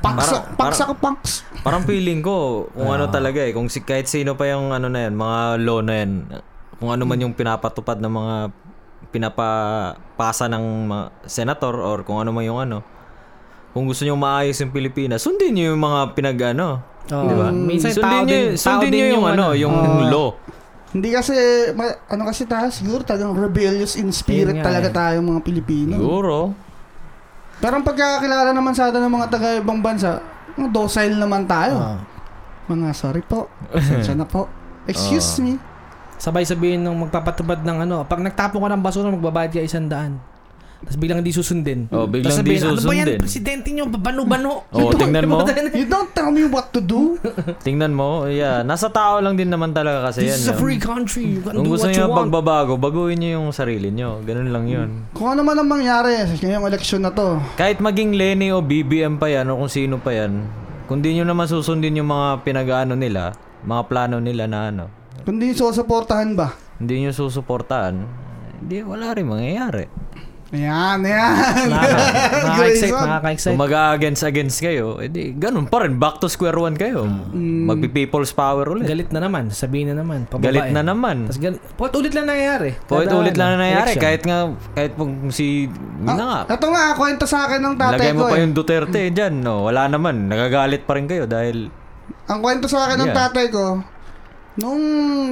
[SPEAKER 2] Paksa, paksa
[SPEAKER 3] Parang- parang-
[SPEAKER 2] ka, paks.
[SPEAKER 3] parang feeling ko kung ano talaga eh, kung si, kahit sino pa yung ano na yan, mga law na yan, kung ano man yung pinapatupad ng mga pinapapasa ng mga senator or kung ano man yung ano. Kung gusto niyo maayos yung Pilipinas, sundin niyo yung mga pinag ano.
[SPEAKER 1] Oo.
[SPEAKER 3] Di ba?
[SPEAKER 1] Minsan Mm. tao
[SPEAKER 3] Sundin niyo,
[SPEAKER 1] din, tao
[SPEAKER 3] sundin
[SPEAKER 1] din
[SPEAKER 3] niyo yung, ano, yung law.
[SPEAKER 2] Hindi kasi, ma- ano kasi tayo, siguro talagang rebellious in spirit
[SPEAKER 1] Yun nga
[SPEAKER 2] talaga
[SPEAKER 1] eh.
[SPEAKER 2] tayo mga Pilipino.
[SPEAKER 3] Siguro.
[SPEAKER 2] Pero ang pagkakakilala naman sa atin ng mga taga-ibang bansa, ang docile naman tayo.
[SPEAKER 1] Ah.
[SPEAKER 3] Ah.
[SPEAKER 2] Mga sorry po, pasensya na po. Excuse me.
[SPEAKER 1] Sabay sabihin ng magpapatupad ng ano, pag nagtapon ka ng basura, magbabayad ka isang daan. Tapos biglang di susundin.
[SPEAKER 3] Oh, biglang
[SPEAKER 1] Tapos
[SPEAKER 3] di
[SPEAKER 1] sabihin, Ano ba yan,
[SPEAKER 3] susundin."
[SPEAKER 1] presidente nyo? Babano-bano.
[SPEAKER 3] Oo, tingnan mo.
[SPEAKER 2] You don't tell me what to do.
[SPEAKER 3] Tingnan mo, yeah, nasa tao lang din naman talaga kasi
[SPEAKER 1] This
[SPEAKER 3] yan.
[SPEAKER 1] is a
[SPEAKER 3] no?
[SPEAKER 1] free country. You can
[SPEAKER 3] Kung
[SPEAKER 1] do
[SPEAKER 3] gusto
[SPEAKER 1] what you
[SPEAKER 3] niyo
[SPEAKER 1] want.
[SPEAKER 3] pagbabago, baguhin niyo yung sarili niyo. Ganun lang yun.
[SPEAKER 2] Kung ano man ang mangyari sa ngayong eleksyon na to.
[SPEAKER 3] Kahit maging Lenny o BBM pa yan o kung sino pa yan, kung di nyo naman susundin yung mga pinagaano nila, mga plano nila na ano,
[SPEAKER 2] Kundi susuportahan ba?
[SPEAKER 3] hindi nyo susuportaan, hindi, wala rin mangyayari.
[SPEAKER 2] Ayan, oh. ayan.
[SPEAKER 1] Nakaka-excite,
[SPEAKER 2] Grayson.
[SPEAKER 1] nakaka-excite.
[SPEAKER 3] Kung mag-against-against kayo, edi ganun pa rin, back to square one kayo. Magpi-people's power ulit.
[SPEAKER 1] Galit eh. na naman. Sabihin na naman. Pababae.
[SPEAKER 3] Galit na naman.
[SPEAKER 1] Tapos gan- Puwet ulit lang nangyayari.
[SPEAKER 3] Poet
[SPEAKER 1] Kada,
[SPEAKER 3] ulit lang
[SPEAKER 1] ano,
[SPEAKER 3] na nangyayari.
[SPEAKER 1] election.
[SPEAKER 3] Kahit nga, kahit kung si, yun na nga,
[SPEAKER 2] Ito nga, kwento sa akin ng tatay
[SPEAKER 3] Lagay
[SPEAKER 2] ko.
[SPEAKER 3] mo pa
[SPEAKER 2] eh.
[SPEAKER 3] yung Duterte dyan, no? Wala naman. Nagagalit pa rin kayo dahil...
[SPEAKER 2] Ang kwento sa akin ng
[SPEAKER 3] Yeah.
[SPEAKER 2] tatay ko, nung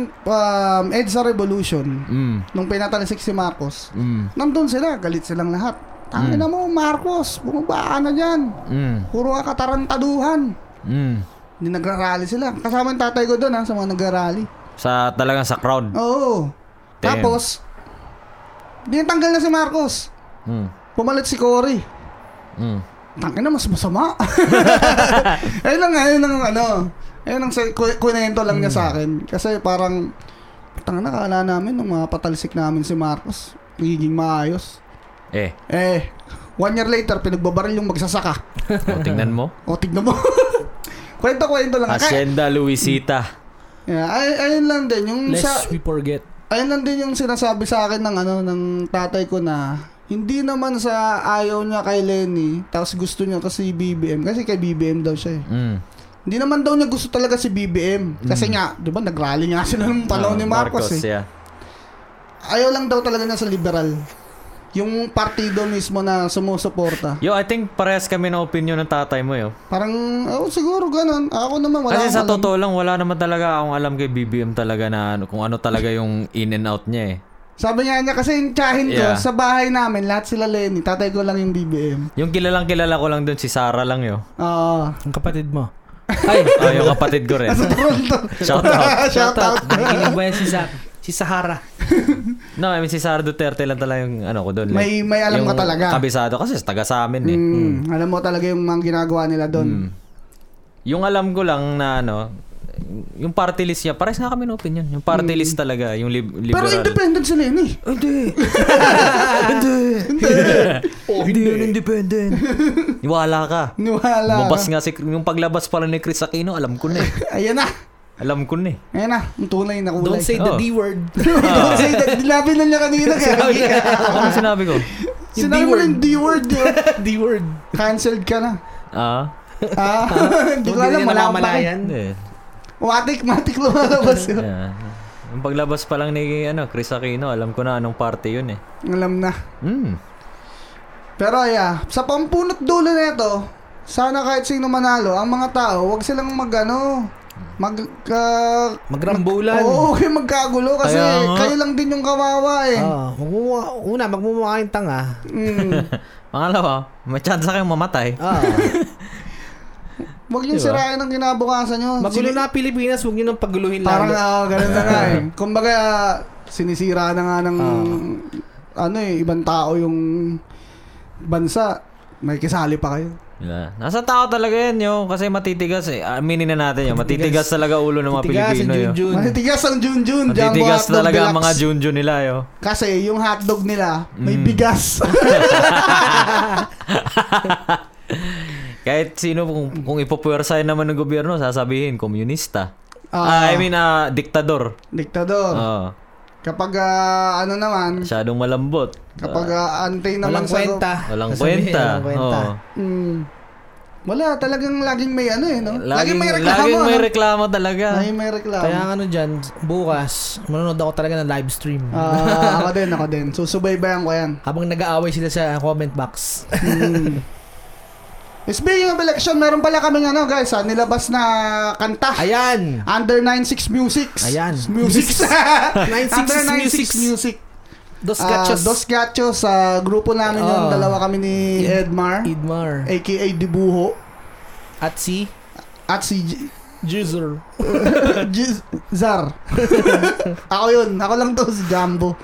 [SPEAKER 2] um, EDSA Revolution,
[SPEAKER 3] Mm,
[SPEAKER 2] nung pinatalisik si Marcos,
[SPEAKER 3] mm,
[SPEAKER 2] nandun sila, galit silang lahat. Tangin na mo, Marcos, bumaba ka na dyan.
[SPEAKER 3] mm,
[SPEAKER 2] Puro ka katarantaduhan.
[SPEAKER 3] mm.
[SPEAKER 2] Hindi nagrarally sila. Kasama yung tatay ko doon ha, sa mga nagrarally.
[SPEAKER 3] Sa talagang sa crowd.
[SPEAKER 2] Oo.
[SPEAKER 3] Damn.
[SPEAKER 2] Tapos, dinatanggal na si Marcos.
[SPEAKER 3] Mm,
[SPEAKER 2] Pumalit si Cory.
[SPEAKER 3] mm.
[SPEAKER 2] Tangin na, mas masama. ayun lang, ayun lang, ano. Ayun lang, sa- ku- kunento lang niya sa akin. Kasi parang, tanga na, kala namin, nung mapatalsik namin si Marcos, magiging maayos.
[SPEAKER 3] Eh,
[SPEAKER 2] Eh, one year later, pinagbabaril yung magsasaka.
[SPEAKER 3] o, oh, tingnan mo.
[SPEAKER 2] O, tignan mo. Kwento-kwento lang. Kaya,
[SPEAKER 3] Hacienda Luisita.
[SPEAKER 2] yeah, ay, ayun lang din. Yung sa,
[SPEAKER 1] Lest we forget.
[SPEAKER 2] ayun lang din yung sinasabi sa akin ng ano ng tatay ko na hindi naman sa ayaw niya kay Lenny tapos gusto niya kasi BBM kasi kay BBM daw siya eh.
[SPEAKER 3] Mm.
[SPEAKER 2] Hindi naman daw niya gusto talaga si BBM kasi nga 'di ba nagrally nga sila nung panahon
[SPEAKER 3] Hmm. Ah,
[SPEAKER 2] ni Marcos, eh.
[SPEAKER 3] yeah.
[SPEAKER 2] Ayaw lang daw talaga niya sa liberal. Yung partido mismo na sumusuporta.
[SPEAKER 3] Yo, I think parehas kami ng opinion ng tatay mo, yo.
[SPEAKER 2] Parang oh siguro ganun. Ako naman wala
[SPEAKER 3] Kasi sa
[SPEAKER 2] akong alam.
[SPEAKER 3] totoo lang, wala naman talaga akong alam kay BBM talaga na ano, kung ano talaga yung in and out niya, eh.
[SPEAKER 2] Sabi nga niya kasi yung tsahin ko
[SPEAKER 3] Yeah.
[SPEAKER 2] sa bahay namin lahat sila Lenny, tatay ko lang yung BBM.
[SPEAKER 3] Yung kilalang kilala ko lang dun, si Sarah lang, yo.
[SPEAKER 2] Oo.
[SPEAKER 1] Ang kapatid mo. Ay,
[SPEAKER 3] Ah, yung kapatid ko rin. Shout out.
[SPEAKER 2] Shout out.
[SPEAKER 1] nakikinig ba yan si Zach? Si Sahara.
[SPEAKER 3] No, I mean, si Sara Duterte lang talaga yung ano ko doon.
[SPEAKER 2] May- may alam
[SPEAKER 3] yung
[SPEAKER 2] ka talaga.
[SPEAKER 3] Kabisado kasi taga sa amin eh.
[SPEAKER 2] Mm, alam mo talaga yung mga ginagawa nila
[SPEAKER 3] Hmm.
[SPEAKER 2] doon.
[SPEAKER 3] Yung alam ko lang na ano, yung party list niya, parehas nga kami ng opinion. Yung party list talaga, yung lib-
[SPEAKER 2] Pero
[SPEAKER 3] liberal.
[SPEAKER 2] independent sila yun eh.
[SPEAKER 3] oh, hindi yun independent. Wala ka.
[SPEAKER 2] Niwala.
[SPEAKER 3] Mabas nga si, yung paglabas pala ni Chris Aquino, alam ko na eh.
[SPEAKER 2] Ayan na.
[SPEAKER 3] Alam ko na eh.
[SPEAKER 2] Ayan na. Ang tunay na kulay.
[SPEAKER 1] Don't say the
[SPEAKER 3] Oh.
[SPEAKER 1] D word.
[SPEAKER 2] Don't say that. Dilabi na niya kanina. Kaya
[SPEAKER 3] Ano sinabi ko?
[SPEAKER 2] Sinabi mo yung D-word. yun.
[SPEAKER 1] D word.
[SPEAKER 2] Cancelled ka na.
[SPEAKER 3] Ah,
[SPEAKER 2] Ah, hindi ko alam. Wala akong pake.
[SPEAKER 3] hindi.
[SPEAKER 2] Matik, matik lumalabas yun.
[SPEAKER 3] Yeah. Yung paglabas pa lang ni ano, Chris Aquino, alam ko na anong party yun eh.
[SPEAKER 2] Alam na.
[SPEAKER 3] Mm.
[SPEAKER 2] Pero yeah, sa pampunot dulo na ito, sana kahit sino manalo, ang mga tao, wag silang magano mag ah,
[SPEAKER 1] Magrambulan.
[SPEAKER 2] Oo, kayo magkagulo kasi
[SPEAKER 3] Kaya nga.
[SPEAKER 2] kayo lang din yung kawawa eh.
[SPEAKER 1] Ah, magmumukha- una, magmumukha kayong tanga.
[SPEAKER 2] Mm.
[SPEAKER 3] Pangalawa, may chance kayong mamatay.
[SPEAKER 1] Ah,
[SPEAKER 2] Huwag niyong sirain ang kinabukasan niyo.
[SPEAKER 1] magulo
[SPEAKER 2] Sini-
[SPEAKER 1] na ang Pilipinas, huwag nyo nang paguluhin
[SPEAKER 2] Parang
[SPEAKER 1] lalo.
[SPEAKER 2] ah, ganun na nga eh. Kumbaga, sinisira na nga ng
[SPEAKER 3] Ah.
[SPEAKER 2] ano eh, ibang tao yung bansa. May kisali pa kayo.
[SPEAKER 3] Yeah. Nasa Diba? tao talaga yan, yo. Kasi matitigas eh. Aminin na natin yun. Matitigas talaga ulo ng mga
[SPEAKER 1] Tigas,
[SPEAKER 3] Pilipino, yo.
[SPEAKER 1] Jun-Jun.
[SPEAKER 2] Matitigas ang Junjun, Jumbo
[SPEAKER 3] Matitigas
[SPEAKER 2] Hotdog
[SPEAKER 3] talaga ang
[SPEAKER 2] Deluxe.
[SPEAKER 3] mga Mm. Junjun nila, yo.
[SPEAKER 2] Kasi yung hotdog nila, may bigas.
[SPEAKER 3] Kahit sino, kung, kung ipupuwersahin naman ng gobyerno, sasabihin, komunista.
[SPEAKER 2] Ah. Oh.
[SPEAKER 3] Ah, I mean, ah, diktador.
[SPEAKER 2] Diktador.
[SPEAKER 3] Oo.
[SPEAKER 2] Kapag ah, ano naman,
[SPEAKER 3] masyadong malambot. Oh.
[SPEAKER 2] kapag ah, antay naman
[SPEAKER 1] Walang
[SPEAKER 2] sa...
[SPEAKER 1] kwenta.
[SPEAKER 3] Walang
[SPEAKER 1] Sasabihin,
[SPEAKER 3] kwenta. Oh.
[SPEAKER 1] walang kwenta.
[SPEAKER 3] Oo.
[SPEAKER 2] Mm. Wala, talagang laging may ano eh, no? Laging,
[SPEAKER 3] Laging,
[SPEAKER 2] may reklamo.
[SPEAKER 3] laging may
[SPEAKER 2] ano?
[SPEAKER 3] reklamo talaga.
[SPEAKER 2] Laging may reklamo.
[SPEAKER 1] Kaya ang ano dyan, bukas, manonood ako talaga ng live stream.
[SPEAKER 2] Ah, ako din, ako din. Susubaybayan ko yan.
[SPEAKER 1] Habang nag-aaway sila sa comment box.
[SPEAKER 2] Mm. Speaking of election, meron pala kaming ano guys, ah, nilabas na kanta.
[SPEAKER 1] Ayan!
[SPEAKER 2] Under 96 Music.
[SPEAKER 1] Ayan.
[SPEAKER 2] Music.
[SPEAKER 1] 96
[SPEAKER 2] Under 96 Music.
[SPEAKER 1] Dos
[SPEAKER 2] Ah,
[SPEAKER 1] Gachos.
[SPEAKER 2] Dos Gachos. sa grupo namin
[SPEAKER 1] Oh.
[SPEAKER 2] yun. Dalawa kami ni Edmar.
[SPEAKER 1] Idmar.
[SPEAKER 2] aka Dibuho.
[SPEAKER 1] At si
[SPEAKER 2] At si J-
[SPEAKER 1] Juicer.
[SPEAKER 2] Jis- Zar. ako yun. Ako lang to si Jumbo.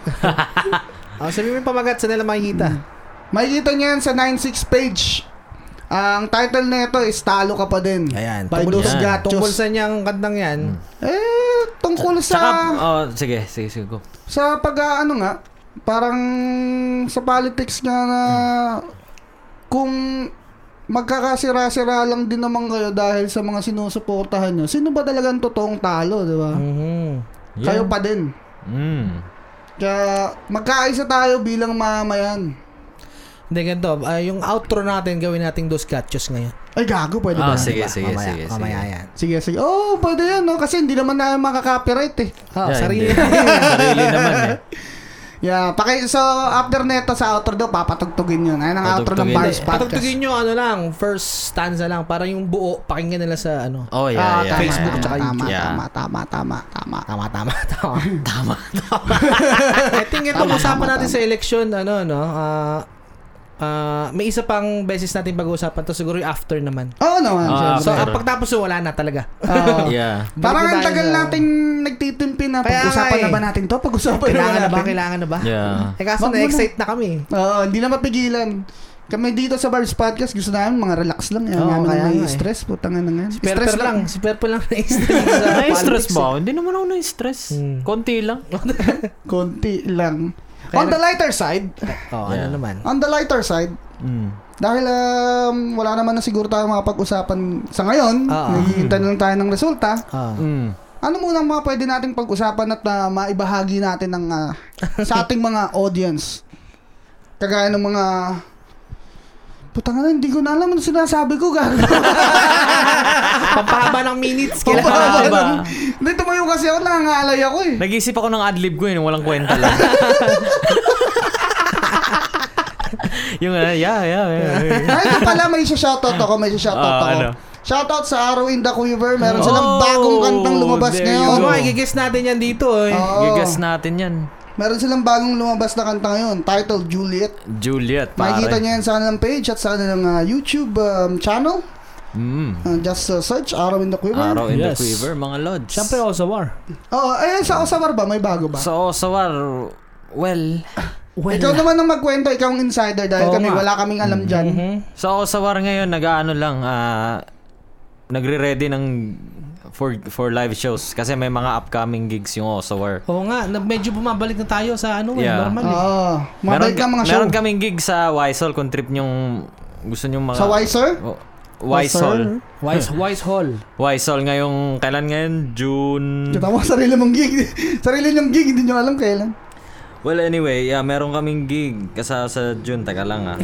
[SPEAKER 1] Oh, sabihin mo yung pamagat, saan nila makikita?
[SPEAKER 2] Makikita niyo yan sa 96 page. Ah, Ang title na ito is Talo Ka Pa Din.
[SPEAKER 1] Ayan.
[SPEAKER 2] By
[SPEAKER 1] Tungkol,
[SPEAKER 2] Dos
[SPEAKER 1] sa-
[SPEAKER 2] Gatos.
[SPEAKER 1] tungkol sa niya ang kantang yan.
[SPEAKER 2] Eh, tungkol sa...
[SPEAKER 3] Tsaka, oh, sige, sige, sige, go.
[SPEAKER 2] sa pag ano nga, parang sa politics nga na kung magkakasira-sira lang din naman kayo dahil sa mga sinusuportahan nyo, sino ba talagang totoong talo, di ba?
[SPEAKER 1] Mhm.
[SPEAKER 2] Kayo pa din.
[SPEAKER 3] Mm.
[SPEAKER 2] Kaya magkaisa tayo bilang mamayan.
[SPEAKER 1] Hindi, ganito. Ah, yung outro natin, gawin nating Dos Gatos ngayon.
[SPEAKER 2] Ay, gago, pwede ba?
[SPEAKER 3] Ah, sige,
[SPEAKER 1] Diba?
[SPEAKER 3] sige,
[SPEAKER 1] Mamaya,
[SPEAKER 3] sige,
[SPEAKER 1] Mamaya
[SPEAKER 3] sige.
[SPEAKER 1] yan.
[SPEAKER 2] Sige, sige. Oh, pwede yan, no? Kasi hindi naman na makaka-copyright, eh.
[SPEAKER 1] Oh,
[SPEAKER 3] Yeah,
[SPEAKER 1] sarili.
[SPEAKER 3] hindi. sarili naman eh.
[SPEAKER 2] Yeah, paki, so, after neto sa outro daw, papatugtugin yun. Ayan ang outro ng
[SPEAKER 3] Patugtugin.
[SPEAKER 2] Bars
[SPEAKER 1] Hindi,
[SPEAKER 2] Podcast.
[SPEAKER 1] Patugtugin nyo, ano lang, first stanza lang. Para yung buo, pakinggan nila sa, ano.
[SPEAKER 3] Oh,
[SPEAKER 2] Ah,
[SPEAKER 3] yeah, yeah,
[SPEAKER 2] tama,
[SPEAKER 3] yeah.
[SPEAKER 1] Facebook
[SPEAKER 2] tama,
[SPEAKER 1] tsaka
[SPEAKER 2] tama,
[SPEAKER 3] YouTube. Yeah.
[SPEAKER 2] tama, tama, tama, tama.
[SPEAKER 1] Tama, tama, tama.
[SPEAKER 3] Tama.
[SPEAKER 1] I think ito,
[SPEAKER 2] Tama,
[SPEAKER 1] usapan
[SPEAKER 2] tama,
[SPEAKER 1] natin
[SPEAKER 2] tama.
[SPEAKER 1] sa election, ano, no? Ah, ah, may isa pang beses natin pag-uusapan to siguro yung after naman.
[SPEAKER 2] Oo naman.
[SPEAKER 3] Ah,
[SPEAKER 2] siyempre.
[SPEAKER 1] So,
[SPEAKER 3] After.
[SPEAKER 1] kapag tapos yun, wala na talaga.
[SPEAKER 2] Oo.
[SPEAKER 3] Yeah.
[SPEAKER 1] Balik na
[SPEAKER 2] Parang ang
[SPEAKER 1] tayo
[SPEAKER 2] tagal
[SPEAKER 1] sa-
[SPEAKER 2] nating nagtitimpi
[SPEAKER 1] eh.
[SPEAKER 2] na
[SPEAKER 1] Kaya nga
[SPEAKER 2] pag-usapan
[SPEAKER 1] eh.
[SPEAKER 2] na ba natin to? Pag-usapan na ba
[SPEAKER 1] Kailangan na ba?
[SPEAKER 2] natin?
[SPEAKER 1] Kailangan na ba?
[SPEAKER 3] Yeah.
[SPEAKER 1] Eh kaso
[SPEAKER 2] Wag mo
[SPEAKER 1] na-excite na kami.
[SPEAKER 2] Oo, hindi na mapigilan. Kami dito sa Barbs Podcast, gusto namin mga relax lang. Yan,
[SPEAKER 1] Oo,
[SPEAKER 2] namin
[SPEAKER 1] kaya
[SPEAKER 2] may
[SPEAKER 1] nga eh.
[SPEAKER 2] stress. Putang na nga.
[SPEAKER 1] Si Perper lang. Si Perper lang na-stress. sa
[SPEAKER 3] Na-stress
[SPEAKER 1] politics.
[SPEAKER 3] Ano ba? Hindi naman ako na-stress.
[SPEAKER 2] Hmm.
[SPEAKER 1] Mm.
[SPEAKER 3] Konti lang.
[SPEAKER 2] Konti lang.
[SPEAKER 1] Kaya
[SPEAKER 2] on the lighter side,
[SPEAKER 1] Oh, ano
[SPEAKER 3] Yeah.
[SPEAKER 1] naman.
[SPEAKER 2] on the lighter side,
[SPEAKER 3] Mm.
[SPEAKER 2] dahil um, wala naman na siguro tayo makapag-usapan sa ngayon,
[SPEAKER 1] Oo.
[SPEAKER 2] naghihintay na lang tayo ng resulta,
[SPEAKER 1] Ah.
[SPEAKER 3] Mm.
[SPEAKER 2] ano muna ang mga pwede nating pag-usapan at ah, maibahagi natin ng ah, sa ating mga audience? Kagaya ng mga Putang na, hindi ko na alam ano sinasabi ko, gago.
[SPEAKER 1] Pampahaba ng minutes. Kailangan.
[SPEAKER 3] Pampahaba. ba?
[SPEAKER 2] Pampahaba. Hindi, tumayo kasi ako, nangangalay ako eh.
[SPEAKER 3] Nag-isip ako ng adlib ko yun, walang kwenta lang. yung ano, yeah, yeah, yeah. yeah.
[SPEAKER 2] Ay, ito pala, may isa-shoutout ako, may isa-shoutout
[SPEAKER 3] Ah,
[SPEAKER 2] ako.
[SPEAKER 3] ano?
[SPEAKER 2] Shoutout sa Arrow in the Quiver, meron
[SPEAKER 3] Oh,
[SPEAKER 2] silang bagong kantang lumabas
[SPEAKER 3] there
[SPEAKER 2] ngayon.
[SPEAKER 3] you
[SPEAKER 1] Oo,
[SPEAKER 3] go.
[SPEAKER 1] i-guess natin yan dito. Eh.
[SPEAKER 2] Oo.
[SPEAKER 3] Gigas natin yan.
[SPEAKER 2] Meron silang bagong lumabas na kanta ngayon, titled Juliet.
[SPEAKER 3] Juliet, pare.
[SPEAKER 2] Makikita niyo yan sa kanilang page at sa kanilang ah, YouTube um, channel.
[SPEAKER 3] Mm.
[SPEAKER 2] Uh, just uh, search Arrow in the Quiver.
[SPEAKER 3] Araw in
[SPEAKER 1] Yes.
[SPEAKER 3] the quiver, mga lods.
[SPEAKER 1] Siyempre,
[SPEAKER 2] oh.
[SPEAKER 1] also war.
[SPEAKER 2] Oo, eh sa Osawar ba? May bago ba?
[SPEAKER 3] Sa Osawar, well,
[SPEAKER 1] Well,
[SPEAKER 2] ikaw naman ang magkwento, ikaw ang insider dahil
[SPEAKER 1] Oo
[SPEAKER 2] kami
[SPEAKER 1] nga.
[SPEAKER 2] wala kaming alam dyan.
[SPEAKER 1] Mhm.
[SPEAKER 3] sa Osawar ngayon, nag-ano lang, ah, nagre-ready ng for for live shows kasi may mga upcoming gigs yung Osawar.
[SPEAKER 2] Oh,
[SPEAKER 1] Oo nga, na, medyo bumabalik na tayo sa ano, eh,
[SPEAKER 3] Yeah.
[SPEAKER 1] normal. eh.
[SPEAKER 2] Oo, mabalik Ah, ka mga show.
[SPEAKER 3] meron kaming gig sa Wisol kung trip nyong gusto nyong mga
[SPEAKER 2] Sa Wiser?
[SPEAKER 3] Oh, Wisol.
[SPEAKER 1] Wise, wise Hall.
[SPEAKER 3] Wisol ngayong kailan ngayon? June.
[SPEAKER 1] Mm.
[SPEAKER 2] Kita mo, sarili mong gig. sarili niyong gig, hindi niyo alam kailan.
[SPEAKER 1] Ano
[SPEAKER 3] Well, anyway, yeah, meron kaming gig kasa sa June. Taka lang ah.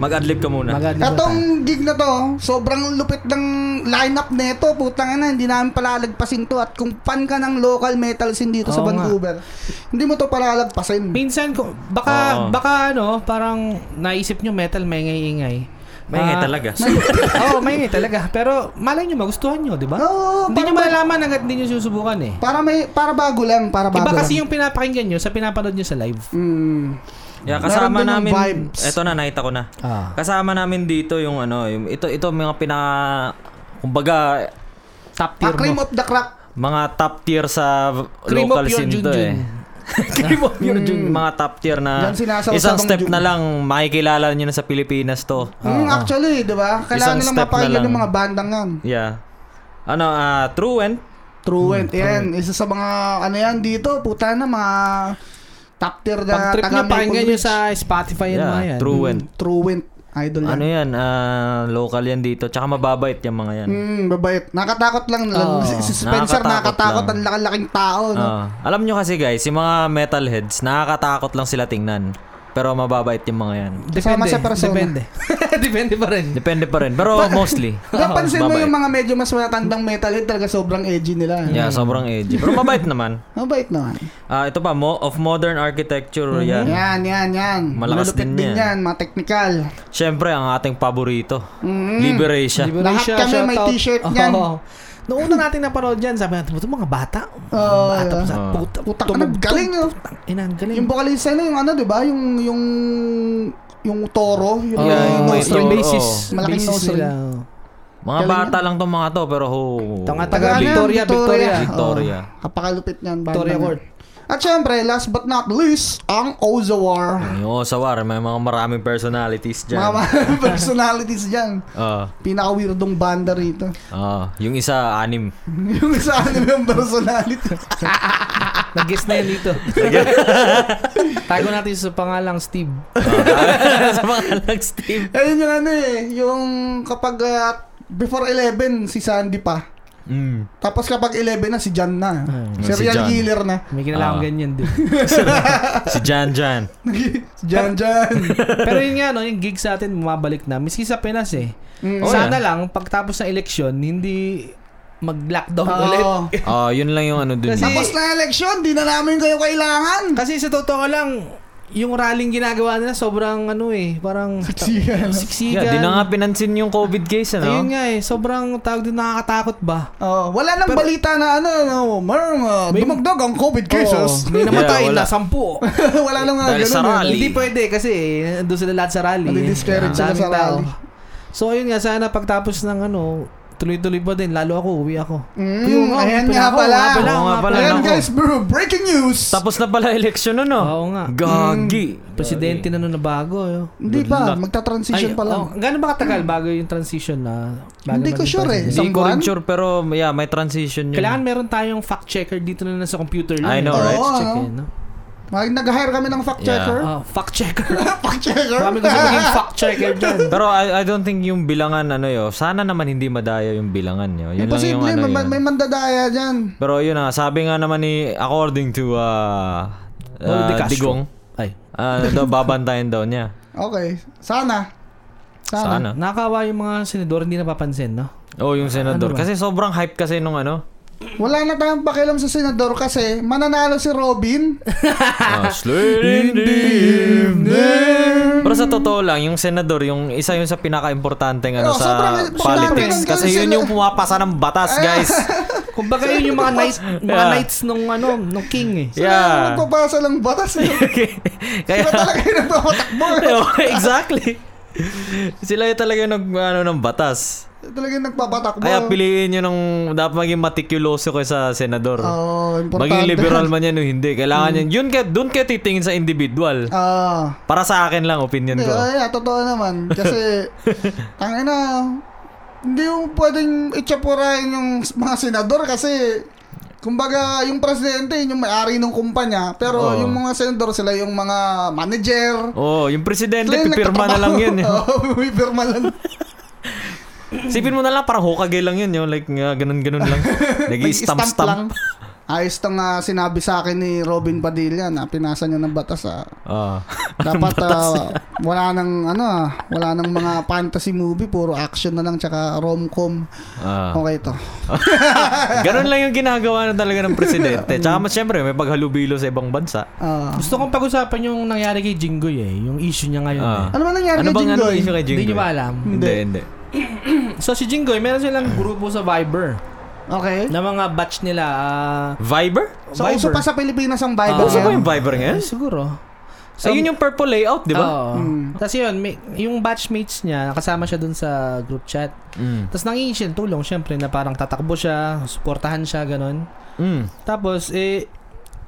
[SPEAKER 3] Mag-adlib ka muna.
[SPEAKER 1] Maganda ba tayo?
[SPEAKER 2] Etong gig na to, sobrang lupit ng lineup nito, putang ina, hindi namin palalagpasin to at kung fan ka ng local metal scene dito sa
[SPEAKER 1] Oo nga.
[SPEAKER 2] Vancouver, hindi mo to palalagpasin.
[SPEAKER 1] Minsan, ko, baka,
[SPEAKER 3] Oo.
[SPEAKER 1] baka ano, parang naisip nyo metal, may ingay-ingay. Ah,
[SPEAKER 3] Maingay talaga.
[SPEAKER 1] Oo, oh, maingay talaga. Pero malay nyo, magustuhan nyo, di ba?
[SPEAKER 2] Oo,
[SPEAKER 1] hindi
[SPEAKER 2] para,
[SPEAKER 1] nyo malalaman hanggat hindi nyo susubukan eh.
[SPEAKER 2] para may para bago lang, para bago.
[SPEAKER 1] Iba kasi
[SPEAKER 2] lang.
[SPEAKER 1] yung pinapakinggan nyo sa pinapanood nyo sa live.
[SPEAKER 2] Mm.
[SPEAKER 3] Yeah, kasama
[SPEAKER 2] Meron din yung
[SPEAKER 3] namin.
[SPEAKER 2] vibes.
[SPEAKER 3] Eto na, nakita ko na.
[SPEAKER 1] Ah.
[SPEAKER 3] Kasama namin dito yung ano, yung, ito, ito mga pinaka, kumbaga,
[SPEAKER 1] Top
[SPEAKER 2] Ah,
[SPEAKER 1] tier
[SPEAKER 2] cream
[SPEAKER 1] mo.
[SPEAKER 2] of the crop.
[SPEAKER 3] mga top tier sa v-
[SPEAKER 1] Cream
[SPEAKER 3] local
[SPEAKER 1] of your
[SPEAKER 3] scene to
[SPEAKER 1] Junjun. Hmm.
[SPEAKER 3] eh. Cream of your Junjun. Mga top tier na
[SPEAKER 2] Yan sinasawa
[SPEAKER 3] isang
[SPEAKER 2] sa
[SPEAKER 3] step
[SPEAKER 2] Bangjun.
[SPEAKER 3] na lang makikilala nyo na sa Pilipinas to.
[SPEAKER 2] Mm, actually, 'di ba? Kailangan
[SPEAKER 3] Isang
[SPEAKER 2] nilang
[SPEAKER 3] step na
[SPEAKER 2] mapakinggan
[SPEAKER 3] lang.
[SPEAKER 2] ng mga bandang 'yan.
[SPEAKER 3] Yeah. Ano, ah, Truant. Hmm,
[SPEAKER 2] Truant, yan. Isa sa mga, ano yan dito, puta na, mga top tier na
[SPEAKER 1] Pag trip nyo,
[SPEAKER 2] Maple
[SPEAKER 1] pakinggan nyo
[SPEAKER 2] Ridge.
[SPEAKER 1] sa Spotify yun mga
[SPEAKER 3] Yeah,
[SPEAKER 1] yan.
[SPEAKER 3] Truant.
[SPEAKER 2] Truant, idol yan.
[SPEAKER 3] Ano yan, ah, local yan dito. Tsaka mababait yung mga yan.
[SPEAKER 2] Mm, babait. Nakatakot lang. lang. si si Spencer
[SPEAKER 3] nakakatakot
[SPEAKER 2] nakatakot.
[SPEAKER 3] lang.
[SPEAKER 2] Ang laki-laking tao.
[SPEAKER 1] Hmm.
[SPEAKER 2] No?
[SPEAKER 3] Ah, alam nyo kasi guys, yung mga metalheads, nakakatakot lang sila tingnan. Pero mababait yung mga yan.
[SPEAKER 2] Kasama sa persona.
[SPEAKER 1] Depende. depende pa rin.
[SPEAKER 3] Depende pa rin. Pero mostly.
[SPEAKER 2] Napansin mo
[SPEAKER 3] mabait.
[SPEAKER 2] yung mga medyo mas matatandang metalhead talaga sobrang edgy nila. eh.
[SPEAKER 3] Yeah, sobrang edgy. Pero mabait naman.
[SPEAKER 2] Mabait naman.
[SPEAKER 3] Ah, ito pa, mo of modern architecture
[SPEAKER 2] Mm-hmm.
[SPEAKER 3] yan.
[SPEAKER 2] Yan, yan, yan.
[SPEAKER 3] Malakas
[SPEAKER 2] Malulupit
[SPEAKER 3] din
[SPEAKER 2] din
[SPEAKER 3] yan.
[SPEAKER 2] yan. Mga technical.
[SPEAKER 3] Siyempre, ang ating paborito.
[SPEAKER 2] Mm-hmm.
[SPEAKER 3] Liberation.
[SPEAKER 1] Di ba,
[SPEAKER 2] Lahat
[SPEAKER 1] Risha,
[SPEAKER 2] kami may
[SPEAKER 1] shoutout?
[SPEAKER 2] t-shirt niyan.
[SPEAKER 1] Oo. Noong una natin napanood yan, sabi natin, ito mga bata. mga
[SPEAKER 2] Oo,
[SPEAKER 1] bata
[SPEAKER 2] yeah.
[SPEAKER 1] pa sa
[SPEAKER 3] Oo.
[SPEAKER 1] puta.
[SPEAKER 2] Putak na, galing. Oh.
[SPEAKER 1] Ina, ang galing.
[SPEAKER 2] Yung vocalista na yung ano, di ba? Yung, yung, yung toro. Yung,
[SPEAKER 1] Oo,
[SPEAKER 3] Yeah,
[SPEAKER 2] yung
[SPEAKER 3] may
[SPEAKER 2] nose ring.
[SPEAKER 3] toro.
[SPEAKER 1] basis. oh.
[SPEAKER 2] Malaking
[SPEAKER 1] basis
[SPEAKER 2] nose ring.
[SPEAKER 1] nila. oh.
[SPEAKER 3] Mga bata lang tong mga to, pero ho.
[SPEAKER 1] Ito nga,
[SPEAKER 2] Taga
[SPEAKER 1] taga
[SPEAKER 2] ano yan?
[SPEAKER 1] Victoria, Victoria.
[SPEAKER 2] Oo,
[SPEAKER 3] Victoria.
[SPEAKER 2] kapakalupit niyan. banda
[SPEAKER 1] Victoria
[SPEAKER 2] niyan.
[SPEAKER 1] Court.
[SPEAKER 2] At syempre, last but not least, ang Ozawar.
[SPEAKER 3] Yung Osawar, may mga maraming personalities dyan.
[SPEAKER 2] Mga mga personalities dyan.
[SPEAKER 3] Oo.
[SPEAKER 2] Pinaka-weirdong banda rito.
[SPEAKER 3] Oo. ah, yung isa, anim.
[SPEAKER 2] yung sa anime yung personality.
[SPEAKER 1] Nag-guess na yun dito. Tago natin sa pangalang Steve.
[SPEAKER 3] Ah, sa pangalang Steve.
[SPEAKER 2] Ayun yung ano eh, yung kapag ah, before 11 si Sandy pa.
[SPEAKER 3] Mm.
[SPEAKER 2] Tapos kapag 11 na si John na.
[SPEAKER 3] Hmm. si
[SPEAKER 2] Serial
[SPEAKER 3] John.
[SPEAKER 2] killer na.
[SPEAKER 1] May kinalaman
[SPEAKER 3] Ah.
[SPEAKER 1] ganyan din.
[SPEAKER 3] Si Jan Jan.
[SPEAKER 2] si John John.
[SPEAKER 1] Pero yun nga, no, yung gigs natin, bumabalik na. Miski sa Pinas eh.
[SPEAKER 2] Mm.
[SPEAKER 3] Oo
[SPEAKER 1] Sana
[SPEAKER 3] yan.
[SPEAKER 1] lang, pagtapos ng eleksyon, hindi mag-lockdown
[SPEAKER 2] Oo.
[SPEAKER 1] ulit.
[SPEAKER 3] Oo, yun lang yung ano dun.
[SPEAKER 1] Kasi-
[SPEAKER 2] Tapos na eleksyon, di na namin kayo kailangan.
[SPEAKER 1] Kasi sa totoo lang, yung rallying ginagawa nila sobrang ano eh, parang
[SPEAKER 2] Siksikan.
[SPEAKER 1] siksikan.
[SPEAKER 3] yeah, di na nga pinansin yung COVID case,
[SPEAKER 1] Ayun
[SPEAKER 3] ano?
[SPEAKER 1] nga eh, sobrang tawag din nakakatakot ba?
[SPEAKER 2] Oh, wala nang
[SPEAKER 1] Pero-
[SPEAKER 2] balita na ano, no, merong uh,
[SPEAKER 1] May-
[SPEAKER 2] dumagdag ang COVID cases.
[SPEAKER 1] Oo, may namatay
[SPEAKER 3] Yeah, wala.
[SPEAKER 1] na sampu.
[SPEAKER 2] wala nang nga
[SPEAKER 3] Dahil sa
[SPEAKER 2] ganun.
[SPEAKER 3] rally.
[SPEAKER 1] Hindi pwede kasi doon sila lahat sa rally.
[SPEAKER 2] Nadi-discourage sila sa
[SPEAKER 1] Daming tao.
[SPEAKER 2] rally.
[SPEAKER 1] So ayun nga, sana pagtapos ng ano, tuloy-tuloy pa din. Lalo ako, uwi ako.
[SPEAKER 2] eh. Mm,
[SPEAKER 1] Yung, oh,
[SPEAKER 2] ayan
[SPEAKER 1] ito na
[SPEAKER 2] nga
[SPEAKER 1] ako,
[SPEAKER 2] pala.
[SPEAKER 1] nga
[SPEAKER 3] Oo nga
[SPEAKER 1] nga
[SPEAKER 3] pala,
[SPEAKER 2] Ayan
[SPEAKER 3] nako.
[SPEAKER 2] guys, bro, breaking news.
[SPEAKER 3] Tapos na pala election nun, no?
[SPEAKER 1] Oo nga. Hmm.
[SPEAKER 3] Gagi.
[SPEAKER 1] Presidente na nun na bago. yo.
[SPEAKER 2] Hindi
[SPEAKER 3] Good
[SPEAKER 2] pa,
[SPEAKER 3] luck.
[SPEAKER 2] magta-transition
[SPEAKER 1] Ay,
[SPEAKER 2] pa lang.
[SPEAKER 1] oh, Gano'n ba katagal bago yung transition na? bago
[SPEAKER 2] Hindi ko
[SPEAKER 1] maging
[SPEAKER 2] sure eh.
[SPEAKER 1] president?
[SPEAKER 3] Hindi
[SPEAKER 2] Isang
[SPEAKER 3] ko rin
[SPEAKER 2] buwan?
[SPEAKER 3] sure, pero yeah, may transition yun.
[SPEAKER 1] Kailangan meron tayong fact checker dito na sa computer lang.
[SPEAKER 3] I know,
[SPEAKER 1] eh.
[SPEAKER 3] right?
[SPEAKER 1] Fact check
[SPEAKER 2] Oo,
[SPEAKER 1] eh, no?
[SPEAKER 2] Mag- Nag-hire kami ng fact checker.
[SPEAKER 1] Ah, fact checker.
[SPEAKER 2] fact checker.
[SPEAKER 1] Marami gusto maging fact checker dyan.
[SPEAKER 3] Pero I, I don't think yung bilangan ano yo. Sana naman hindi madaya yung bilangan yo. Yun lang yung
[SPEAKER 2] Imposible,
[SPEAKER 3] ano.
[SPEAKER 2] may,
[SPEAKER 3] yun.
[SPEAKER 2] may mandadaya dyan.
[SPEAKER 3] Pero yun na, nga, sabi nga naman ni according to uh,
[SPEAKER 1] Raul de
[SPEAKER 3] uh,
[SPEAKER 1] Castro.
[SPEAKER 3] Digong,
[SPEAKER 1] Ay,
[SPEAKER 3] uh, daw babantayan daw niya.
[SPEAKER 2] Okay. Sana. Sana.
[SPEAKER 3] Sana.
[SPEAKER 1] nakawa yung mga senador hindi napapansin, no?
[SPEAKER 3] Oh, yung
[SPEAKER 1] Ano
[SPEAKER 3] senador
[SPEAKER 1] ba?
[SPEAKER 3] kasi sobrang hype kasi nung ano,
[SPEAKER 2] Wala na tayong pakialam sa senador kasi mananalo si Robin.
[SPEAKER 3] uh, Slay in the evening. Pero sa totoo lang, yung senador, yung isa yung sa pinaka-importanteng ano
[SPEAKER 2] Oh, sobrang
[SPEAKER 3] sa
[SPEAKER 2] importante
[SPEAKER 3] politics.
[SPEAKER 2] ng
[SPEAKER 3] Kasi yun
[SPEAKER 2] sena-
[SPEAKER 3] yung pumapasa ng batas, guys.
[SPEAKER 1] Kumbaga yun yung mga knights, mga
[SPEAKER 3] Yeah.
[SPEAKER 1] knights nung ano, nung king eh.
[SPEAKER 2] Yeah.
[SPEAKER 3] yeah.
[SPEAKER 2] Nagpapasa lang batas. eh.
[SPEAKER 3] Kaya,
[SPEAKER 2] Sila talaga yung nagpapatakbo. eh.
[SPEAKER 3] Oh, exactly. Sila yung talaga yung nag, ano, ng batas.
[SPEAKER 2] talaga yung nagpapatakbo.
[SPEAKER 3] Kaya piliin nyo ng dapat maging maticuloso kayo sa senador.
[SPEAKER 2] Oo, Ah, importante. Hmm.
[SPEAKER 3] maging liberal man yan o hindi. Kailangan yan. Yun ka, doon ka titingin sa individual.
[SPEAKER 2] Ah.
[SPEAKER 3] Para sa akin lang, opinion
[SPEAKER 2] Hindi,
[SPEAKER 3] ko.
[SPEAKER 2] ay, ah, totoo naman. Kasi, tangin na, hindi mo pwedeng itsapurahin yung mga senador kasi, kumbaga, yung presidente, yun yung may-ari ng kumpanya. Pero
[SPEAKER 3] Oo.
[SPEAKER 2] yung mga senador, sila yung mga manager.
[SPEAKER 3] Oo, oh, yung presidente,
[SPEAKER 2] Sila yung
[SPEAKER 3] pipirma na
[SPEAKER 2] nagtatrabaho.
[SPEAKER 3] lang yun. eh.
[SPEAKER 2] Oo, pipirma lang.
[SPEAKER 3] Sipin mo na lang, parang hokage lang yun. Yung like, nga, ganun-ganun lang.
[SPEAKER 2] Nag-stamp lang.
[SPEAKER 3] Nag-stamp-stamp.
[SPEAKER 2] Ayos itong sinabi sa akin ni Robin Padilla na pinasa niya ng batas. ah.
[SPEAKER 3] Ah.
[SPEAKER 2] Dapat ah, wala nang ano ah, wala nang mga fantasy movie, puro action na lang tsaka rom-com.
[SPEAKER 3] Ah.
[SPEAKER 2] Okay to.
[SPEAKER 3] Ganun lang yung ginagawa na talaga ng presidente. Tsaka mas syempre, may paghalubilo sa ibang bansa.
[SPEAKER 2] Ah.
[SPEAKER 1] Gusto kong pag-usapan yung nangyari kay Jinggoy eh, yung issue niya ngayon
[SPEAKER 3] Ah.
[SPEAKER 1] eh.
[SPEAKER 2] ano ba nangyari
[SPEAKER 3] Ano
[SPEAKER 2] kay
[SPEAKER 3] bang ano
[SPEAKER 2] Jinggoy?
[SPEAKER 3] issue kay
[SPEAKER 1] Hindi
[SPEAKER 3] Jinggoy?
[SPEAKER 1] niyo ba alam?
[SPEAKER 3] Hindi, hindi.
[SPEAKER 1] So si Jinggoy, meron
[SPEAKER 3] Hmm.
[SPEAKER 1] silang grupo sa Viber
[SPEAKER 2] Okay.
[SPEAKER 1] na mga batch nila. ah,
[SPEAKER 3] Viber?
[SPEAKER 2] So,
[SPEAKER 1] Viber.
[SPEAKER 2] uso pa sa Pilipinas ang Viber
[SPEAKER 1] Ah.
[SPEAKER 3] Uso ba
[SPEAKER 2] ngayon?
[SPEAKER 3] yung Viber ngayon?
[SPEAKER 1] Eh, siguro.
[SPEAKER 3] Ayun yung purple layout, di ba?
[SPEAKER 1] Oo. Tapos yun, may, yung batchmates niya, kasama siya dun sa group chat.
[SPEAKER 3] Mm.
[SPEAKER 1] Tapos nangingi siya ng tulong, syempre, na parang tatakbo siya, suportahan siya, ganun.
[SPEAKER 3] Mm.
[SPEAKER 1] Tapos, eh,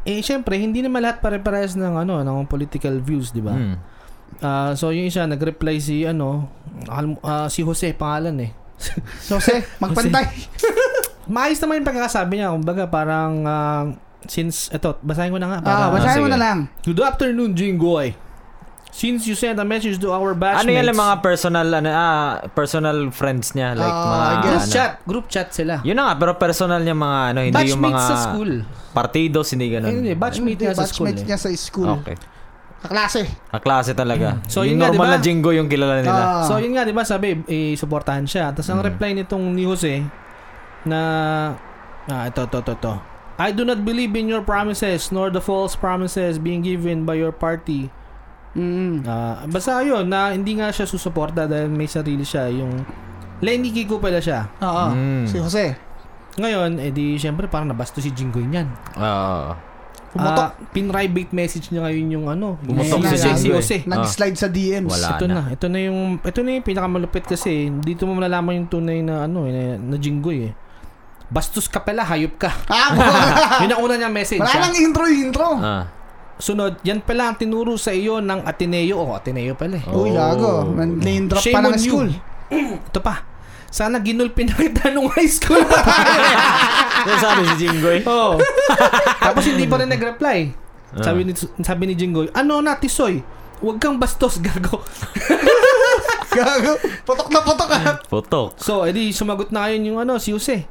[SPEAKER 1] eh, syempre, hindi naman lahat pare-parehas ng, ano, ng political views, di
[SPEAKER 2] Diba?
[SPEAKER 1] ba?
[SPEAKER 3] Mm.
[SPEAKER 1] Ah, so, yung isa, nag-reply si, ano, alam- ah, si Jose, pangalan eh.
[SPEAKER 2] So, se, magpantay.
[SPEAKER 1] Maayos naman yung pagkakasabi niya, kumbaga, parang, ah, since, eto, basahin ko na nga. para-
[SPEAKER 2] Ah, basahin mo na
[SPEAKER 3] sige.
[SPEAKER 2] lang.
[SPEAKER 1] Good afternoon, Jinggoy. Since you sent a message to our batchmates.
[SPEAKER 3] Ano yan lang mga personal ano ah personal friends niya like
[SPEAKER 2] Ah,
[SPEAKER 3] mga
[SPEAKER 2] I guess.
[SPEAKER 1] Group
[SPEAKER 3] ano.
[SPEAKER 1] chat. Group chat sila.
[SPEAKER 3] Yun na nga pero personal niya mga ano hindi yung mga
[SPEAKER 1] batchmates sa school.
[SPEAKER 3] partidos hindi
[SPEAKER 1] Eh,
[SPEAKER 3] ganun.
[SPEAKER 1] Hindi, batchmate
[SPEAKER 2] Hindi,
[SPEAKER 1] niya sa school.
[SPEAKER 2] batchmate
[SPEAKER 1] eh.
[SPEAKER 2] niya sa school.
[SPEAKER 3] Okay.
[SPEAKER 2] Kaklase.
[SPEAKER 3] Kaklase talaga.
[SPEAKER 1] Mm. So,
[SPEAKER 3] yung
[SPEAKER 1] yun nga, diba? di
[SPEAKER 3] normal
[SPEAKER 1] ba?
[SPEAKER 3] na jingo yung kilala nila.
[SPEAKER 2] Ah.
[SPEAKER 1] So yun nga, di ba sabi, eh, supportahan siya. Tapos ang reply nitong ni Jose na, ah, ito, ito, ito, ito. I do not believe in your promises nor the false promises being given by your party.
[SPEAKER 2] Mm.
[SPEAKER 1] Ah, basta yun, na hindi nga siya susuporta dahil may sarili siya. Yung Lenny Kiko pala siya. eh,
[SPEAKER 2] Oo.
[SPEAKER 3] Mm.
[SPEAKER 2] Si Jose.
[SPEAKER 1] Ngayon, edi syempre parang nabasto si Jinggoy niyan.
[SPEAKER 3] Oo.
[SPEAKER 2] Pumutok.
[SPEAKER 1] ah, pinrivate message niya ngayon yung ano. si
[SPEAKER 3] Bumutok
[SPEAKER 1] Jose.
[SPEAKER 3] si Jose.
[SPEAKER 2] Nag-slide sa DMs.
[SPEAKER 3] Wala.
[SPEAKER 1] Ito na. Ito na yung ito na yung pinakamalupit kasi dito mo malalaman yung tunay na ano eh, na, na jinggoy eh. Bastos ka pala, hayop ka.
[SPEAKER 2] Ah, wala.
[SPEAKER 1] Yun ang una niya message.
[SPEAKER 2] Wala
[SPEAKER 1] ah.
[SPEAKER 2] lang intro-intro.
[SPEAKER 3] Ah.
[SPEAKER 1] Sunod, yan pala ang tinuro sa iyo ng Ateneo. Oh, Ateneo pala eh.
[SPEAKER 2] Uy,
[SPEAKER 3] Oh.
[SPEAKER 2] lago. Man, name drop
[SPEAKER 1] Shame
[SPEAKER 2] pa ng
[SPEAKER 1] on you.
[SPEAKER 2] school.
[SPEAKER 1] Ito pa. Sana ginulpin na kita nung high school pa tayo.
[SPEAKER 3] Yan Ano
[SPEAKER 1] ah,
[SPEAKER 3] sabi si Jinggoy.
[SPEAKER 1] Oo.
[SPEAKER 2] Oh.
[SPEAKER 1] Tapos hindi pa rin
[SPEAKER 2] Hmm.
[SPEAKER 1] nag-reply.
[SPEAKER 3] Ah.
[SPEAKER 2] Ah.
[SPEAKER 1] Sabi ni sabi ni Jinggoy, "Ano na, Tisoy? Huwag kang bastos, gago."
[SPEAKER 2] Gago. Putok na putok ah.
[SPEAKER 3] Putok.
[SPEAKER 1] So, edi sumagot na ngayon yung ano, si Jose.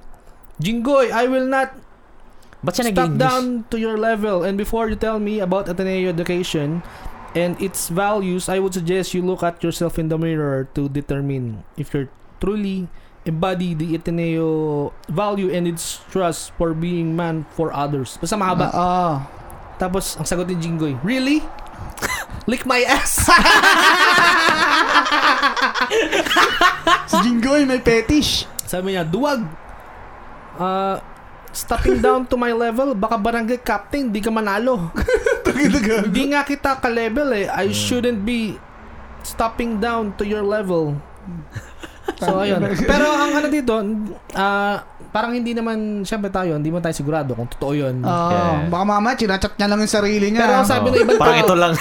[SPEAKER 1] Jinggoy, I will not
[SPEAKER 3] Ba't siya
[SPEAKER 1] Stop
[SPEAKER 3] nag-English?
[SPEAKER 1] down to your level and before you tell me about Ateneo education and its values, I would suggest you look at yourself in the mirror to determine if you're truly embody the Ateneo value and its trust for being man for others. Basta mahaba.
[SPEAKER 2] Ah.
[SPEAKER 1] Tapos, ang sagot ni Jinggoy, Really? Lick my ass!
[SPEAKER 2] Si Jingoy may fetish.
[SPEAKER 1] Sabi niya, duwag! Uh, stepping down to my level, baka barangay captain, di ka manalo.
[SPEAKER 2] Tangina gago.
[SPEAKER 1] Hindi nga kita ka-level eh. I shouldn't be stopping down to your level. So, ayun. Pero ang ano dito, ah, parang hindi naman, syempre tayo, hindi man tayo sigurado kung totoo yun.
[SPEAKER 2] Ah,
[SPEAKER 3] Yeah.
[SPEAKER 2] baka mama, chinachat niya lang yung sarili niya.
[SPEAKER 1] Pero ang sabi ng ibang
[SPEAKER 3] Oh. Parang
[SPEAKER 1] tao-
[SPEAKER 3] ito lang.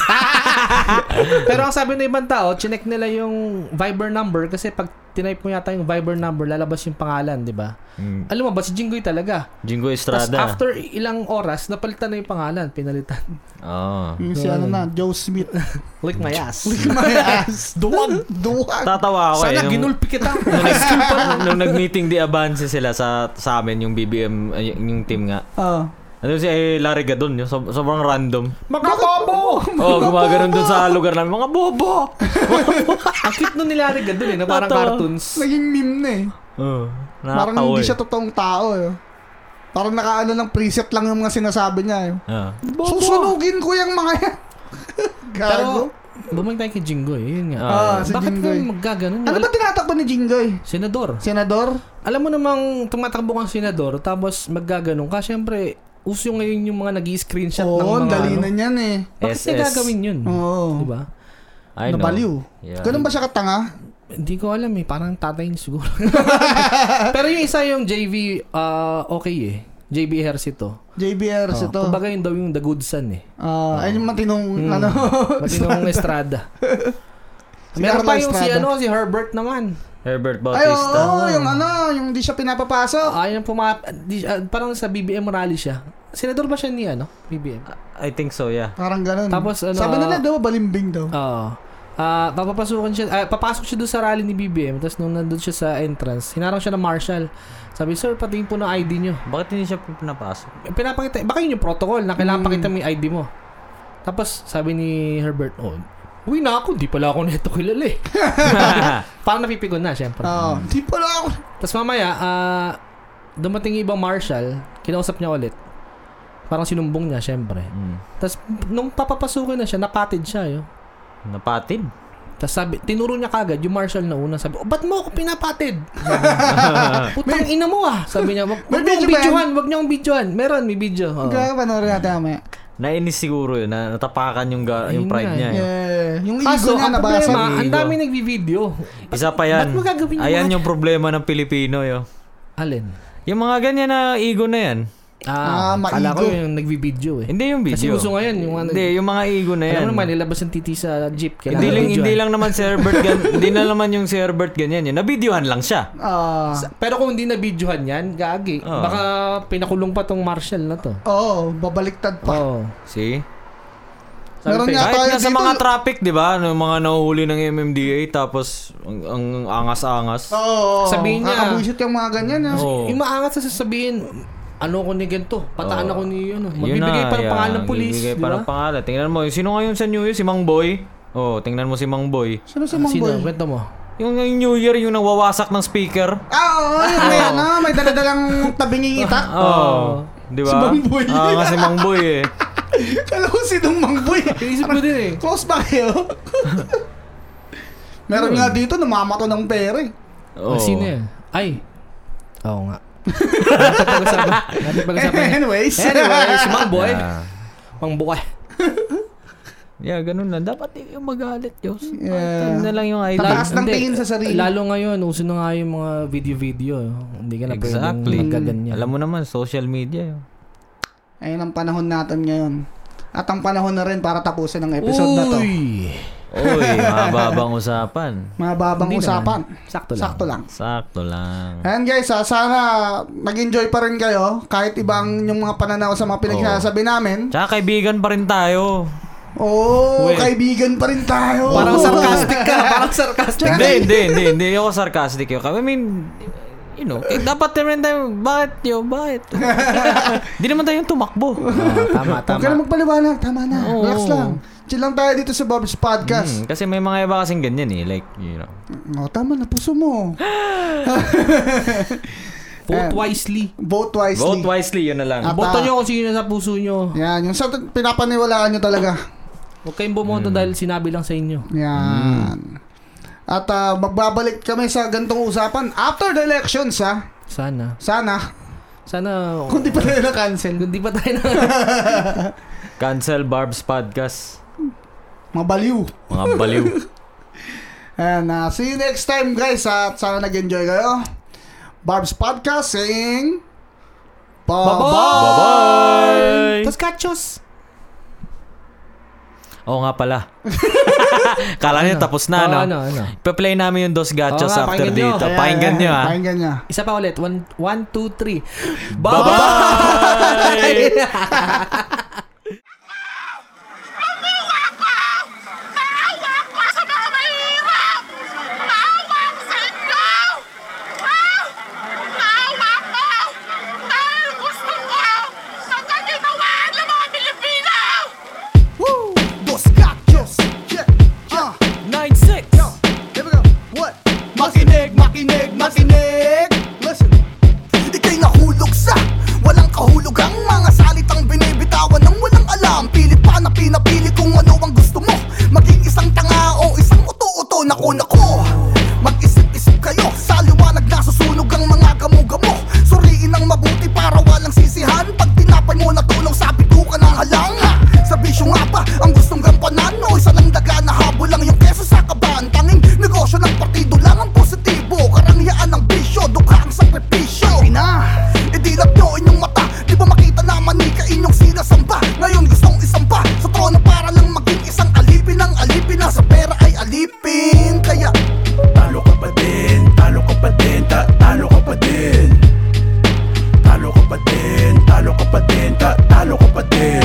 [SPEAKER 1] Pero ang sabi ng ibang tao, chinek nila yung Viber number kasi pag tinype mo yata yung Viber number, lalabas yung pangalan, di ba?
[SPEAKER 3] Mm.
[SPEAKER 1] Alam mo ba, si Jinggoy talaga.
[SPEAKER 3] Jinggoy
[SPEAKER 1] Tapos
[SPEAKER 3] Estrada.
[SPEAKER 1] after ilang oras, napalitan na yung pangalan, pinalitan.
[SPEAKER 3] Oh.
[SPEAKER 2] Yung si ano na, Joe Smith.
[SPEAKER 1] Lick my ass.
[SPEAKER 2] my ass. Duwag. Duwag.
[SPEAKER 3] Tatawa ako eh.
[SPEAKER 1] Sana
[SPEAKER 3] nung-
[SPEAKER 1] ginulpi kita. High school pa lang.
[SPEAKER 3] Nung nag-meeting di Avance sila sa sa amin, yung BBM, ay, yung team nga.
[SPEAKER 2] Ah.
[SPEAKER 3] Ano si eh, Larry Gadon, yung sob- sobrang random.
[SPEAKER 1] Makabobo!
[SPEAKER 3] Oh, gumagano'n dun sa lugar namin. Mga bobo!
[SPEAKER 1] Ang cute nun nila Riga dun eh, na parang
[SPEAKER 3] Totoo.
[SPEAKER 1] cartoons.
[SPEAKER 2] Naging meme na eh.
[SPEAKER 3] Oh,
[SPEAKER 2] Parang
[SPEAKER 3] nakakatawa
[SPEAKER 2] hindi
[SPEAKER 3] eh.
[SPEAKER 2] siya totoong tao eh. Parang nakaano lang preset lang yung mga sinasabi niya eh.
[SPEAKER 3] Ah.
[SPEAKER 2] Susunugin ko yung mga yan. Gago.
[SPEAKER 1] Pero, bumalik tayo kay Jinggoy, yun nga.
[SPEAKER 2] Ah, si
[SPEAKER 1] Bakit
[SPEAKER 2] Jinggoy.
[SPEAKER 1] ka magkaganon?
[SPEAKER 2] Ano ba tinatakbo ni Jingoy?
[SPEAKER 1] Senador.
[SPEAKER 2] Senador?
[SPEAKER 1] Alam mo namang tumatakbo kang senador, tapos magkaganon ka, syempre, uso ngayon yung mga nag screenshot ng
[SPEAKER 2] Oo,
[SPEAKER 1] mga...
[SPEAKER 2] ang dali
[SPEAKER 1] ano.
[SPEAKER 2] na niyan eh.
[SPEAKER 1] Bakit niya
[SPEAKER 3] SS.
[SPEAKER 1] gagawin yun?
[SPEAKER 2] Oo.
[SPEAKER 1] Diba?
[SPEAKER 3] I know.
[SPEAKER 2] Nabaliw.
[SPEAKER 3] Yeah.
[SPEAKER 2] Ganun ba siya katanga?
[SPEAKER 1] Hindi ko alam eh, parang tatay niya siguro. Pero yung isa yung JV, ah, okay eh. JB Ejercito.
[SPEAKER 2] JBR
[SPEAKER 1] Oh,
[SPEAKER 2] ito.
[SPEAKER 1] Kumbaga yun daw yung The Good Son eh.
[SPEAKER 2] Ah, ayun yung matinong
[SPEAKER 1] Hmm.
[SPEAKER 2] ano.
[SPEAKER 1] Matinong Estrada.
[SPEAKER 2] Si
[SPEAKER 1] Meron pa
[SPEAKER 2] Carla
[SPEAKER 1] yung si
[SPEAKER 2] Estrada.
[SPEAKER 1] ano, si Herbert naman.
[SPEAKER 3] Herbert
[SPEAKER 2] Ay, oo,
[SPEAKER 3] Bautista.
[SPEAKER 2] yung ano, yung di siya pinapapasok.
[SPEAKER 1] Ah, yun puma... Di, ah, parang sa BBM rally siya. Senador ba siya ni ano? BBM?
[SPEAKER 3] I think so, yeah.
[SPEAKER 2] Parang ganun.
[SPEAKER 1] Tapos ano,
[SPEAKER 2] Sabi nila
[SPEAKER 1] ah,
[SPEAKER 2] daw, balimbing daw.
[SPEAKER 1] Oo. Ah, papapasukan siya, ah, papasok siya doon sa rally ni BBM. Tapos nung nandun siya sa entrance, hinarang siya ng marshal. Sabi, sir, patingin po ng ID nyo.
[SPEAKER 3] Bakit hindi siya pinapasok?
[SPEAKER 1] Eh, Pinapakita, baka yun yung protocol na kailangan
[SPEAKER 2] Mm.
[SPEAKER 1] pakita mo yung ID mo. Tapos sabi ni Herbert, oh, uwi na ako, di pala ako nito kilala eh. parang napipigon na, syempre.
[SPEAKER 2] Oo. Di Ah, pala ako.
[SPEAKER 1] Tapos mamaya, ah, dumating yung ibang marshal, kinausap niya ulit. Parang sinumbong niya, syempre.
[SPEAKER 3] Mm.
[SPEAKER 1] Tapos nung papapasukin na siya, napatid siya. Yo.
[SPEAKER 3] Napatid.
[SPEAKER 1] Tapos sabi, tinuro niya kagad yung marshal na una. Sabi, oh, ba't mo ako pinapatid? Putang ina mo ah. Sabi niya, wag,
[SPEAKER 2] May
[SPEAKER 1] wag niyo akong
[SPEAKER 2] video ba yan?
[SPEAKER 1] videohan, wag niyo akong videohan. Meron, may video. Oo.
[SPEAKER 2] Gago, panoorin natin mamaya.
[SPEAKER 3] Nainis siguro yun. Na, natapakan yung, ga- yung
[SPEAKER 1] Ayun
[SPEAKER 3] pride
[SPEAKER 1] nga
[SPEAKER 3] niya. eh.
[SPEAKER 2] Yeah. Yung
[SPEAKER 1] Kaso,
[SPEAKER 2] ego niya
[SPEAKER 1] ang
[SPEAKER 2] nabasa.
[SPEAKER 1] problema, ang
[SPEAKER 3] Ego.
[SPEAKER 1] dami nagvi-video.
[SPEAKER 3] Isa pa yan.
[SPEAKER 1] Ba't mo gagawin yung
[SPEAKER 3] Ayan
[SPEAKER 1] mga-
[SPEAKER 3] yung problema ng Pilipino, yo.
[SPEAKER 1] Alin?
[SPEAKER 3] Yung mga ganyan na ego na yan.
[SPEAKER 1] Ah,
[SPEAKER 2] Ah,
[SPEAKER 1] akala ko
[SPEAKER 2] maigo.
[SPEAKER 1] yung nagvi-video eh.
[SPEAKER 3] Hindi yung
[SPEAKER 1] Kasi
[SPEAKER 3] video.
[SPEAKER 1] uso ngayon yung ano.
[SPEAKER 3] Hindi, yung mga ego na yan.
[SPEAKER 1] Alam mo naman, nilabas yung titi sa jeep. kailangan
[SPEAKER 3] hindi lang,
[SPEAKER 1] videohan.
[SPEAKER 3] hindi lang naman si Herbert gan, hindi na naman yung si Herbert ganyan yun. Nabidyohan lang siya.
[SPEAKER 2] Ah.
[SPEAKER 1] Sa- Pero kung hindi na videohan yan, gagi.
[SPEAKER 3] Oo.
[SPEAKER 1] Baka pinakulong pa tong Marshall na to.
[SPEAKER 2] Oo, babaliktad
[SPEAKER 3] Ah.
[SPEAKER 2] pa.
[SPEAKER 1] Oo.
[SPEAKER 3] See?
[SPEAKER 1] Sabi
[SPEAKER 2] Meron
[SPEAKER 1] pa-
[SPEAKER 2] nga-
[SPEAKER 3] Kahit
[SPEAKER 2] tayo
[SPEAKER 3] nga sa
[SPEAKER 2] dito-
[SPEAKER 3] mga traffic, di ba? Ano, mga nahuhuli ng MMDA tapos ang, ang angas-angas.
[SPEAKER 2] Oo. Oh,
[SPEAKER 1] Sabihin niya. Oh.
[SPEAKER 2] Kakabuisit yung mga ganyan. ah.
[SPEAKER 3] Oo.
[SPEAKER 1] Yung maangat sa sasabihin, ano ko ni ganito, pataan
[SPEAKER 3] Oo.
[SPEAKER 1] ako ni ano.
[SPEAKER 3] Yun
[SPEAKER 1] Magbibigay
[SPEAKER 3] na,
[SPEAKER 1] pa ng
[SPEAKER 3] yeah.
[SPEAKER 1] pangalan ng pulis.
[SPEAKER 3] Magbibigay
[SPEAKER 1] di
[SPEAKER 3] pa
[SPEAKER 1] ba?
[SPEAKER 3] ng pangalan. Tingnan mo, eh, sino ngayon sa New Year? Si Mang Boy? Oh, tingnan mo si Mang Boy.
[SPEAKER 2] Sino si Mang
[SPEAKER 1] Ano, Sino?
[SPEAKER 2] Boy?
[SPEAKER 1] Kwento mo.
[SPEAKER 3] Yung, yung New Year, yung nagwawasak ng speaker.
[SPEAKER 2] Ah, oo, yung may ano, may daladalang tabinging itak.
[SPEAKER 3] Oh. Di ba?
[SPEAKER 2] Si Mang Boy.
[SPEAKER 3] Ah, nga si Mang Boy eh.
[SPEAKER 2] Kala ko sinong Mang Boy.
[SPEAKER 1] Iisip ko din eh.
[SPEAKER 2] Close ba kayo?
[SPEAKER 1] Hmm.
[SPEAKER 2] Meron nga dito, namamato ng pera eh.
[SPEAKER 3] Oh.
[SPEAKER 1] Ah, Sino yan? Ay. Oo nga. Natapag-usapan. Natapag-usapan.
[SPEAKER 2] Anyways.
[SPEAKER 1] Anyway, si Mang Boy.
[SPEAKER 3] Ah.
[SPEAKER 1] Pangbuka.
[SPEAKER 3] Yeah, ganun lang. Dapat y- yung magalit, Diyos.
[SPEAKER 2] Yeah.
[SPEAKER 3] Patayin na lang yung idol.
[SPEAKER 2] Tataas ng
[SPEAKER 1] Hindi.
[SPEAKER 2] tingin sa sarili.
[SPEAKER 1] Lalo ngayon, uso na nga yung mga video-video. eh. Hindi ka na
[SPEAKER 3] Exactly.
[SPEAKER 1] pwedeng magkaganyan.
[SPEAKER 3] Alam mo naman, social media. yun.
[SPEAKER 2] Ayun ang panahon natin ngayon. At ang panahon na rin para tapusin ang episode na to.
[SPEAKER 1] Uy!
[SPEAKER 3] Uy, mababang usapan.
[SPEAKER 2] Mababang
[SPEAKER 1] Hindi
[SPEAKER 2] usapan.
[SPEAKER 1] Sakto lang.
[SPEAKER 2] Sakto lang.
[SPEAKER 3] Sakto lang.
[SPEAKER 2] Ayan guys, ah, sana nag-enjoy pa rin kayo kahit
[SPEAKER 1] Hmm.
[SPEAKER 2] ibang yung mga pananaw sa mga pinagsasabi namin.
[SPEAKER 3] Tsaka kaibigan pa rin tayo.
[SPEAKER 2] Oo, oh,
[SPEAKER 1] Well,
[SPEAKER 2] kaibigan pa rin tayo.
[SPEAKER 1] Parang sarcastic ka. Parang sarcastic.
[SPEAKER 3] Hindi, hindi, hindi, hindi. Ako sarcastic yun. I mean, you know, eh, dapat rin tayo, bakit yun, bakit? Hindi naman tayo tumakbo.
[SPEAKER 1] Ah, tama,
[SPEAKER 2] Huwag ka na
[SPEAKER 1] tama.
[SPEAKER 2] magpaliwanag. Tama na.
[SPEAKER 3] Oo.
[SPEAKER 2] Relax lang. Chill lang tayo dito sa Bob's Podcast.
[SPEAKER 3] Hmm, kasi may mga iba kasing ganyan eh. Like, you know.
[SPEAKER 2] Oh, tama na. Puso mo. Ah.
[SPEAKER 1] Vote wisely. Ah.
[SPEAKER 2] Vote wisely.
[SPEAKER 3] Vote wisely, yun na lang.
[SPEAKER 2] Tama.
[SPEAKER 1] Boto nyo kung sino na sa puso nyo.
[SPEAKER 2] Yan, yung sa pinapaniwalaan nyo talaga.
[SPEAKER 1] Huwag kayong bumoto dahil sinabi lang sa inyo.
[SPEAKER 2] Yan.
[SPEAKER 3] Mm.
[SPEAKER 2] At ah, magbabalik kami sa gantong usapan after the elections, ha?
[SPEAKER 1] Sana.
[SPEAKER 2] Sana.
[SPEAKER 1] Sana...
[SPEAKER 2] Kung di pa tayo na-cancel.
[SPEAKER 1] Hindi pa tayo na...
[SPEAKER 3] Cancel Barb's podcast.
[SPEAKER 2] Mabaliw.
[SPEAKER 3] Mga baliw.
[SPEAKER 2] And ah, see you next time, guys. At sana nag-enjoy kayo. Barb's Podcast saying... Bye-bye!
[SPEAKER 3] Bye-bye!
[SPEAKER 1] Tos kachos!
[SPEAKER 3] Oo nga pala. Kala niyo tapos
[SPEAKER 1] Oo,
[SPEAKER 3] na, no?
[SPEAKER 1] ano, ano.
[SPEAKER 3] Ipa-play namin yung Dos Gachos
[SPEAKER 1] Oo nga,
[SPEAKER 3] after
[SPEAKER 1] pakinggan nyo.
[SPEAKER 3] dito. Pakinggan nyo, ha?
[SPEAKER 2] Pakinggan niya.
[SPEAKER 1] Isa pa ulit. One, one two, three.
[SPEAKER 3] Bye-bye!
[SPEAKER 4] Maawa ko sa mga mahirap! Maawa ko sa inyo! Ah! Maawa ko! Dahil gusto ko ang kaginawaan ng mga Pilipino!
[SPEAKER 2] Woo! Dos Gachos! Yeah! Uh,
[SPEAKER 3] 9-6!
[SPEAKER 2] yo! Here we go! What? Makinig! Makinig! Makinig! Listen!
[SPEAKER 5] Ika'y nahulog sa Walang kahulugang mga salitang binibitawan ng walang alam Pilit pa na pinapili kung ano ang gusto mo Maging isang tanga o isang uto-uto Naku nako Mag-isip-isip kayo Sa liwanag nasusunog ang mga gamo-gamo Suriin ang mabuti para walang sisihan Pag tinapay mo na tulong sa bituka ng halanga Sa bisyo nga ba ang gustong gampanan O isa lang daga na habol lang yung keso sa kaban Tanging negosyo ng partido lang ang positibo Karangyaan ng bisyo, dukha ang sakripisyo Ina, idilap nyo inyong mata Di ba makita naman ni ka inyong sinasamba Ngayon gustong isamba Sa trono para lang maging isang alipin Ang alipin na sa pera ay alipin Kaya
[SPEAKER 6] Talo ka pa din, talo ka pa din, ta- talo ka pa din Talo ka pa din, talo ka pa din, ta- talo ka pa din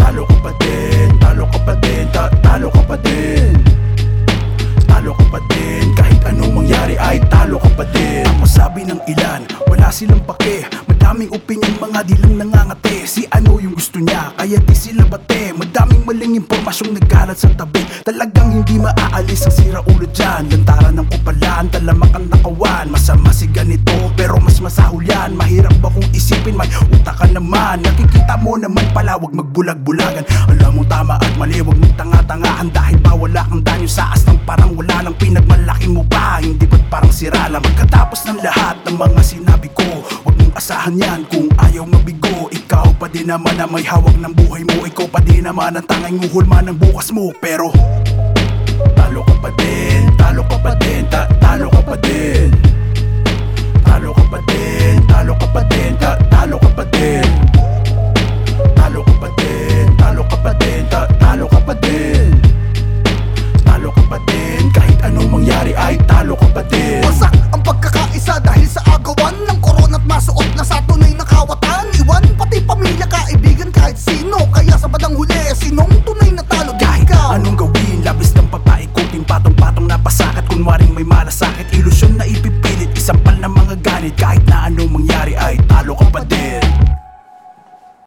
[SPEAKER 6] Talo ka pa din, talo ka pa din, ta- talo ka pa din Talo ka pa din, kahit anong mangyari ay talo ka pa din Ako sabi ng ilan, wala silang pake Madaming opinion, mga di lang nangangate Si ano yung gusto niya, kaya di sila bate Madaming maling impormasyong nagkalat sa tabi Talagang hindi maaalis ang sira ulo dyan Lantaran ng kupalan, talamak ang nakawan Masama si ganito, pero mas masahol yan Mahirap ba kung isipin, may utak ka naman Nakikita mo naman pala, wag magbulag-bulagan Alam mo tama at mali, wag mong tanga-tangahan Dahil ba wala kang danyo sa astang parang wala nang pinagmalaki mo ba Hindi ba't parang sira lang Pagkatapos ng lahat ng mga sinabi ko Wag mong asahan yan kung ayaw mabigo Ikaw pa din naman na may hawak ng buhay mo Ikaw pa din naman ang tanging uhulma ng bukas mo Pero Talo ka pa din, talo ka pa din, ta- talo ka pa din Talo ka pa din, talo ka pa din, ta- ano